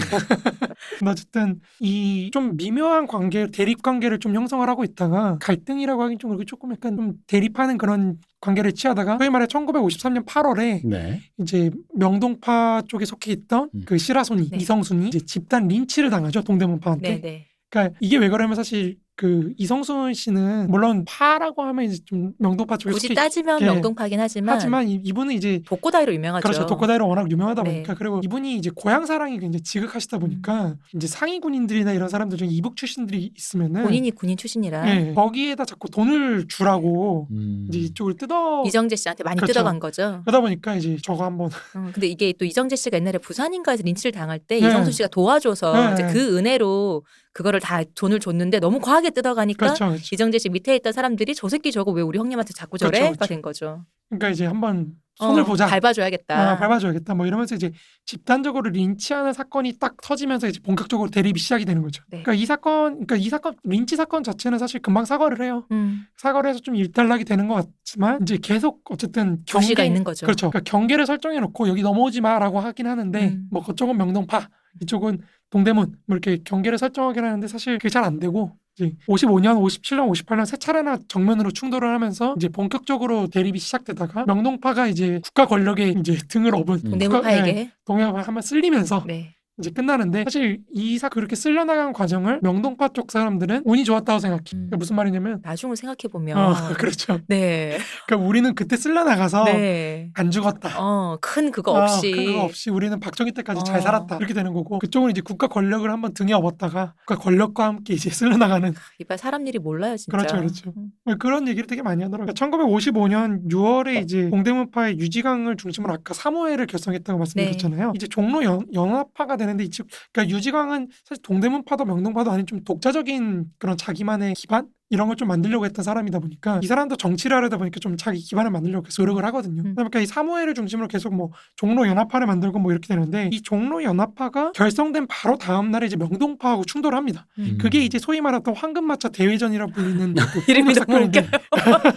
Speaker 2: 근데 어쨌든 이 좀 미묘한 관계, 대립 관계를 좀 형성을 하고 있다가 갈등이라고 하긴 좀 그렇게 조금 약간 좀 대립하는 그런 관계를 취하다가 소위 말해 1953년 8월에
Speaker 3: 네.
Speaker 2: 이제 명동파 쪽에 속해 있던
Speaker 3: 음.
Speaker 2: 그 시라소니
Speaker 1: 네.
Speaker 2: 이성순이 이제 집단 린치를 당하죠 동대문파한테.
Speaker 1: 네, 네.
Speaker 2: 그러니까 이게 왜 그러냐면 사실 그 이성순 씨는 물론 파라고 하면 이제 좀 명동파 쪽에
Speaker 1: 굳이
Speaker 2: 속해
Speaker 1: 따지면
Speaker 2: 예.
Speaker 1: 명동파긴 하지만,
Speaker 2: 하지만 이- 이분은 이제
Speaker 1: 독고다이로 유명하죠.
Speaker 2: 그렇죠. 독고다이로 워낙 유명하다
Speaker 1: 네.
Speaker 2: 보니까 그리고 이분이 이제 고향 사랑이 굉장히 지극하시다
Speaker 1: 음.
Speaker 2: 보니까 이제 상위 군인들이나 이런 사람들 중에 이북 출신들이 있으면은
Speaker 1: 본인이 군인 출신이라
Speaker 2: 예, 거기에다 자꾸 돈을 주라고
Speaker 3: 음.
Speaker 2: 이제 이쪽을 뜯어
Speaker 1: 이정재 씨한테 많이
Speaker 2: 그렇죠.
Speaker 1: 뜯어간 거죠.
Speaker 2: 그러다 보니까 이제 저거 한번
Speaker 1: 어, 근데 이게 또 이정재 씨가 옛날에 부산인가에서 린치를 당할 때
Speaker 2: 네.
Speaker 1: 이정수 씨가 도와줘서
Speaker 2: 네.
Speaker 1: 이제 그 은혜로 그거를 다 돈을 줬는데 너무 과하게 뜯어가니까
Speaker 2: 그렇죠. 그렇죠.
Speaker 1: 이정재 씨 밑에 있던 사람들이 저 새끼 저거 왜 우리 형님한테 자꾸 저래?
Speaker 2: 그렇죠,
Speaker 1: 가
Speaker 2: 그렇죠.
Speaker 1: 된 거죠.
Speaker 2: 그러니까 이제 한번 손을
Speaker 1: 어,
Speaker 2: 보자.
Speaker 1: 밟아줘야겠다.
Speaker 2: 아, 밟아줘야겠다. 뭐 이러면서 이제 집단적으로 린치하는 사건이 딱 터지면서 이제 본격적으로 대립이 시작이 되는 거죠.
Speaker 1: 네.
Speaker 2: 그러니까 이 사건, 그러니까 이 사건 린치 사건 자체는 사실 금방 사과를 해요.
Speaker 1: 음,
Speaker 2: 사과를 해서 좀 일단락이 되는 것 같지만 이제 계속 어쨌든
Speaker 1: 조시가 있는 거죠.
Speaker 2: 그렇죠. 그러니까 경계를 설정해 놓고 여기 넘어오지 마라고 하긴 하는데
Speaker 1: 음.
Speaker 2: 뭐 그쪽은 명동파, 이쪽은 동대문 뭐 이렇게 경계를 설정하긴 하는데 사실 그게 잘 안 되고 이제 55년, 57년, 58년 세 차례나 정면으로 충돌을 하면서 이제 본격적으로 대립이 시작되다가 명동파가 이제 국가 권력의 이제 등을 업은 예,
Speaker 3: 음.
Speaker 1: 동대문파에게
Speaker 2: 동해파 한번 쓸리면서
Speaker 1: 네.
Speaker 2: 이제 끝나는데 사실 이사 그렇게 쓸려나간 과정을 명동파 쪽 사람들은 운이 좋았다고 생각해.
Speaker 1: 음.
Speaker 2: 그러니까 무슨 말이냐면
Speaker 1: 나중을 생각해 보면
Speaker 2: 어, 그렇죠.
Speaker 1: 네,
Speaker 2: 그러니까 우리는 그때 쓸려나가서
Speaker 1: 네,
Speaker 2: 안 죽었다.
Speaker 1: 어, 큰 그거
Speaker 2: 아,
Speaker 1: 없이
Speaker 2: 큰 그거 없이 우리는 박정희 때까지
Speaker 1: 어.
Speaker 2: 잘 살았다 이렇게 되는 거고 그쪽은 이제 국가 권력을 한번 등에 업었다가 국가 권력과 함께 이제 쓸려나가는
Speaker 1: 이빨 사람 일이 몰라요 진짜.
Speaker 2: 그렇죠, 그렇죠.
Speaker 1: 음,
Speaker 2: 뭐 그런 얘기를 되게 많이 하더라고요. 1955년 6월에 이제 공대문파의 유지강을 중심으로 아까 사모회를 결성했다고 말씀드렸잖아요. 이제 종로 연, 연합파가 되는데 이 즉, 그러니까 유지강은 사실 동대문파도 명동파도 아닌 좀 독자적인 그런 자기만의 기반 이런 걸 좀 만들려고 했던 사람이다 보니까 이 사람도 정치를 하려다 보니까 좀 자기 기반을 만들려고 계속 노력을 하거든요.
Speaker 1: 음.
Speaker 2: 그러니까 이 사모회를 중심으로 계속 뭐 종로 연합파를 만들고 뭐 이렇게 되는데 이 종로 연합파가 결성된 바로 다음 날에 이제 명동파하고 충돌합니다.
Speaker 3: 음.
Speaker 2: 그게 이제 소위 말했던 황금마차 대회전이라 불리는 그
Speaker 1: 이름이 너무
Speaker 2: 사건인데
Speaker 1: 웃겨요.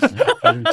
Speaker 3: 네.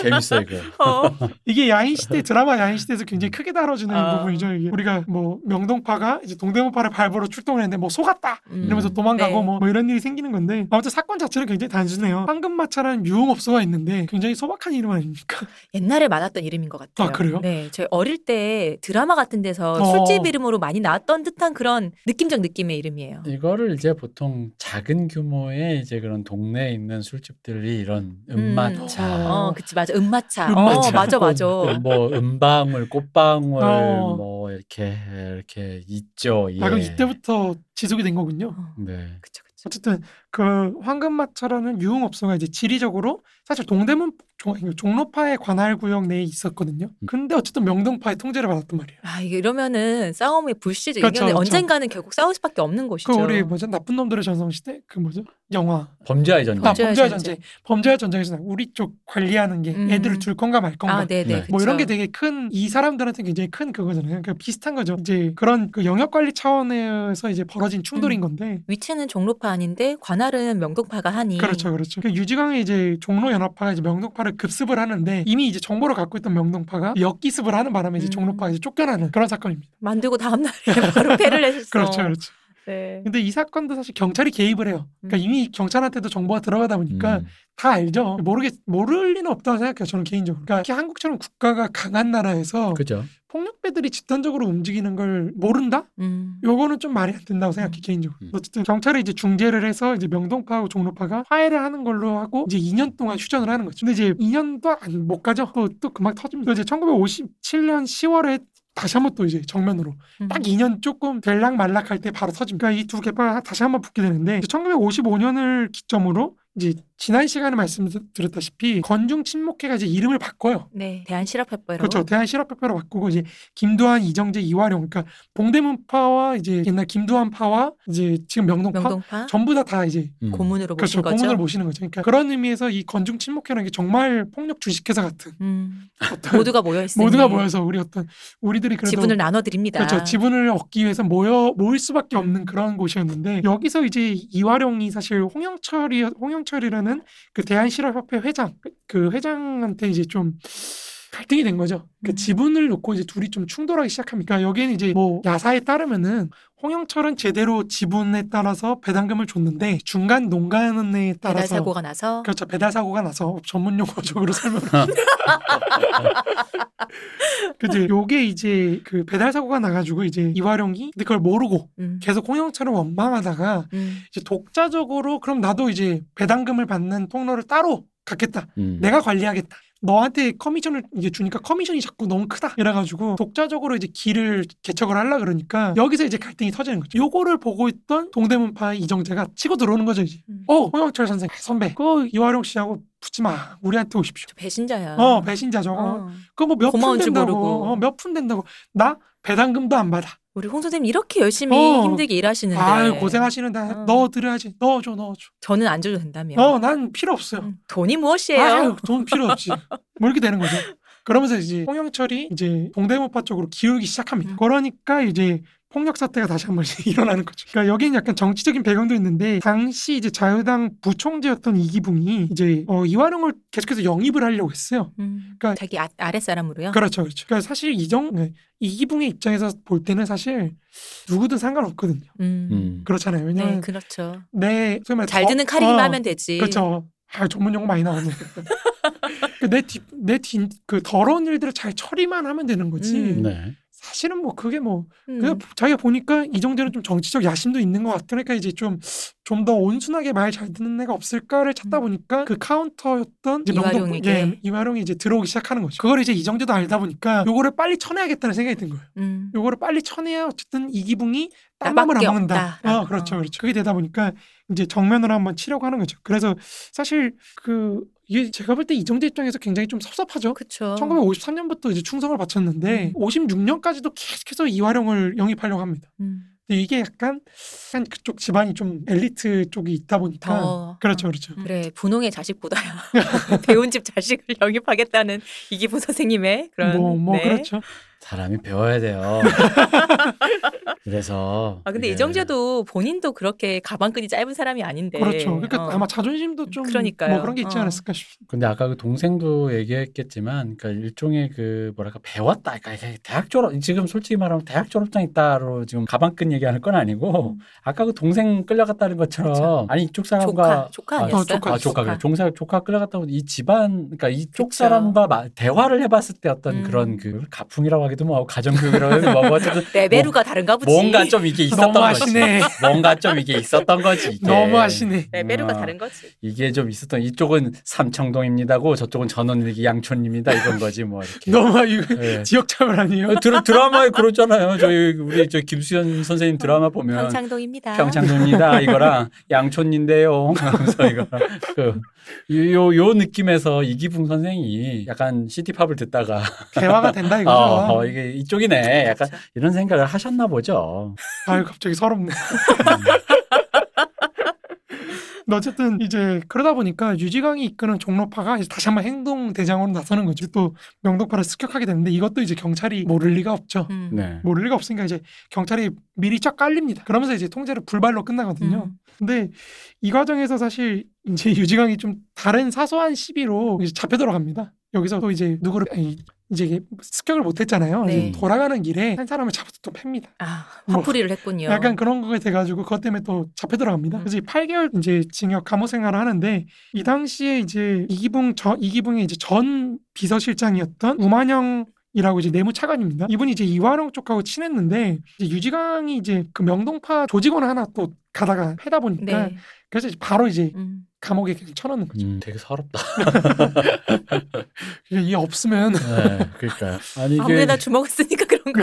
Speaker 3: 재밌어 이거.
Speaker 1: 어.
Speaker 2: 이게 야인시대 드라마 야인시대에서 굉장히 크게 다뤄지는
Speaker 1: 아.
Speaker 2: 부분이죠 이게 우리가 뭐 명동파가 이제 동대문파를 발보러 출동을 했는데 뭐 속았다
Speaker 1: 음.
Speaker 2: 이러면서 도망가고
Speaker 1: 네.
Speaker 2: 뭐, 뭐 이런 일이 생기는 건데 아무튼 사건 자체는 굉장히 단순해요 황금마차라는 유흥업소가 있는데 굉장히 소박한 이름 아닙니까
Speaker 1: 옛날에 많았던 이름인 것 같아요.
Speaker 2: 아, 그래요?
Speaker 1: 네, 저희 어릴 때 드라마 같은 데서
Speaker 2: 어.
Speaker 1: 술집 이름으로 많이 나왔던 듯한 그런 느낌적 느낌의 이름이에요.
Speaker 3: 이거를 이제 보통 작은 규모의 이제 그런 동네에 있는 술집들이 이런 음마차,
Speaker 1: 음. 어, 그치 맞아. 음마차.
Speaker 2: 음마차.
Speaker 1: 어, 맞아, 맞아.
Speaker 3: 뭐 음방울, 꽃방울
Speaker 2: 어.
Speaker 3: 뭐 이렇게 이렇게 있죠. 예.
Speaker 2: 아 그럼 이때부터 지속이 된 거군요
Speaker 1: 어,
Speaker 3: 네.
Speaker 1: 그쵸, 그쵸.
Speaker 2: 어쨌든 그 황금마차라는 유흥업소가 이제 지리적으로 사실 동대문 종- 종로파의 관할 구역 내에 있었거든요
Speaker 1: 음.
Speaker 2: 근데 어쨌든 명동파의 통제를 받았단 말이에요
Speaker 1: 아, 이게 이러면은 싸움의 불씨죠.
Speaker 2: 그렇죠,
Speaker 1: 이거는
Speaker 2: 그렇죠.
Speaker 1: 언젠가는 결국 싸울 수밖에 없는
Speaker 2: 그
Speaker 1: 곳이죠. 아,
Speaker 2: 우리 뭐죠 나쁜 놈들의 전성시대 그 뭐죠 영화
Speaker 3: 범죄의 전쟁.
Speaker 2: 아,
Speaker 1: 범죄와
Speaker 2: 범죄와
Speaker 1: 전쟁.
Speaker 2: 전쟁. 범죄와 전쟁에서 우리 쪽 관리하는 게
Speaker 1: 음.
Speaker 2: 애들을 줄 건가 말 건가.
Speaker 1: 아, 네, 네.
Speaker 3: 네.
Speaker 1: 그쵸.
Speaker 2: 뭐 이런 게 되게 큰 이 사람들한테 굉장히 큰 그거잖아요. 그러니까 비슷한 거죠. 이제 그런 그 영역 관리 차원에서 이제 벌어진
Speaker 1: 음.
Speaker 2: 충돌인 건데.
Speaker 1: 위치는 종로파 아닌데 관할은 명동파가 하니.
Speaker 2: 그렇죠, 그렇죠. 그 유지강의 이제 종로 연합파가 이제 명동파를 급습을 하는데 이미 이제 정보를 갖고 있던 명동파가 역기습을 하는 바람에 이제
Speaker 1: 음.
Speaker 2: 종로파가 이제 쫓겨나는 그런 사건입니다.
Speaker 1: 만들고 다음 날에 바로 패를 내셨어.
Speaker 2: 그렇죠, 그렇죠.
Speaker 1: 네.
Speaker 2: 근데 이 사건도 사실 경찰이 개입을 해요. 그러니까
Speaker 1: 음.
Speaker 2: 이미 경찰한테도 정보가 들어가다 보니까
Speaker 3: 음.
Speaker 2: 다 알죠. 모르겠 모를 리는 없다고 생각해요. 저는 개인적으로. 그러니까 특히 한국처럼 국가가 강한 나라에서
Speaker 3: 그죠.
Speaker 2: 폭력배들이 집단적으로 움직이는 걸 모른다?
Speaker 1: 음.
Speaker 2: 요거는 좀 말이 안 된다고 생각해
Speaker 1: 음.
Speaker 2: 개인적으로.
Speaker 3: 음.
Speaker 2: 어쨌든 경찰이 이제 중재를 해서 이제 명동파하고 종로파가 화해를 하는 걸로 하고 이제 2년 동안 휴전을 하는 거죠. 근데 이제 2년도 안 못 가죠. 또또 금방 터집니다. 이제 1957년 10월에 다시 한번 또 이제 정면으로
Speaker 1: 음.
Speaker 2: 딱 2년 조금 될락 말락할 때 바로 터집니다. 그러니까 이 두 개파가 다시 한번 붙게 되는데 1955년을 기점으로 이제 지난 시간에 말씀드렸다시피 건중 친목회가 이제 이름을 바꿔요.
Speaker 1: 네. 대한 실업협회로.
Speaker 2: 그렇죠. 대한 실업협회로 바꾸고 이제 김두한, 이정재, 이화룡 그러니까 봉대문파와 이제 옛날 김두한파와 이제 지금 명동파
Speaker 1: 명동파
Speaker 2: 전부 다 다 이제
Speaker 3: 음.
Speaker 1: 고문으로
Speaker 2: 그렇죠.
Speaker 1: 모신 거죠.
Speaker 2: 고문을 모시는 거죠. 그러니까 그런 의미에서 이 건중 친목회라는 게 정말 폭력 주식회사 같은
Speaker 1: 음.
Speaker 2: 어떤
Speaker 1: 모두가 모여 있으니
Speaker 2: 그 모두가 모여서 우리 어떤 우리들이 그래도
Speaker 1: 지분을 나눠 드립니다.
Speaker 2: 그렇죠. 지분을 얻기 위해서 모여 모일 수밖에 없는 그런 곳이었는데 여기서 이제 이화룡이 사실 홍영철이 홍영철이라는 그 대한실업협회 회장 그- 그 회장한테 이제 좀 갈등이 된 거죠. 그
Speaker 1: 음.
Speaker 2: 지분을 놓고 이제 둘이 좀 충돌하기 시작합니까? 여기는 이제 뭐 야사에 따르면은 홍영철은 제대로 지분에 따라서 배당금을 줬는데 중간 농간에
Speaker 1: 배달
Speaker 2: 따라서
Speaker 1: 사고가 나서
Speaker 2: 그렇죠. 배달 사고가 나서 전문 용어적으로 설명을. 그지. 요게 이제 그 배달 사고가 나가지고 이제 이화룡이 근데 그걸 모르고
Speaker 1: 음.
Speaker 2: 계속 홍영철을 원망하다가
Speaker 1: 음.
Speaker 2: 이제 독자적으로 그럼 나도 이제 배당금을 받는 통로를 따로 갖겠다.
Speaker 3: 음.
Speaker 2: 내가 관리하겠다. 너한테 커미션을 이게 주니까 커미션이 자꾸 너무 크다. 이래가지고 독자적으로 이제 길을 개척을 하려 그러니까 여기서 이제 갈등이 터지는 거죠. 요거를 보고 있던 동대문파의 이정재가 치고 들어오는 거죠 이제.
Speaker 1: 음.
Speaker 2: 어 홍영철 선생 선배 그 이화룡 씨하고 붙지 마. 우리한테 오십시오.
Speaker 1: 저 배신자야.
Speaker 2: 어 배신자 저거
Speaker 1: 아. 어.
Speaker 2: 그거 뭐 몇 푼
Speaker 1: 고마운 줄
Speaker 2: 된다고
Speaker 1: 모르고.
Speaker 2: 어, 몇 푼 된다고 나 배당금도 안 받아
Speaker 1: 우리 홍 선생님 이렇게 열심히
Speaker 2: 어.
Speaker 1: 힘들게 일하시는데
Speaker 2: 아유 고생하시는데
Speaker 1: 어.
Speaker 2: 넣어드려야지 넣어줘 넣어줘
Speaker 1: 저는 안 줘도 된다며.
Speaker 2: 어 난 필요 없어요
Speaker 1: 음. 돈이 무엇이에요?
Speaker 2: 아유 돈 필요 없지 뭐 이렇게 되는 거죠 그러면서 이제 홍영철이 이제 동대문파 쪽으로 기울기 시작합니다
Speaker 1: 음. 그러니까
Speaker 2: 그러니까 이제 폭력 사태가 다시 한 번 일어나는 거죠. 그러니까 여기는 약간 정치적인 배경도 있는데 당시 이제 자유당 부총재였던 이기붕이 이제 어, 이화룡을 계속해서 영입을 하려고 했어요.
Speaker 1: 음.
Speaker 2: 그러니까-
Speaker 1: 자기 아, 아랫사람으로요.
Speaker 2: 그렇죠, 그렇죠. 그러니까 사실 이정 네, 이기붕의 입장에서 볼 때는 사실 누구든 상관없거든요.
Speaker 1: 음.
Speaker 3: 음.
Speaker 2: 그렇잖아요.
Speaker 1: 네,
Speaker 2: 왜냐면
Speaker 1: 그렇죠.
Speaker 2: 내 소위 말해
Speaker 1: 잘
Speaker 2: 더-
Speaker 1: 드는 카리만
Speaker 2: 어,
Speaker 1: 하면 되지.
Speaker 2: 그렇죠. 아, 전문 용어 많이 나오네. 그 내뒤내뒤그 더러운 일들을 잘 처리만 하면 되는 거지.
Speaker 1: 음.
Speaker 3: 네.
Speaker 2: 사실은 뭐 그게 뭐
Speaker 1: 음.
Speaker 2: 그냥 자기가 보니까 이정재는 좀 정치적 야심도 있는 것 같아. 그러니까 이제 좀 좀 더 온순하게 말 잘 듣는 애가 없을까를 찾다
Speaker 1: 음.
Speaker 2: 보니까 그 카운터였던 이제 명동-
Speaker 1: 이화룡에게.
Speaker 2: 예, 이화룡이 이제 들어오기 시작하는 거죠. 그걸 이제 이정재도 알다 보니까 요거를 빨리 쳐내야겠다는 생각이 든 거예요.
Speaker 1: 음.
Speaker 2: 요거를 빨리 쳐내야 어쨌든 이기붕이 땀방울 안
Speaker 1: 나밖에
Speaker 2: 먹는다.
Speaker 1: 없다.
Speaker 2: 어, 그렇죠,
Speaker 1: 어.
Speaker 2: 그렇죠. 그게 되다 보니까 이제 정면으로 한번 치려고 하는 거죠. 그래서 사실 그 이게 제가 볼 때 이정재 입장에서 굉장히 좀 섭섭하죠.
Speaker 1: 그렇죠.
Speaker 2: 1953년부터 이제 충성을 바쳤는데
Speaker 1: 음.
Speaker 2: 56년까지도 계속해서 이화룡을 영입하려고 합니다.
Speaker 1: 음.
Speaker 2: 근데 이게 약간 약간 그쪽 집안이 좀 엘리트 쪽이 있다 보니까
Speaker 1: 더 음.
Speaker 2: 그렇죠, 그렇죠.
Speaker 3: 음.
Speaker 1: 그래 분홍의 자식보다야 배운 집 자식을 영입하겠다는 이기분 선생님의 그런
Speaker 2: 뭐 뭐
Speaker 1: 네.
Speaker 2: 그렇죠.
Speaker 3: 사람이 배워야 돼요. 그래서
Speaker 1: 아
Speaker 2: 예.
Speaker 1: 근데
Speaker 3: 이게
Speaker 1: 이정재도 본인도 그렇게 가방끈이 짧은 사람이 아닌데
Speaker 2: 그렇죠. 그러니까
Speaker 1: 어.
Speaker 2: 아마 자존심도 좀
Speaker 1: 그러니까요.
Speaker 2: 뭐 그런 게 있지
Speaker 1: 어.
Speaker 2: 않았을까 싶.
Speaker 3: 근데 아까 그 동생도 얘기했겠지만, 그러니까 일종의 그 뭐랄까 배웠다. 그러니까 이게 대학 졸업 지금 솔직히 말하면 대학 졸업장 있다로 지금 가방끈 얘기하는 건 아니고
Speaker 1: 음.
Speaker 3: 아까 그 동생 끌려갔다는 것처럼
Speaker 1: 그렇죠.
Speaker 3: 아니 이쪽
Speaker 1: 조카
Speaker 3: 사람과
Speaker 1: 조카
Speaker 3: 아,
Speaker 1: 아니었어?
Speaker 2: 어, 조카,
Speaker 3: 아 조카 그래
Speaker 1: 조카.
Speaker 3: 종사 조카 끌려갔다고 이 집안 그러니까 이쪽
Speaker 1: 그쵸.
Speaker 3: 사람과 마- 대화를 해봤을 때 어떤
Speaker 1: 음.
Speaker 3: 그런 그 가풍이라고 하기도 뭐하고 가정교육이라고 하기도 뭐하고 어쨌든
Speaker 1: 레베루가 네, 다른가 보지
Speaker 3: 뭔가 좀 이게 있었던 거지
Speaker 2: 너무하시네.
Speaker 3: 뭔가 좀 이게 있었던 거지 이게.
Speaker 2: 너무하시네.
Speaker 1: 레베루가
Speaker 3: 아,
Speaker 1: 다른 거지
Speaker 3: 이게 좀 있었던 이쪽은 삼청동입니다고 저쪽은 전원일기 양촌입니다 이런 거지 뭐 이렇게
Speaker 2: 너무 이거
Speaker 3: 예.
Speaker 2: 지역차별 아니에요?
Speaker 3: 드, 드라마에 그렇잖아요 저희 우리 저 김수현 선생님 드라마
Speaker 2: 음.
Speaker 3: 보면
Speaker 1: 평창동입니다
Speaker 3: 평창도입니다. 이거랑 양촌인데요. 하면서 이거 그, 요, 요 느낌에서 이기풍 선생이 약간 시티팝을 듣다가
Speaker 2: 대화가 된다
Speaker 3: 어,
Speaker 2: 이거죠.
Speaker 3: 어, 이게 이쪽이네. 약간
Speaker 1: 그렇죠.
Speaker 3: 이런 생각을 하셨나 보죠.
Speaker 2: 아유 갑자기 서럽네. 음. 근데 어쨌든 이제 그러다 보니까 유지강이 이끄는 종로파가 이제 다시 한번 행동 대장으로 나서는 거죠. 또 명동파를 습격하게 되는데 이것도 이제 경찰이 모를 리가 없죠.
Speaker 1: 음.
Speaker 3: 네.
Speaker 2: 모를 리가 없으니까 이제 경찰이 미리 쫙 깔립니다. 그러면서 이제 통제를 불발로 끝나거든요.
Speaker 1: 음.
Speaker 2: 근데 이 과정에서 사실 이제 유지강이 좀 다른 사소한 시비로 이제 잡혀 들어갑니다. 여기서 또 이제 누구를 아니, 이제 이게 습격을 못했잖아요.
Speaker 1: 네.
Speaker 2: 이제 돌아가는 길에 한 사람을 잡아서 또 팹니다.
Speaker 1: 아
Speaker 2: 뭐,
Speaker 1: 화풀이를 했군요
Speaker 2: 약간 그런 거에 돼가지고 그것 때문에 또 잡혀
Speaker 1: 음.
Speaker 2: 들어갑니다. 그래서 이 8개월 이제 징역 감옥 생활을 하는데 이 당시에 이제 이기붕 전 이기붕의 이제 전 비서실장이었던 우만영 이라고 이제 내무 차관입니다. 이분이 이제 이화룡 쪽하고 친했는데 이제 유지강이 이제 그 명동파 조직원 하나 또 가다가 패다 보니까
Speaker 1: 네.
Speaker 2: 그래서 이제 바로 이제
Speaker 1: 음.
Speaker 2: 감옥에 그냥 쳐넣는 거죠.
Speaker 3: 음, 되게 서럽다.
Speaker 2: 그러니까 이게 얘 없으면
Speaker 3: 네, 그러니까 아니 이게
Speaker 1: 아무데나 주먹을 쓰니까 그런 거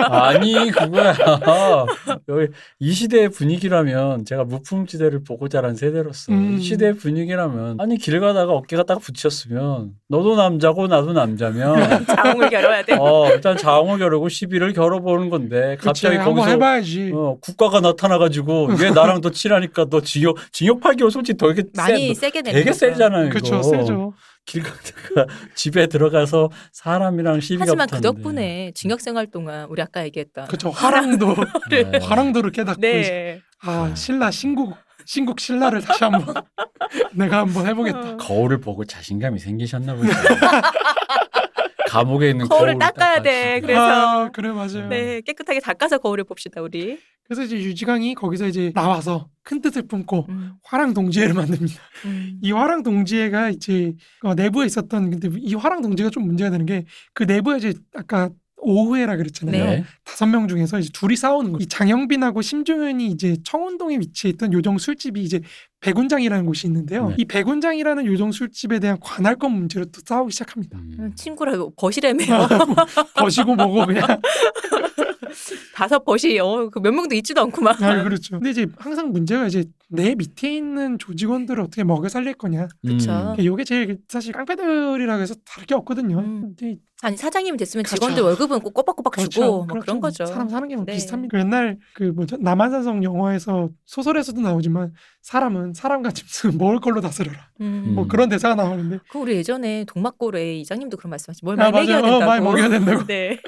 Speaker 1: 아니야?
Speaker 3: 아니 그거야. 여기 이 시대의 분위기라면 제가 무품지대를 보고 자란 세대로서
Speaker 2: 음.
Speaker 3: 이 시대의 분위기라면 아니 길 가다가 어깨가 딱 부딪혔으면 너도 남자고 나도 남자면
Speaker 2: 그러니까.
Speaker 1: 자웅을 겨뤄야 돼.
Speaker 3: 어 일단 자웅을 겨루고 시비를 겨뤄보는 건데
Speaker 2: 그치,
Speaker 3: 갑자기
Speaker 2: 한번
Speaker 3: 거기서
Speaker 2: 해봐야지.
Speaker 3: 어, 국가가 나타나가지고 얘 나랑 더 친하니까 너 징역 징역 8개월 솔직히 되게
Speaker 1: 많이
Speaker 3: 세,
Speaker 1: 세게 내.
Speaker 3: 되게 세잖아요.
Speaker 2: 그렇죠,
Speaker 3: 이거.
Speaker 2: 세죠.
Speaker 3: 길 가다가 집에 들어가서 사람이랑 시비가
Speaker 1: 하지만 그
Speaker 3: 붙었는데.
Speaker 2: 음.
Speaker 1: 덕분에 징역 생활 동안 우리 아까 얘기했던
Speaker 2: 그렇죠. 화랑도
Speaker 3: 네.
Speaker 2: 화랑도를 깨닫고 이제
Speaker 1: 네.
Speaker 2: 아 신라 신국 신국 신라를 다시 한번 내가 한번 해보겠다.
Speaker 1: 어.
Speaker 3: 거울을 보고 자신감이 생기셨나 보네. 감옥에 있는
Speaker 1: 거울을
Speaker 3: 거울을
Speaker 1: 닦아야 돼.
Speaker 3: 닦아야지.
Speaker 1: 그래서-
Speaker 2: 아, 그래 맞아요.
Speaker 1: 네, 깨끗하게 닦아서 거울을 봅시다 우리.
Speaker 2: 그래서 이제 유지강이 거기서 이제 나와서 큰 뜻을 품고
Speaker 1: 음,
Speaker 2: 화랑 동지회를 만듭니다.
Speaker 1: 음.
Speaker 2: 이 화랑 동지회가 이제 어, 내부에 있었던 근데 이 화랑 동지회가 좀 문제가 되는 게 그 내부에 이제 아까 오후회라 그랬잖아요.
Speaker 1: 네.
Speaker 2: 다섯 명 중에서 이제 둘이 싸우는 거. 이 장영빈하고 심종현이 이제 청운동에 위치해 있던 요정 술집이 이제 백운장이라는 곳이 있는데요.
Speaker 3: 네.
Speaker 2: 이 백운장이라는 요정 술집에 대한 관할권 문제로 또 싸우기 시작합니다.
Speaker 3: 음.
Speaker 1: 친구라고
Speaker 2: 아.
Speaker 1: 버시래매요.
Speaker 2: 버시고 뭐고 그냥.
Speaker 1: 다섯 버시. 어, 그 몇 명도 있지도 않구만.
Speaker 2: 아, 그렇죠. 근데 이제 항상 문제가 이제 내 밑에 있는 조직원들을 어떻게 먹여 살릴 거냐.
Speaker 1: 그쵸.
Speaker 3: 음.
Speaker 2: 이게 제일 사실 깡패들이라고 해서 다를 게 없거든요.
Speaker 1: 음.
Speaker 2: 근데
Speaker 1: 아니 사장님이 됐으면
Speaker 2: 그렇죠.
Speaker 1: 직원들 월급은 꼭 꼬박꼬박 주고 막
Speaker 2: 그렇죠.
Speaker 1: 그런 거죠.
Speaker 2: 사람 사는 게
Speaker 1: 네.
Speaker 2: 비슷합니다. 옛날 그 뭐죠 남한산성 영화에서 소설에서도 나오지만 사람은 사람과 짐승 먹을 걸로 다스려라.
Speaker 1: 음.
Speaker 2: 뭐
Speaker 3: 음.
Speaker 2: 그런 대사가 나오는데
Speaker 1: 그 우리 예전에 동막골의 이장님도 그런 말씀하시. 뭘
Speaker 2: 아,
Speaker 1: 많이
Speaker 2: 맞아요.
Speaker 1: 먹여야
Speaker 2: 어,
Speaker 1: 된다고.
Speaker 2: 많이 먹여야 된다고.
Speaker 1: 네.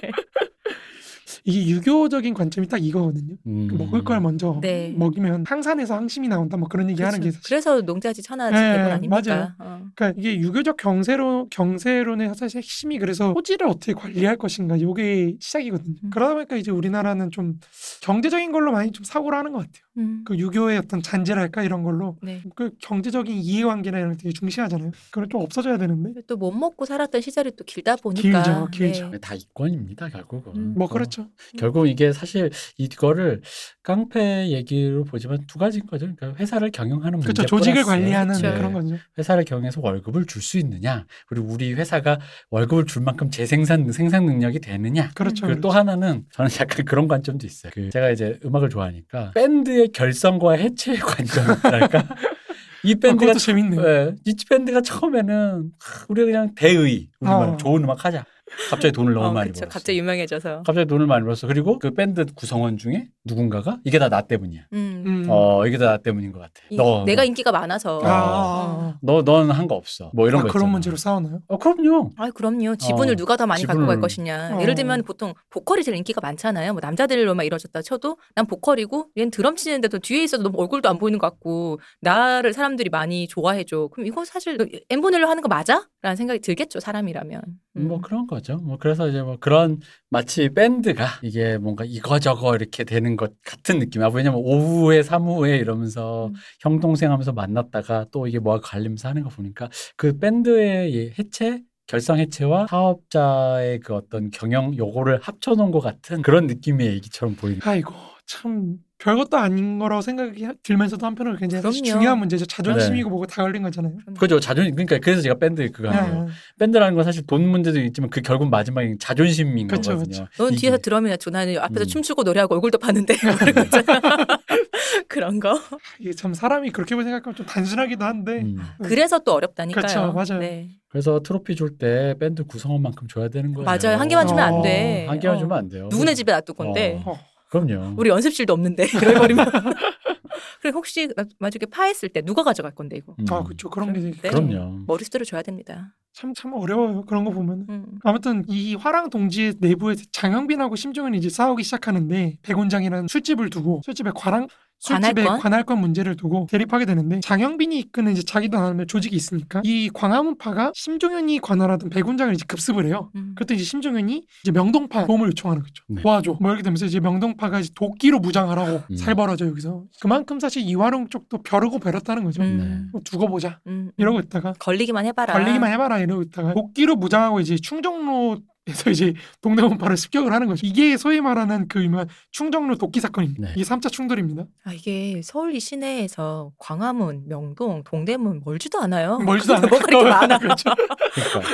Speaker 2: 이게 유교적인 관점이 딱 이거거든요. 그
Speaker 3: 음.
Speaker 2: 먹을 걸 먼저
Speaker 1: 네. 그렇죠.
Speaker 2: 먹이면 항산에서 항심이 나온다. 뭐 그런 뭐 얘기 하는 게 사실.
Speaker 1: 그래서 농자지 천하지
Speaker 2: 네,
Speaker 1: 대본 아닙니까? 어.
Speaker 2: 그러니까 이게 유교적 경세론 경세론의 사실 핵심이 그래서 토지를 어떻게 관리할 것인가 요게 시작이거든요.
Speaker 1: 음.
Speaker 2: 그러다 보니까 이제 우리나라는 좀 경제적인 걸로 많이 좀 사고를 하는 것 같아요.
Speaker 1: 음.
Speaker 2: 그 유교의 어떤 잔재랄까 이런 걸로
Speaker 1: 네.
Speaker 2: 그 경제적인 이해관계나 이런 거 되게 중시하잖아요. 그건 좀 없어져야 되는데
Speaker 1: 또 못 먹고 살았던 시절이 또 길다 보니까. 네.
Speaker 2: 길죠, 길죠.
Speaker 3: 네, 다 이권입니다 결국은.
Speaker 1: 음.
Speaker 2: 뭐
Speaker 3: 어.
Speaker 2: 그렇죠.
Speaker 3: 결국 이게 사실 이거를 깡패 얘기로 보지만 두 가지인 거죠. 그러니까 회사를 경영하는 문제
Speaker 2: 그렇죠. 조직을
Speaker 3: 플러스
Speaker 2: 관리하는
Speaker 1: 그쵸.
Speaker 2: 그런 거죠.
Speaker 3: 회사를 경영해서 월급을 줄 수 있느냐 그리고 우리 회사가 월급을 줄 만큼 재생산 생산 능력이 되느냐
Speaker 2: 그렇죠.
Speaker 3: 그리고 또 하나는 저는 약간 그런 관점도 있어요. 그 제가 이제 음악을 좋아하니까 밴드의 결성과 해체의 관점이랄까. 이
Speaker 2: 아,
Speaker 3: 밴드가
Speaker 2: 그것도 재밌네요.
Speaker 3: 예, 이 밴드가 처음에는 하, 우리 그냥 대의 우리 말
Speaker 2: 어.
Speaker 3: 좋은 음악 하자. 갑자기 돈을 너무
Speaker 1: 어,
Speaker 3: 많이
Speaker 1: 그쵸.
Speaker 3: 벌었어.
Speaker 1: 갑자기
Speaker 2: 음-
Speaker 1: 유명해져서.
Speaker 3: 갑자기 돈을 많이 벌었어. 그리고 그 밴드 구성원 중에 누군가가 이게 다 나 때문이야.
Speaker 1: 음.
Speaker 2: 음.
Speaker 3: 어 이게 다 나 때문인 것 같아.
Speaker 1: 이-
Speaker 3: 너 어.
Speaker 1: 내가 인기가 많아서.
Speaker 2: 아,
Speaker 1: 아,
Speaker 2: 아,
Speaker 3: 너넌 한 거 없어. 뭐 이런
Speaker 2: 아,
Speaker 3: 거
Speaker 2: 그런
Speaker 3: 있잖아.
Speaker 2: 문제로 싸우나요?
Speaker 3: 어 그럼요.
Speaker 1: 아, 그럼요. 지분을
Speaker 3: 어,
Speaker 1: 누가 더 많이 갖고 갈
Speaker 3: 지분을-
Speaker 1: 것이냐.
Speaker 2: 어.
Speaker 1: 예를 들면 보통 보컬이 제일 인기가 많잖아요. 뭐 남자들로만 이뤄졌다 쳐도 난 보컬이고 얘는 드럼 치는데도 뒤에 있어도 너무 얼굴도 안 보이는 것 같고 나를 사람들이 많이 좋아해줘. 그럼 이거 사실 엠분을로 하는 거 맞아? 라는 생각이 들겠죠. 사람이라면. 음.
Speaker 3: 뭐 그런 거죠. 뭐 그래서 이제 뭐 그런 마치 밴드가 이게 뭔가 이거저거 이렇게 되는 것 같은 느낌이야. 왜냐면 오후에 삼후에 이러면서
Speaker 1: 음.
Speaker 3: 형 동생 하면서 만났다가 또 이게 뭐가 갈리면서 하는 거 보니까 그 밴드의 이 해체 결성 해체와 사업자의 그 어떤 경영 요거를 합쳐놓은 것 같은 그런 느낌의 얘기처럼
Speaker 1: 음.
Speaker 3: 보이는.
Speaker 2: 아이고 참 별것도 아닌 거라고 생각이 들면서도 한편으로 굉장히 사실
Speaker 1: 그럼요.
Speaker 2: 중요한 문제죠. 자존심이고 뭐고 다 걸린 거잖아요.
Speaker 3: 그죠 자존심 그러니까 그래서 제가 밴드 네. 그거 하는 거예요.
Speaker 2: 네.
Speaker 3: 밴드라는 건 사실 돈 문제도 있지만 그 결국 마지막에 자존심인
Speaker 2: 그쵸,
Speaker 3: 거거든요.
Speaker 1: 넌
Speaker 3: 이게.
Speaker 1: 뒤에서 드럼이나 쳐. 나는 앞에서
Speaker 3: 음.
Speaker 1: 춤추고 노래하고 얼굴도 봤는데 그런 거 있잖아. 그런 거.
Speaker 2: 이게 참 사람이 그렇게 생각하면 좀 단순하기도 한데
Speaker 3: 음.
Speaker 1: 그래서 또 어렵다니까요.
Speaker 2: 그쵸, 그렇죠. 맞아요.
Speaker 1: 네.
Speaker 3: 그래서 트로피 줄 때 밴드 구성원만큼 줘야 되는 거예요.
Speaker 1: 맞아요. 한 개만 주면
Speaker 2: 어,
Speaker 1: 안 돼.
Speaker 3: 한 개만
Speaker 1: 어.
Speaker 3: 주면 안 돼요.
Speaker 1: 누구네 집에 놔둘 건데
Speaker 3: 어,
Speaker 2: 어.
Speaker 3: 그럼요.
Speaker 1: 우리 연습실도 없는데 그래버리면. 그래 혹시 마- 나중에 파했을 때 누가 가져갈 건데 이거
Speaker 3: 음,
Speaker 2: 아 그렇죠. 그런 게 되게
Speaker 1: 네.
Speaker 3: 그럼요.
Speaker 1: 머릿수로 줘야 됩니다.
Speaker 2: 참 참 어려워요. 그런 거 보면.
Speaker 1: 음.
Speaker 2: 아무튼 이 화랑 동지의 내부에서 장영빈하고 심정은 이제 싸우기 시작하는데 백운장이라는 술집을 두고 술집의 관랑 술집의
Speaker 1: 관할권?
Speaker 2: 관할권 문제를 두고 대립하게 되는데 장영빈이 이끄는 이제 자기도 나름의 조직이 있으니까 이 광화문파가 심종현이 관할하던 백운장을 이제 급습을 해요.
Speaker 1: 음.
Speaker 2: 그때 이제 심종현이 이제 명동파 도움을 요청하는 거죠.
Speaker 3: 네.
Speaker 2: 도와줘. 뭐 이렇게 되면서 이제 명동파가 이제 도끼로 무장하라고
Speaker 3: 음.
Speaker 2: 살벌어져 여기서. 그만큼 사실 이화룡 쪽도 벼르고 벼렸다는 거죠.
Speaker 1: 음.
Speaker 3: 네.
Speaker 2: 뭐 두고 보자
Speaker 1: 음.
Speaker 2: 이러고 있다가 그러니까.
Speaker 1: 걸리기만 해봐라.
Speaker 2: 걸리기만 해봐라 이러고 있다가 도끼로 무장하고 이제 충정로 그래서 이제 동대문 바로 습격을 하는 거죠. 이게 소위 말하는 그 유명한 충정로 도끼 사건입니다.
Speaker 3: 네.
Speaker 2: 이게 3차 충돌입니다.
Speaker 1: 아, 이게 서울 이 시내에서 광화문, 명동, 동대문 멀지도 않아요.
Speaker 2: 멀지도 않아요.
Speaker 1: 뭐가 이렇게 어, 많아.
Speaker 2: 그렇죠.
Speaker 3: 그러니까.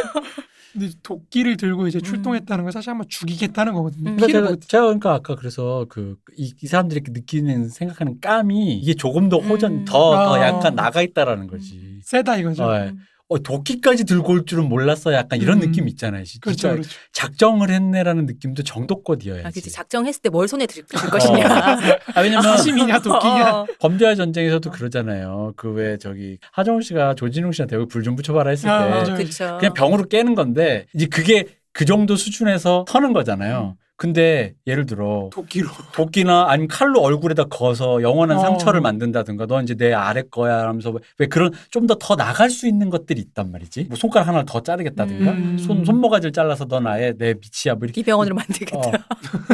Speaker 2: 근데 도끼를 들고 이제
Speaker 1: 음.
Speaker 2: 출동했다는 건 사실 한번 죽이겠다는 거거든요.
Speaker 1: 음.
Speaker 3: 그러니까
Speaker 2: 피해를
Speaker 3: 제가,
Speaker 2: 못
Speaker 3: 제가 그러니까 아까 그래서 그 이 사람들이 이렇게 느끼는 생각하는 깜이 이게 조금 더 호전
Speaker 1: 음.
Speaker 3: 더 더
Speaker 2: 아.
Speaker 3: 약간 나가 있다라는 거지.
Speaker 2: 세다 이거죠.
Speaker 3: 어, 예.
Speaker 1: 음.
Speaker 3: 어, 도끼까지 들고 올 줄은 몰랐어. 약간 이런
Speaker 2: 음.
Speaker 3: 느낌 있잖아요. 진-
Speaker 2: 그렇죠,
Speaker 3: 진짜
Speaker 2: 그렇죠.
Speaker 3: 작정을 했네라는 느낌도
Speaker 1: 아,
Speaker 3: 정도껏이어야지.
Speaker 1: 그치. 작정했을 때 뭘 손에 들, 들 것이냐.
Speaker 3: 아, 왜냐면
Speaker 2: 사심이냐 어, 도끼냐.
Speaker 1: 어.
Speaker 3: 범죄와 전쟁에서도 그러잖아요. 그 왜 저기 하정우 씨가 조진웅 씨한테 왜 불 좀 붙여봐라 했을 때
Speaker 2: 아, 맞아요.
Speaker 1: 그쵸.
Speaker 3: 그냥 병으로 깨는 건데 이제 그게 그 정도 수준에서 터는 거잖아요. 근데 예를 들어
Speaker 2: 도끼로.
Speaker 3: 도끼나 아니면 칼로 얼굴에다 거서 영원한
Speaker 2: 어.
Speaker 3: 상처를 만든다든가 너 이제 내 아래 거야 하면서 왜- 왜 그런 좀 더 더 나갈 수 있는 것들이 있단 말이지. 뭐 손가락 하나를 더 자르겠다든가
Speaker 1: 음.
Speaker 3: 손 손모가지를 잘라서 넌 아예 내 미치야 뭐 이렇게
Speaker 1: 이 병원으로 만들겠다.
Speaker 3: 어.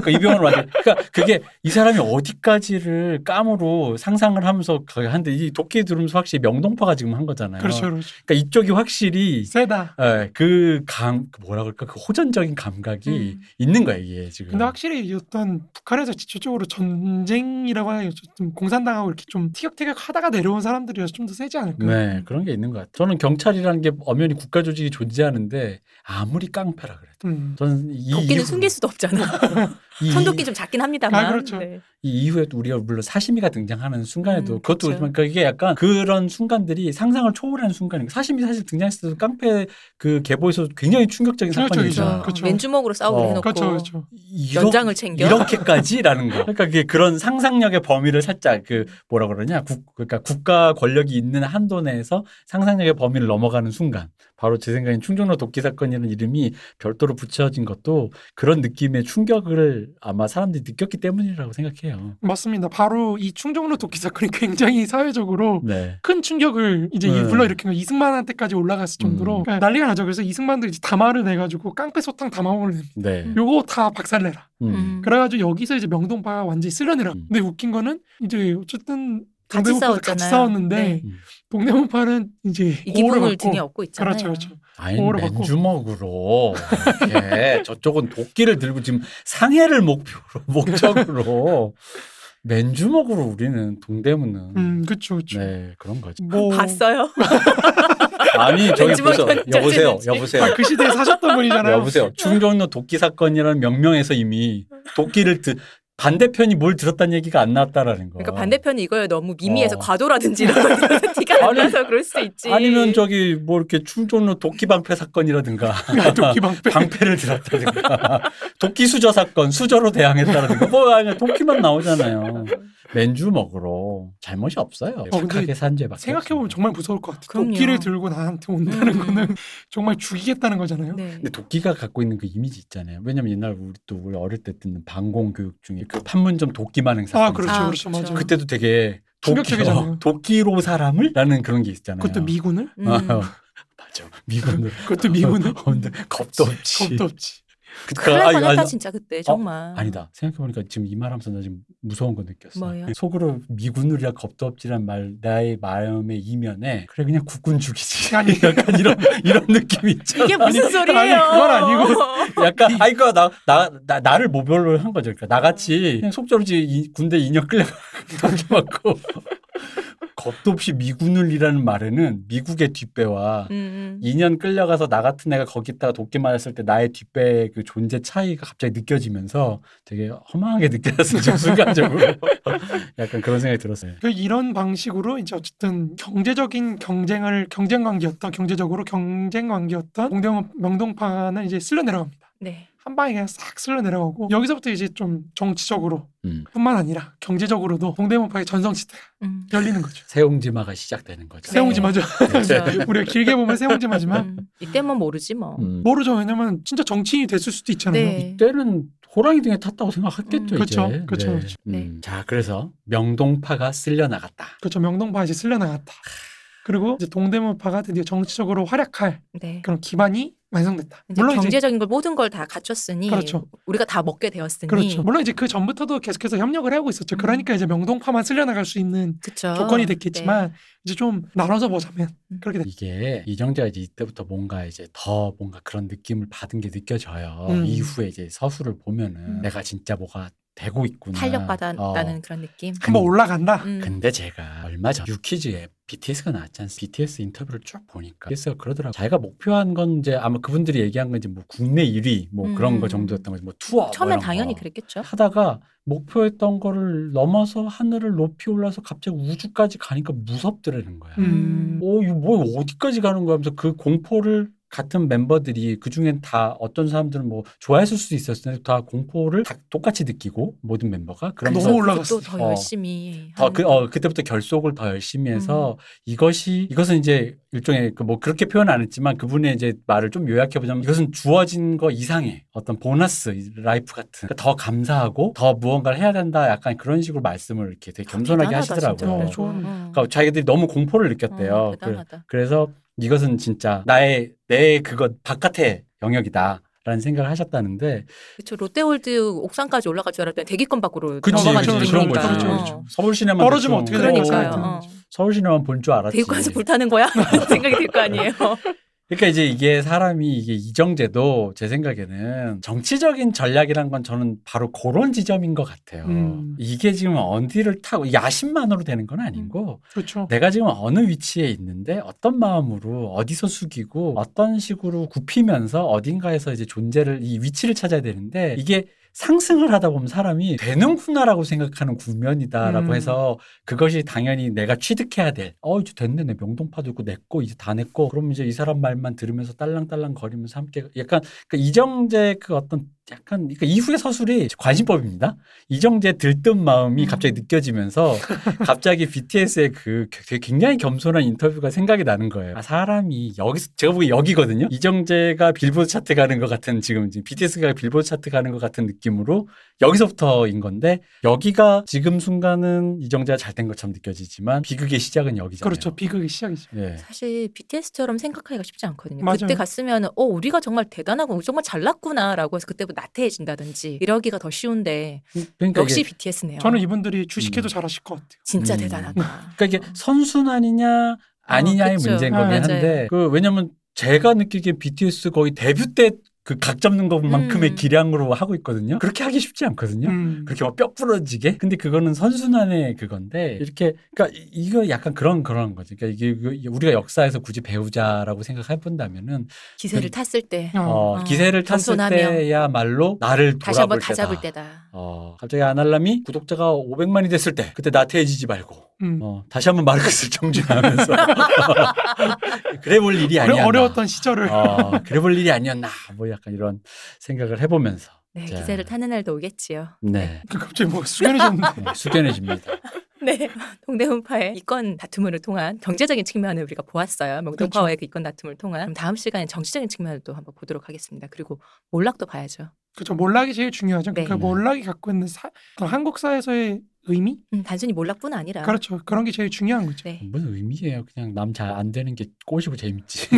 Speaker 3: 그러니까 이병헌을 만들. 그러니까 그게 이 사람이 어디까지를 감으로 상상을 하면서 거기 한데 이 도끼 들으면서 확실히 명동파가 지금 한 거잖아요.
Speaker 2: 그렇죠, 그렇죠.
Speaker 3: 그러니까 이쪽이 확실히
Speaker 2: 세다.
Speaker 3: 예, 그 감, 그 뭐라 그럴까 그 호전적인 감각이
Speaker 1: 음.
Speaker 3: 있는 거야 이게 지금.
Speaker 2: 근데 확실히 어떤 북한에서 직접적으로 전쟁이라고 하기엔 좀 공산당하고 이렇게 좀 티격태격 하다가 내려온 사람들이라서 좀 더 세지 않을까.
Speaker 3: 네 그런 게 있는 것 같아요. 저는 경찰이라는 게 엄연히 국가 조직이 존재하는데 아무리 깡패라 그래도
Speaker 2: 음.
Speaker 3: 저는 이
Speaker 1: 도끼는
Speaker 3: 이후-
Speaker 1: 숨길 수도 없잖아.
Speaker 3: 이-
Speaker 1: 천도끼 좀 작긴 합니다만. 네.
Speaker 2: 아, 그렇죠.
Speaker 3: 이 이후에도 우리가 물론 사시미가 등장하는 순간에도
Speaker 1: 음, 그렇죠.
Speaker 3: 그것도 그렇지만 그게 약간 그런 순간들이 상상을 초월하는 순간인 거 사시미 사실 등장했을 때도 깡패 그 계보에서 굉장히 충격적인
Speaker 2: 충격적이죠.
Speaker 1: 그렇죠.
Speaker 3: 사건이죠.
Speaker 2: 그렇죠.
Speaker 1: 맨주먹으로 싸우기로
Speaker 3: 어.
Speaker 1: 해놓고
Speaker 2: 그렇죠, 그렇죠.
Speaker 3: 이러-
Speaker 1: 연장을 챙겨.
Speaker 3: 이렇게까지라는 거. 그러니까 그게 그런 상상력의 범위를 살짝 그 뭐라 그러냐? 국, 그러니까 국가 권력이 있는 한도 내에서 상상력의 범위를 넘어가는 순간. 바로 제 생각엔 충정로 도끼 사건이라는 이름이 별도로 붙여진 것도 그런 느낌의 충격을 아마 사람들이 느꼈기 때문이라고 생각해요.
Speaker 2: 맞습니다. 바로 이 충정로 도끼 사건이 굉장히 사회적으로
Speaker 3: 네.
Speaker 2: 큰 충격을 이제
Speaker 3: 네.
Speaker 2: 불러일으킨 거 이승만한테까지 올라갔을 정도로
Speaker 3: 음.
Speaker 2: 그러니까 난리가 나죠. 그래서 이승만도 이제 담화를 내가지고 깡패 소탕 담화문을 냅니다.
Speaker 3: 네.
Speaker 2: 요거 다 박살내라.
Speaker 3: 음.
Speaker 1: 음.
Speaker 2: 그래가지고 여기서 이제 명동파가 완전히 쓸려내라.
Speaker 3: 음.
Speaker 2: 근데 웃긴 거는 이제 어쨌든
Speaker 1: 같이
Speaker 2: 동대문파도 같이
Speaker 1: 싸웠잖아요.
Speaker 2: 싸웠는데
Speaker 1: 네.
Speaker 3: 음.
Speaker 2: 동대문파는 이제
Speaker 1: 이
Speaker 2: 오를
Speaker 1: 기쁨을
Speaker 2: 받고
Speaker 1: 등에 업고 있잖아요.
Speaker 2: 그렇죠, 그렇죠.
Speaker 3: 아니
Speaker 2: 보호를 받고.
Speaker 3: 맨주먹으로 이렇게 저쪽은 도끼를 들고 지금 상해를 목표로 목적으로 맨주먹으로 우리는 동대문은
Speaker 2: 음, 그렇죠, 그렇죠.
Speaker 3: 네 그런 거죠.
Speaker 2: 뭐
Speaker 1: 봤어요.
Speaker 3: 아니 저기
Speaker 1: 맨주먹이
Speaker 3: 보세요.
Speaker 1: 언제
Speaker 3: 여보세요.
Speaker 1: 언제든지.
Speaker 3: 여보세요.
Speaker 2: 아, 그 시대에 사셨던 분이잖아요.
Speaker 3: 여보세요. 충정로 도끼 사건이라는 명명에서 이미 도끼를 드, 반대편이 뭘 들었다는 얘기가 안 나왔다라는 거.
Speaker 2: 어.
Speaker 1: 그러니까 반대편이 이거예요. 너무 미미해서
Speaker 3: 어.
Speaker 1: 과도라든지 이런 거 들어서 티가 안
Speaker 3: 아니,
Speaker 1: 나서 그럴 수 있지.
Speaker 3: 아니면 저기 뭐 이렇게 충정로 도끼 방패 사건이라든가
Speaker 2: 도끼방패.
Speaker 3: 방패를 들었다든가 도끼 수저 사건 수저로 대항했다든가 뭐 아니야 도끼만 나오잖아요. 맨주먹으로 잘못이 없어요.
Speaker 2: 근데
Speaker 3: 착하게 산 죄밖에.
Speaker 2: 생각해보면
Speaker 3: 없어요.
Speaker 2: 정말 무서울 것 같아. 요
Speaker 1: 그럼요.
Speaker 2: 도끼를 들고 나한테 온다는
Speaker 1: 음.
Speaker 2: 거는 정말 죽이겠다는 거잖아요.
Speaker 1: 네.
Speaker 3: 근데 도끼가 갖고 있는 그 이미지 있잖아요. 왜냐면 옛날 우리 또 우리 어릴 때 듣는 방공 교육 중에 그 판문점 도끼 만행 사건.
Speaker 2: 아, 그렇죠,
Speaker 1: 아, 그렇죠.
Speaker 2: 그렇죠, 맞아요.
Speaker 1: 그때
Speaker 3: 그때도 되게 도끼로, 어,
Speaker 2: 충격적이잖아요.
Speaker 3: 도끼로 사람을 라는 그런 게 있잖아요.
Speaker 2: 그것도 미군을?
Speaker 1: 음.
Speaker 3: 아, 맞아. 미군을.
Speaker 2: 그것도 미군을?
Speaker 3: 어, 근데 겁도 없지.
Speaker 2: 겁도 없지.
Speaker 3: 그- 그-
Speaker 1: 큰일 날
Speaker 3: 아니, 아니,
Speaker 1: 뻔했다 진짜
Speaker 2: 어,
Speaker 1: 그때 정말.
Speaker 3: 아니다. 생각해보니까 지금 이 말하면서 나 지금 무서운 거 느꼈어.
Speaker 1: 뭐요?
Speaker 3: 속으로 미군으리라 겁도 없지란 말 나의 마음의 이면에 그래 그냥 국군 죽이지.
Speaker 2: 아니.
Speaker 3: 약간 이런 이런 느낌이 있잖아.
Speaker 1: 이게 무슨 소리예요?
Speaker 2: 아니, 그건 아니고.
Speaker 3: 약간 아이거 나, 나, 나 나를 모별로 한 거죠. 그러니까 나같이 그냥 속절없이 이- 군대 2년 끌려 던져 맞고 겁도 없이 미군을이라는 말에는 미국의 뒷배와
Speaker 1: 음, 음.
Speaker 3: 2년 끌려가서 나 같은 애가 거기 있다가 도끼 맞았을 때 나의 뒷배의 그 존재 차이가 갑자기 느껴지면서 되게 허망하게 느껴졌어요. 지금 순간적으로. 약간 그런 생각이 들었어요.
Speaker 2: 그 이런 방식으로 이제 어쨌든 경제적인 경쟁을 경쟁 관계였던 경제적으로 경쟁 관계였던 공동 명동파는 이제 쓸려 내려갑니다.
Speaker 1: 네.
Speaker 2: 한 방에 그냥 싹 쓸려 내려가고 여기서부터 이제 좀 정치적으로
Speaker 3: 음.
Speaker 2: 뿐만 아니라 경제적으로도 동대문파의 전성시대가
Speaker 1: 음.
Speaker 2: 열리는 거죠.
Speaker 3: 세옹지마가 시작되는 거죠.
Speaker 2: 세옹지 맞아.
Speaker 1: 그렇죠.
Speaker 2: 우리가 길게 보면 세옹지마지만
Speaker 1: 음. 이때만 모르지 뭐.
Speaker 3: 음.
Speaker 2: 모르죠. 왜냐면 진짜 정치인이 됐을 수도 있잖아요.
Speaker 1: 네.
Speaker 3: 때는 호랑이 등에 탔다고 생각했겠죠.
Speaker 1: 음.
Speaker 3: 이제.
Speaker 2: 그쵸, 그쵸, 그쵸.
Speaker 3: 음. 자, 그래서 명동파가 쓸려 나갔다.
Speaker 2: 그렇죠. 명동파 이제 쓸려 나갔다. 그리고 이제 동대문파가 드디어 정치적으로 활약할
Speaker 1: 네.
Speaker 2: 그런 기반이 완성됐다.
Speaker 1: 이제
Speaker 2: 물론 이제
Speaker 1: 경제적인 걸 모든 걸 다 갖췄으니
Speaker 2: 그렇죠.
Speaker 1: 우리가 다 먹게 되었으니
Speaker 2: 그렇죠. 물론 이제 그 전부터도 계속해서 협력을 하고 있었죠.
Speaker 1: 음.
Speaker 2: 그러니까 이제 명동파만 쓸려나갈 수 있는
Speaker 1: 그쵸.
Speaker 2: 조건이
Speaker 1: 네.
Speaker 2: 됐겠지만 이제 좀 나눠서 보자면
Speaker 1: 음.
Speaker 2: 그렇게 됐.
Speaker 3: 이게 이정재가 이제 이때부터 뭔가 이제 더 뭔가 그런 느낌을 받은 게 느껴져요.
Speaker 2: 음.
Speaker 3: 이후에 이제 서술을 보면은
Speaker 1: 음.
Speaker 3: 내가 진짜 뭐가 되고 있구나.
Speaker 1: 탄력받았다는
Speaker 3: 어.
Speaker 1: 그런 느낌.
Speaker 2: 한번 올라간다.
Speaker 1: 음.
Speaker 3: 근데 제가 얼마 전 유퀴즈에 BTS가 나왔지 않습니까? BTS 인터뷰를 쭉 보니까 BTS가 그러더라고요. 자기가 목표한 건 이제 아마 그분들이 얘기한 건 이제 뭐 국내 1위 뭐 그런
Speaker 1: 음.
Speaker 3: 거 정도였던 거지. 뭐 투어 뭐
Speaker 1: 처음엔
Speaker 3: 이런
Speaker 1: 당연히
Speaker 3: 거.
Speaker 1: 그랬겠죠.
Speaker 3: 하다가 목표했던 거를 넘어서 하늘을 높이 올라서 갑자기 우주까지 가니까 무섭더라는 거야.
Speaker 2: 음.
Speaker 3: 오, 이거 뭐 어디까지 가는 거야 하면서 그 공포를 같은 멤버들이 그중엔 다 어떤 사람들은 뭐 좋아했을 수도 있었을 텐데 다 공포를 다 똑같이 느끼고 모든 멤버가
Speaker 2: 너무
Speaker 3: 그러면서
Speaker 2: 올라- 올라갔어.
Speaker 1: 또더
Speaker 3: 어.
Speaker 1: 열심히.
Speaker 3: 더
Speaker 1: 하는
Speaker 3: 그, 어, 그때부터 결속을 더 열심히
Speaker 1: 음.
Speaker 3: 해서 이것이 이것은 이제 일종의 그 뭐 그렇게 표현 안 했지만 그분의 이제 말을 좀 요약해 보자면 이것은 주어진 거 이상의 어떤 보너스 라이프 같은 그러니까 더 감사하고 더 무언가를 해야 된다 약간 그런 식으로 말씀을 이렇게 되게 겸손하게
Speaker 1: 아, 대단하다, 진짜.
Speaker 3: 하시더라고요.
Speaker 2: 어, 좋은-
Speaker 1: 어.
Speaker 3: 그러니까 자기들이 너무 공포를 느꼈대요.
Speaker 1: 어,
Speaker 3: 그-
Speaker 1: 대단하다.
Speaker 3: 그래서 이것은 진짜 나의 내 그것 바깥의 영역이다라는 생각을 하셨다는데
Speaker 1: 그쵸 롯데월드 옥상까지 올라갈 줄 알았더니 대기권 밖으로
Speaker 3: 그치,
Speaker 1: 넘어간
Speaker 2: 그치,
Speaker 1: 적이
Speaker 2: 그런
Speaker 1: 있으니까. 어.
Speaker 2: 거죠. 그렇죠,
Speaker 3: 그렇죠. 서울 시내만
Speaker 2: 떨어지면
Speaker 3: 대충-
Speaker 2: 어떻게 되는 거야.
Speaker 1: 그러니까요.
Speaker 2: 그런
Speaker 1: 어.
Speaker 3: 서울 시내만 본 줄 알았지.
Speaker 1: 대기권에서 불타는 거야? 생각이 들 거 아니에요.
Speaker 3: 그러니까 이제 이게 사람이 이게 이정재도 제 생각에는 정치적인 전략이란 건 저는 바로 그런 지점인 것 같아요.
Speaker 2: 음.
Speaker 3: 이게 지금 어디를 타고 야심만으로 되는 건 아니고
Speaker 2: 그렇죠.
Speaker 3: 내가 지금 어느 위치에 있는데 어떤 마음으로 어디서 숙이고 어떤 식으로 굽히면서 어딘가에서 이제 존재를 이 위치를 찾아야 되는데 이게 상승을 하다 보면 사람이 되는구나라고 생각하는 국면이다라고
Speaker 2: 음.
Speaker 3: 해서 그것이 당연히 내가 취득해야 될. 어, 이제 됐네. 내 명동파도 있고 내꺼 이제 다 내꺼. 그럼 이제 이 사람 말만 들으면서 딸랑딸랑 거리면서 함께 약간 그 이정재 그 어떤 약간 그러니까 이후의 서술이 관심법입니다. 이정재 들뜬 마음이
Speaker 1: 음.
Speaker 3: 갑자기 느껴지면서 갑자기 BTS의 그 되게 굉장히 겸손한 인터뷰가 생각이 나는 거예요. 아, 사람이 여기서 제가 보기 여기거든요. 이정재가 빌보드 차트 가는 것 같은 지금 지금 BTS가 빌보드 차트 가는 것 같은 느낌으로 여기서부터인 건데 여기가 지금 순간은 이정재가 잘 된 것처럼 느껴지지만 비극의 시작은 여기잖아요.
Speaker 2: 그렇죠. 비극의 시작이죠.
Speaker 3: 예.
Speaker 1: 사실 BTS처럼 생각하기가 쉽지 않거든요.
Speaker 2: 맞아요.
Speaker 1: 그때 갔으면 어 우리가 정말 대단하고 우리 정말 잘났구나라고 해서 그때부터 나태해진다든지 이러기가 더 쉬운데
Speaker 3: 그러니까
Speaker 1: 역시
Speaker 3: 이게,
Speaker 1: BTS네요.
Speaker 2: 저는 이분들이 주식해도
Speaker 3: 음.
Speaker 2: 잘하실 것 같아요.
Speaker 1: 진짜
Speaker 3: 음.
Speaker 1: 대단하다.
Speaker 3: 그러니까 이게 선순환이냐 아니냐의
Speaker 1: 그쵸.
Speaker 3: 문제인
Speaker 2: 아,
Speaker 3: 거긴
Speaker 1: 맞아요.
Speaker 3: 한데 그 왜냐면 제가 느끼기에 BTS 거의 데뷔 때 그 각 잡는 것만큼의
Speaker 1: 음.
Speaker 3: 기량으로 하고 있거든요. 그렇게 하기 쉽지 않거든요.
Speaker 2: 음.
Speaker 3: 그렇게 막 뼈 부러지게. 근데 그거는 선순환의 그건데 이렇게 그러니까 이- 이거 약간 그런 그런 거지. 그러니까 이게 그- 우리가 역사에서 굳이 배우자라고 생각해 본다면은
Speaker 1: 기세를
Speaker 3: 그-
Speaker 1: 탔을 때
Speaker 3: 어,
Speaker 1: 아,
Speaker 3: 기세를 탔을
Speaker 1: 겸손하며.
Speaker 3: 때야말로 나를 돌아볼
Speaker 1: 다시 한번
Speaker 3: 때다.
Speaker 1: 다 잡을 때다.
Speaker 3: 어, 갑자기 아날람이 구독자가 500만이 됐을 때 그때 나태해지지 말고
Speaker 2: 음.
Speaker 3: 어, 다시 한번 마르크스 정진하면서 그래 볼 일이
Speaker 2: 어려,
Speaker 3: 예, 아니었나.
Speaker 2: 어려웠던 시절을
Speaker 3: 어, 그래 볼 일이 아니었나. 뭐 약간 이런 생각을 해보면서
Speaker 1: 네,
Speaker 3: 자.
Speaker 1: 기세를 타는 날도 오겠지요.
Speaker 3: 네,
Speaker 2: 갑자기 뭐가 숙연해졌는데
Speaker 3: 네, 숙연해집니다.
Speaker 1: 네,
Speaker 2: 네.
Speaker 1: 동대문파의 이권 다툼을 통한 경제적인 측면을 우리가 보았어요.
Speaker 2: 그렇죠.
Speaker 1: 명동파와의 그 이권 다툼을 통한 그럼 다음 시간에 정치적인 측면을 또 한번 보도록 하겠습니다. 그리고 몰락도 봐야죠.
Speaker 2: 그렇죠. 몰락이 제일 중요하죠.
Speaker 1: 네.
Speaker 2: 그 몰락이 갖고 있는 사, 어, 한국 사회에서의 의미
Speaker 1: 음, 단순히 몰락뿐 아니라
Speaker 2: 그렇죠. 그런 게 제일 중요한 거죠.
Speaker 1: 네.
Speaker 3: 무슨 의미예요? 그냥 남 잘 안 되는 게 꼬시고 재밌지.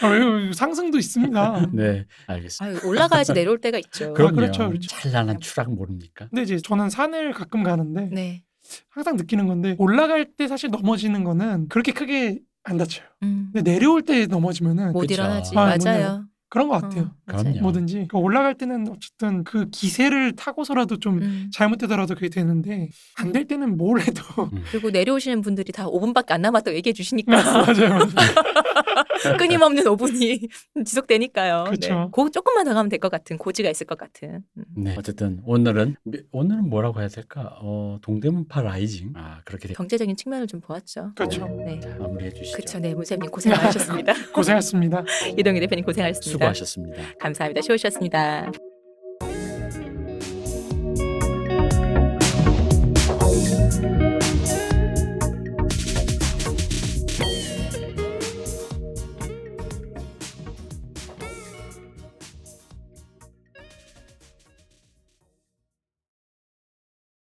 Speaker 2: 아, 왜요? 상승도 있습니다.
Speaker 3: 네, 알겠습니다.
Speaker 1: 아유, 올라가야지 내려올 때가 있죠.
Speaker 2: 그럼-
Speaker 3: 그럼요.
Speaker 2: 그렇죠, 그렇죠.
Speaker 3: 찬란한 추락 모릅니까?
Speaker 2: 근데 이제 저는 산을 가끔 가는데
Speaker 1: 네.
Speaker 2: 항상 느끼는 건데 올라갈 때 사실 넘어지는 거는 그렇게 크게 안 다쳐요.
Speaker 1: 음.
Speaker 2: 근데 내려올 때 넘어지면은
Speaker 1: 못
Speaker 3: 네, 그렇죠. 그쵸.
Speaker 1: 일어나지.
Speaker 2: 아,
Speaker 1: 맞아요.
Speaker 2: 그런
Speaker 1: 뭐,
Speaker 2: 것
Speaker 1: 어,
Speaker 2: 같아요.
Speaker 1: 맞아요.
Speaker 3: 그럼요.
Speaker 2: 뭐든지 그러니까 올라갈 때는 어쨌든 그 기세를 타고서라도 좀
Speaker 1: 음.
Speaker 2: 잘못되더라도 그게 되는데 안 될 때는 뭘 해도
Speaker 1: 그리고 내려오시는 분들이 다 5분밖에 안 남았다고 얘기해 주시니까
Speaker 2: 맞아요. 맞아요.
Speaker 1: 끊임없는 5분이 지속되니까요.
Speaker 2: 그쵸.
Speaker 1: 그 조금만 더 가면 될 것 같은 고지가 있을 것 같은. 음.
Speaker 3: 네, 어쨌든 오늘은 오늘은 뭐라고 해야 될까? 어, 동대문파 라이징. 아 그렇게 되...
Speaker 1: 경제적인 측면을 좀 보았죠.
Speaker 2: 그렇죠.
Speaker 1: 네.
Speaker 3: 자, 마무리해 주시죠.
Speaker 1: 그렇죠. 네, 문세님 고생 많으셨습니다.
Speaker 2: 고생하셨습니다.
Speaker 1: 이동희 대표님 고생하셨습니다.
Speaker 3: 수고하셨습니다.
Speaker 1: 감사합니다. 쉬우셨습니다.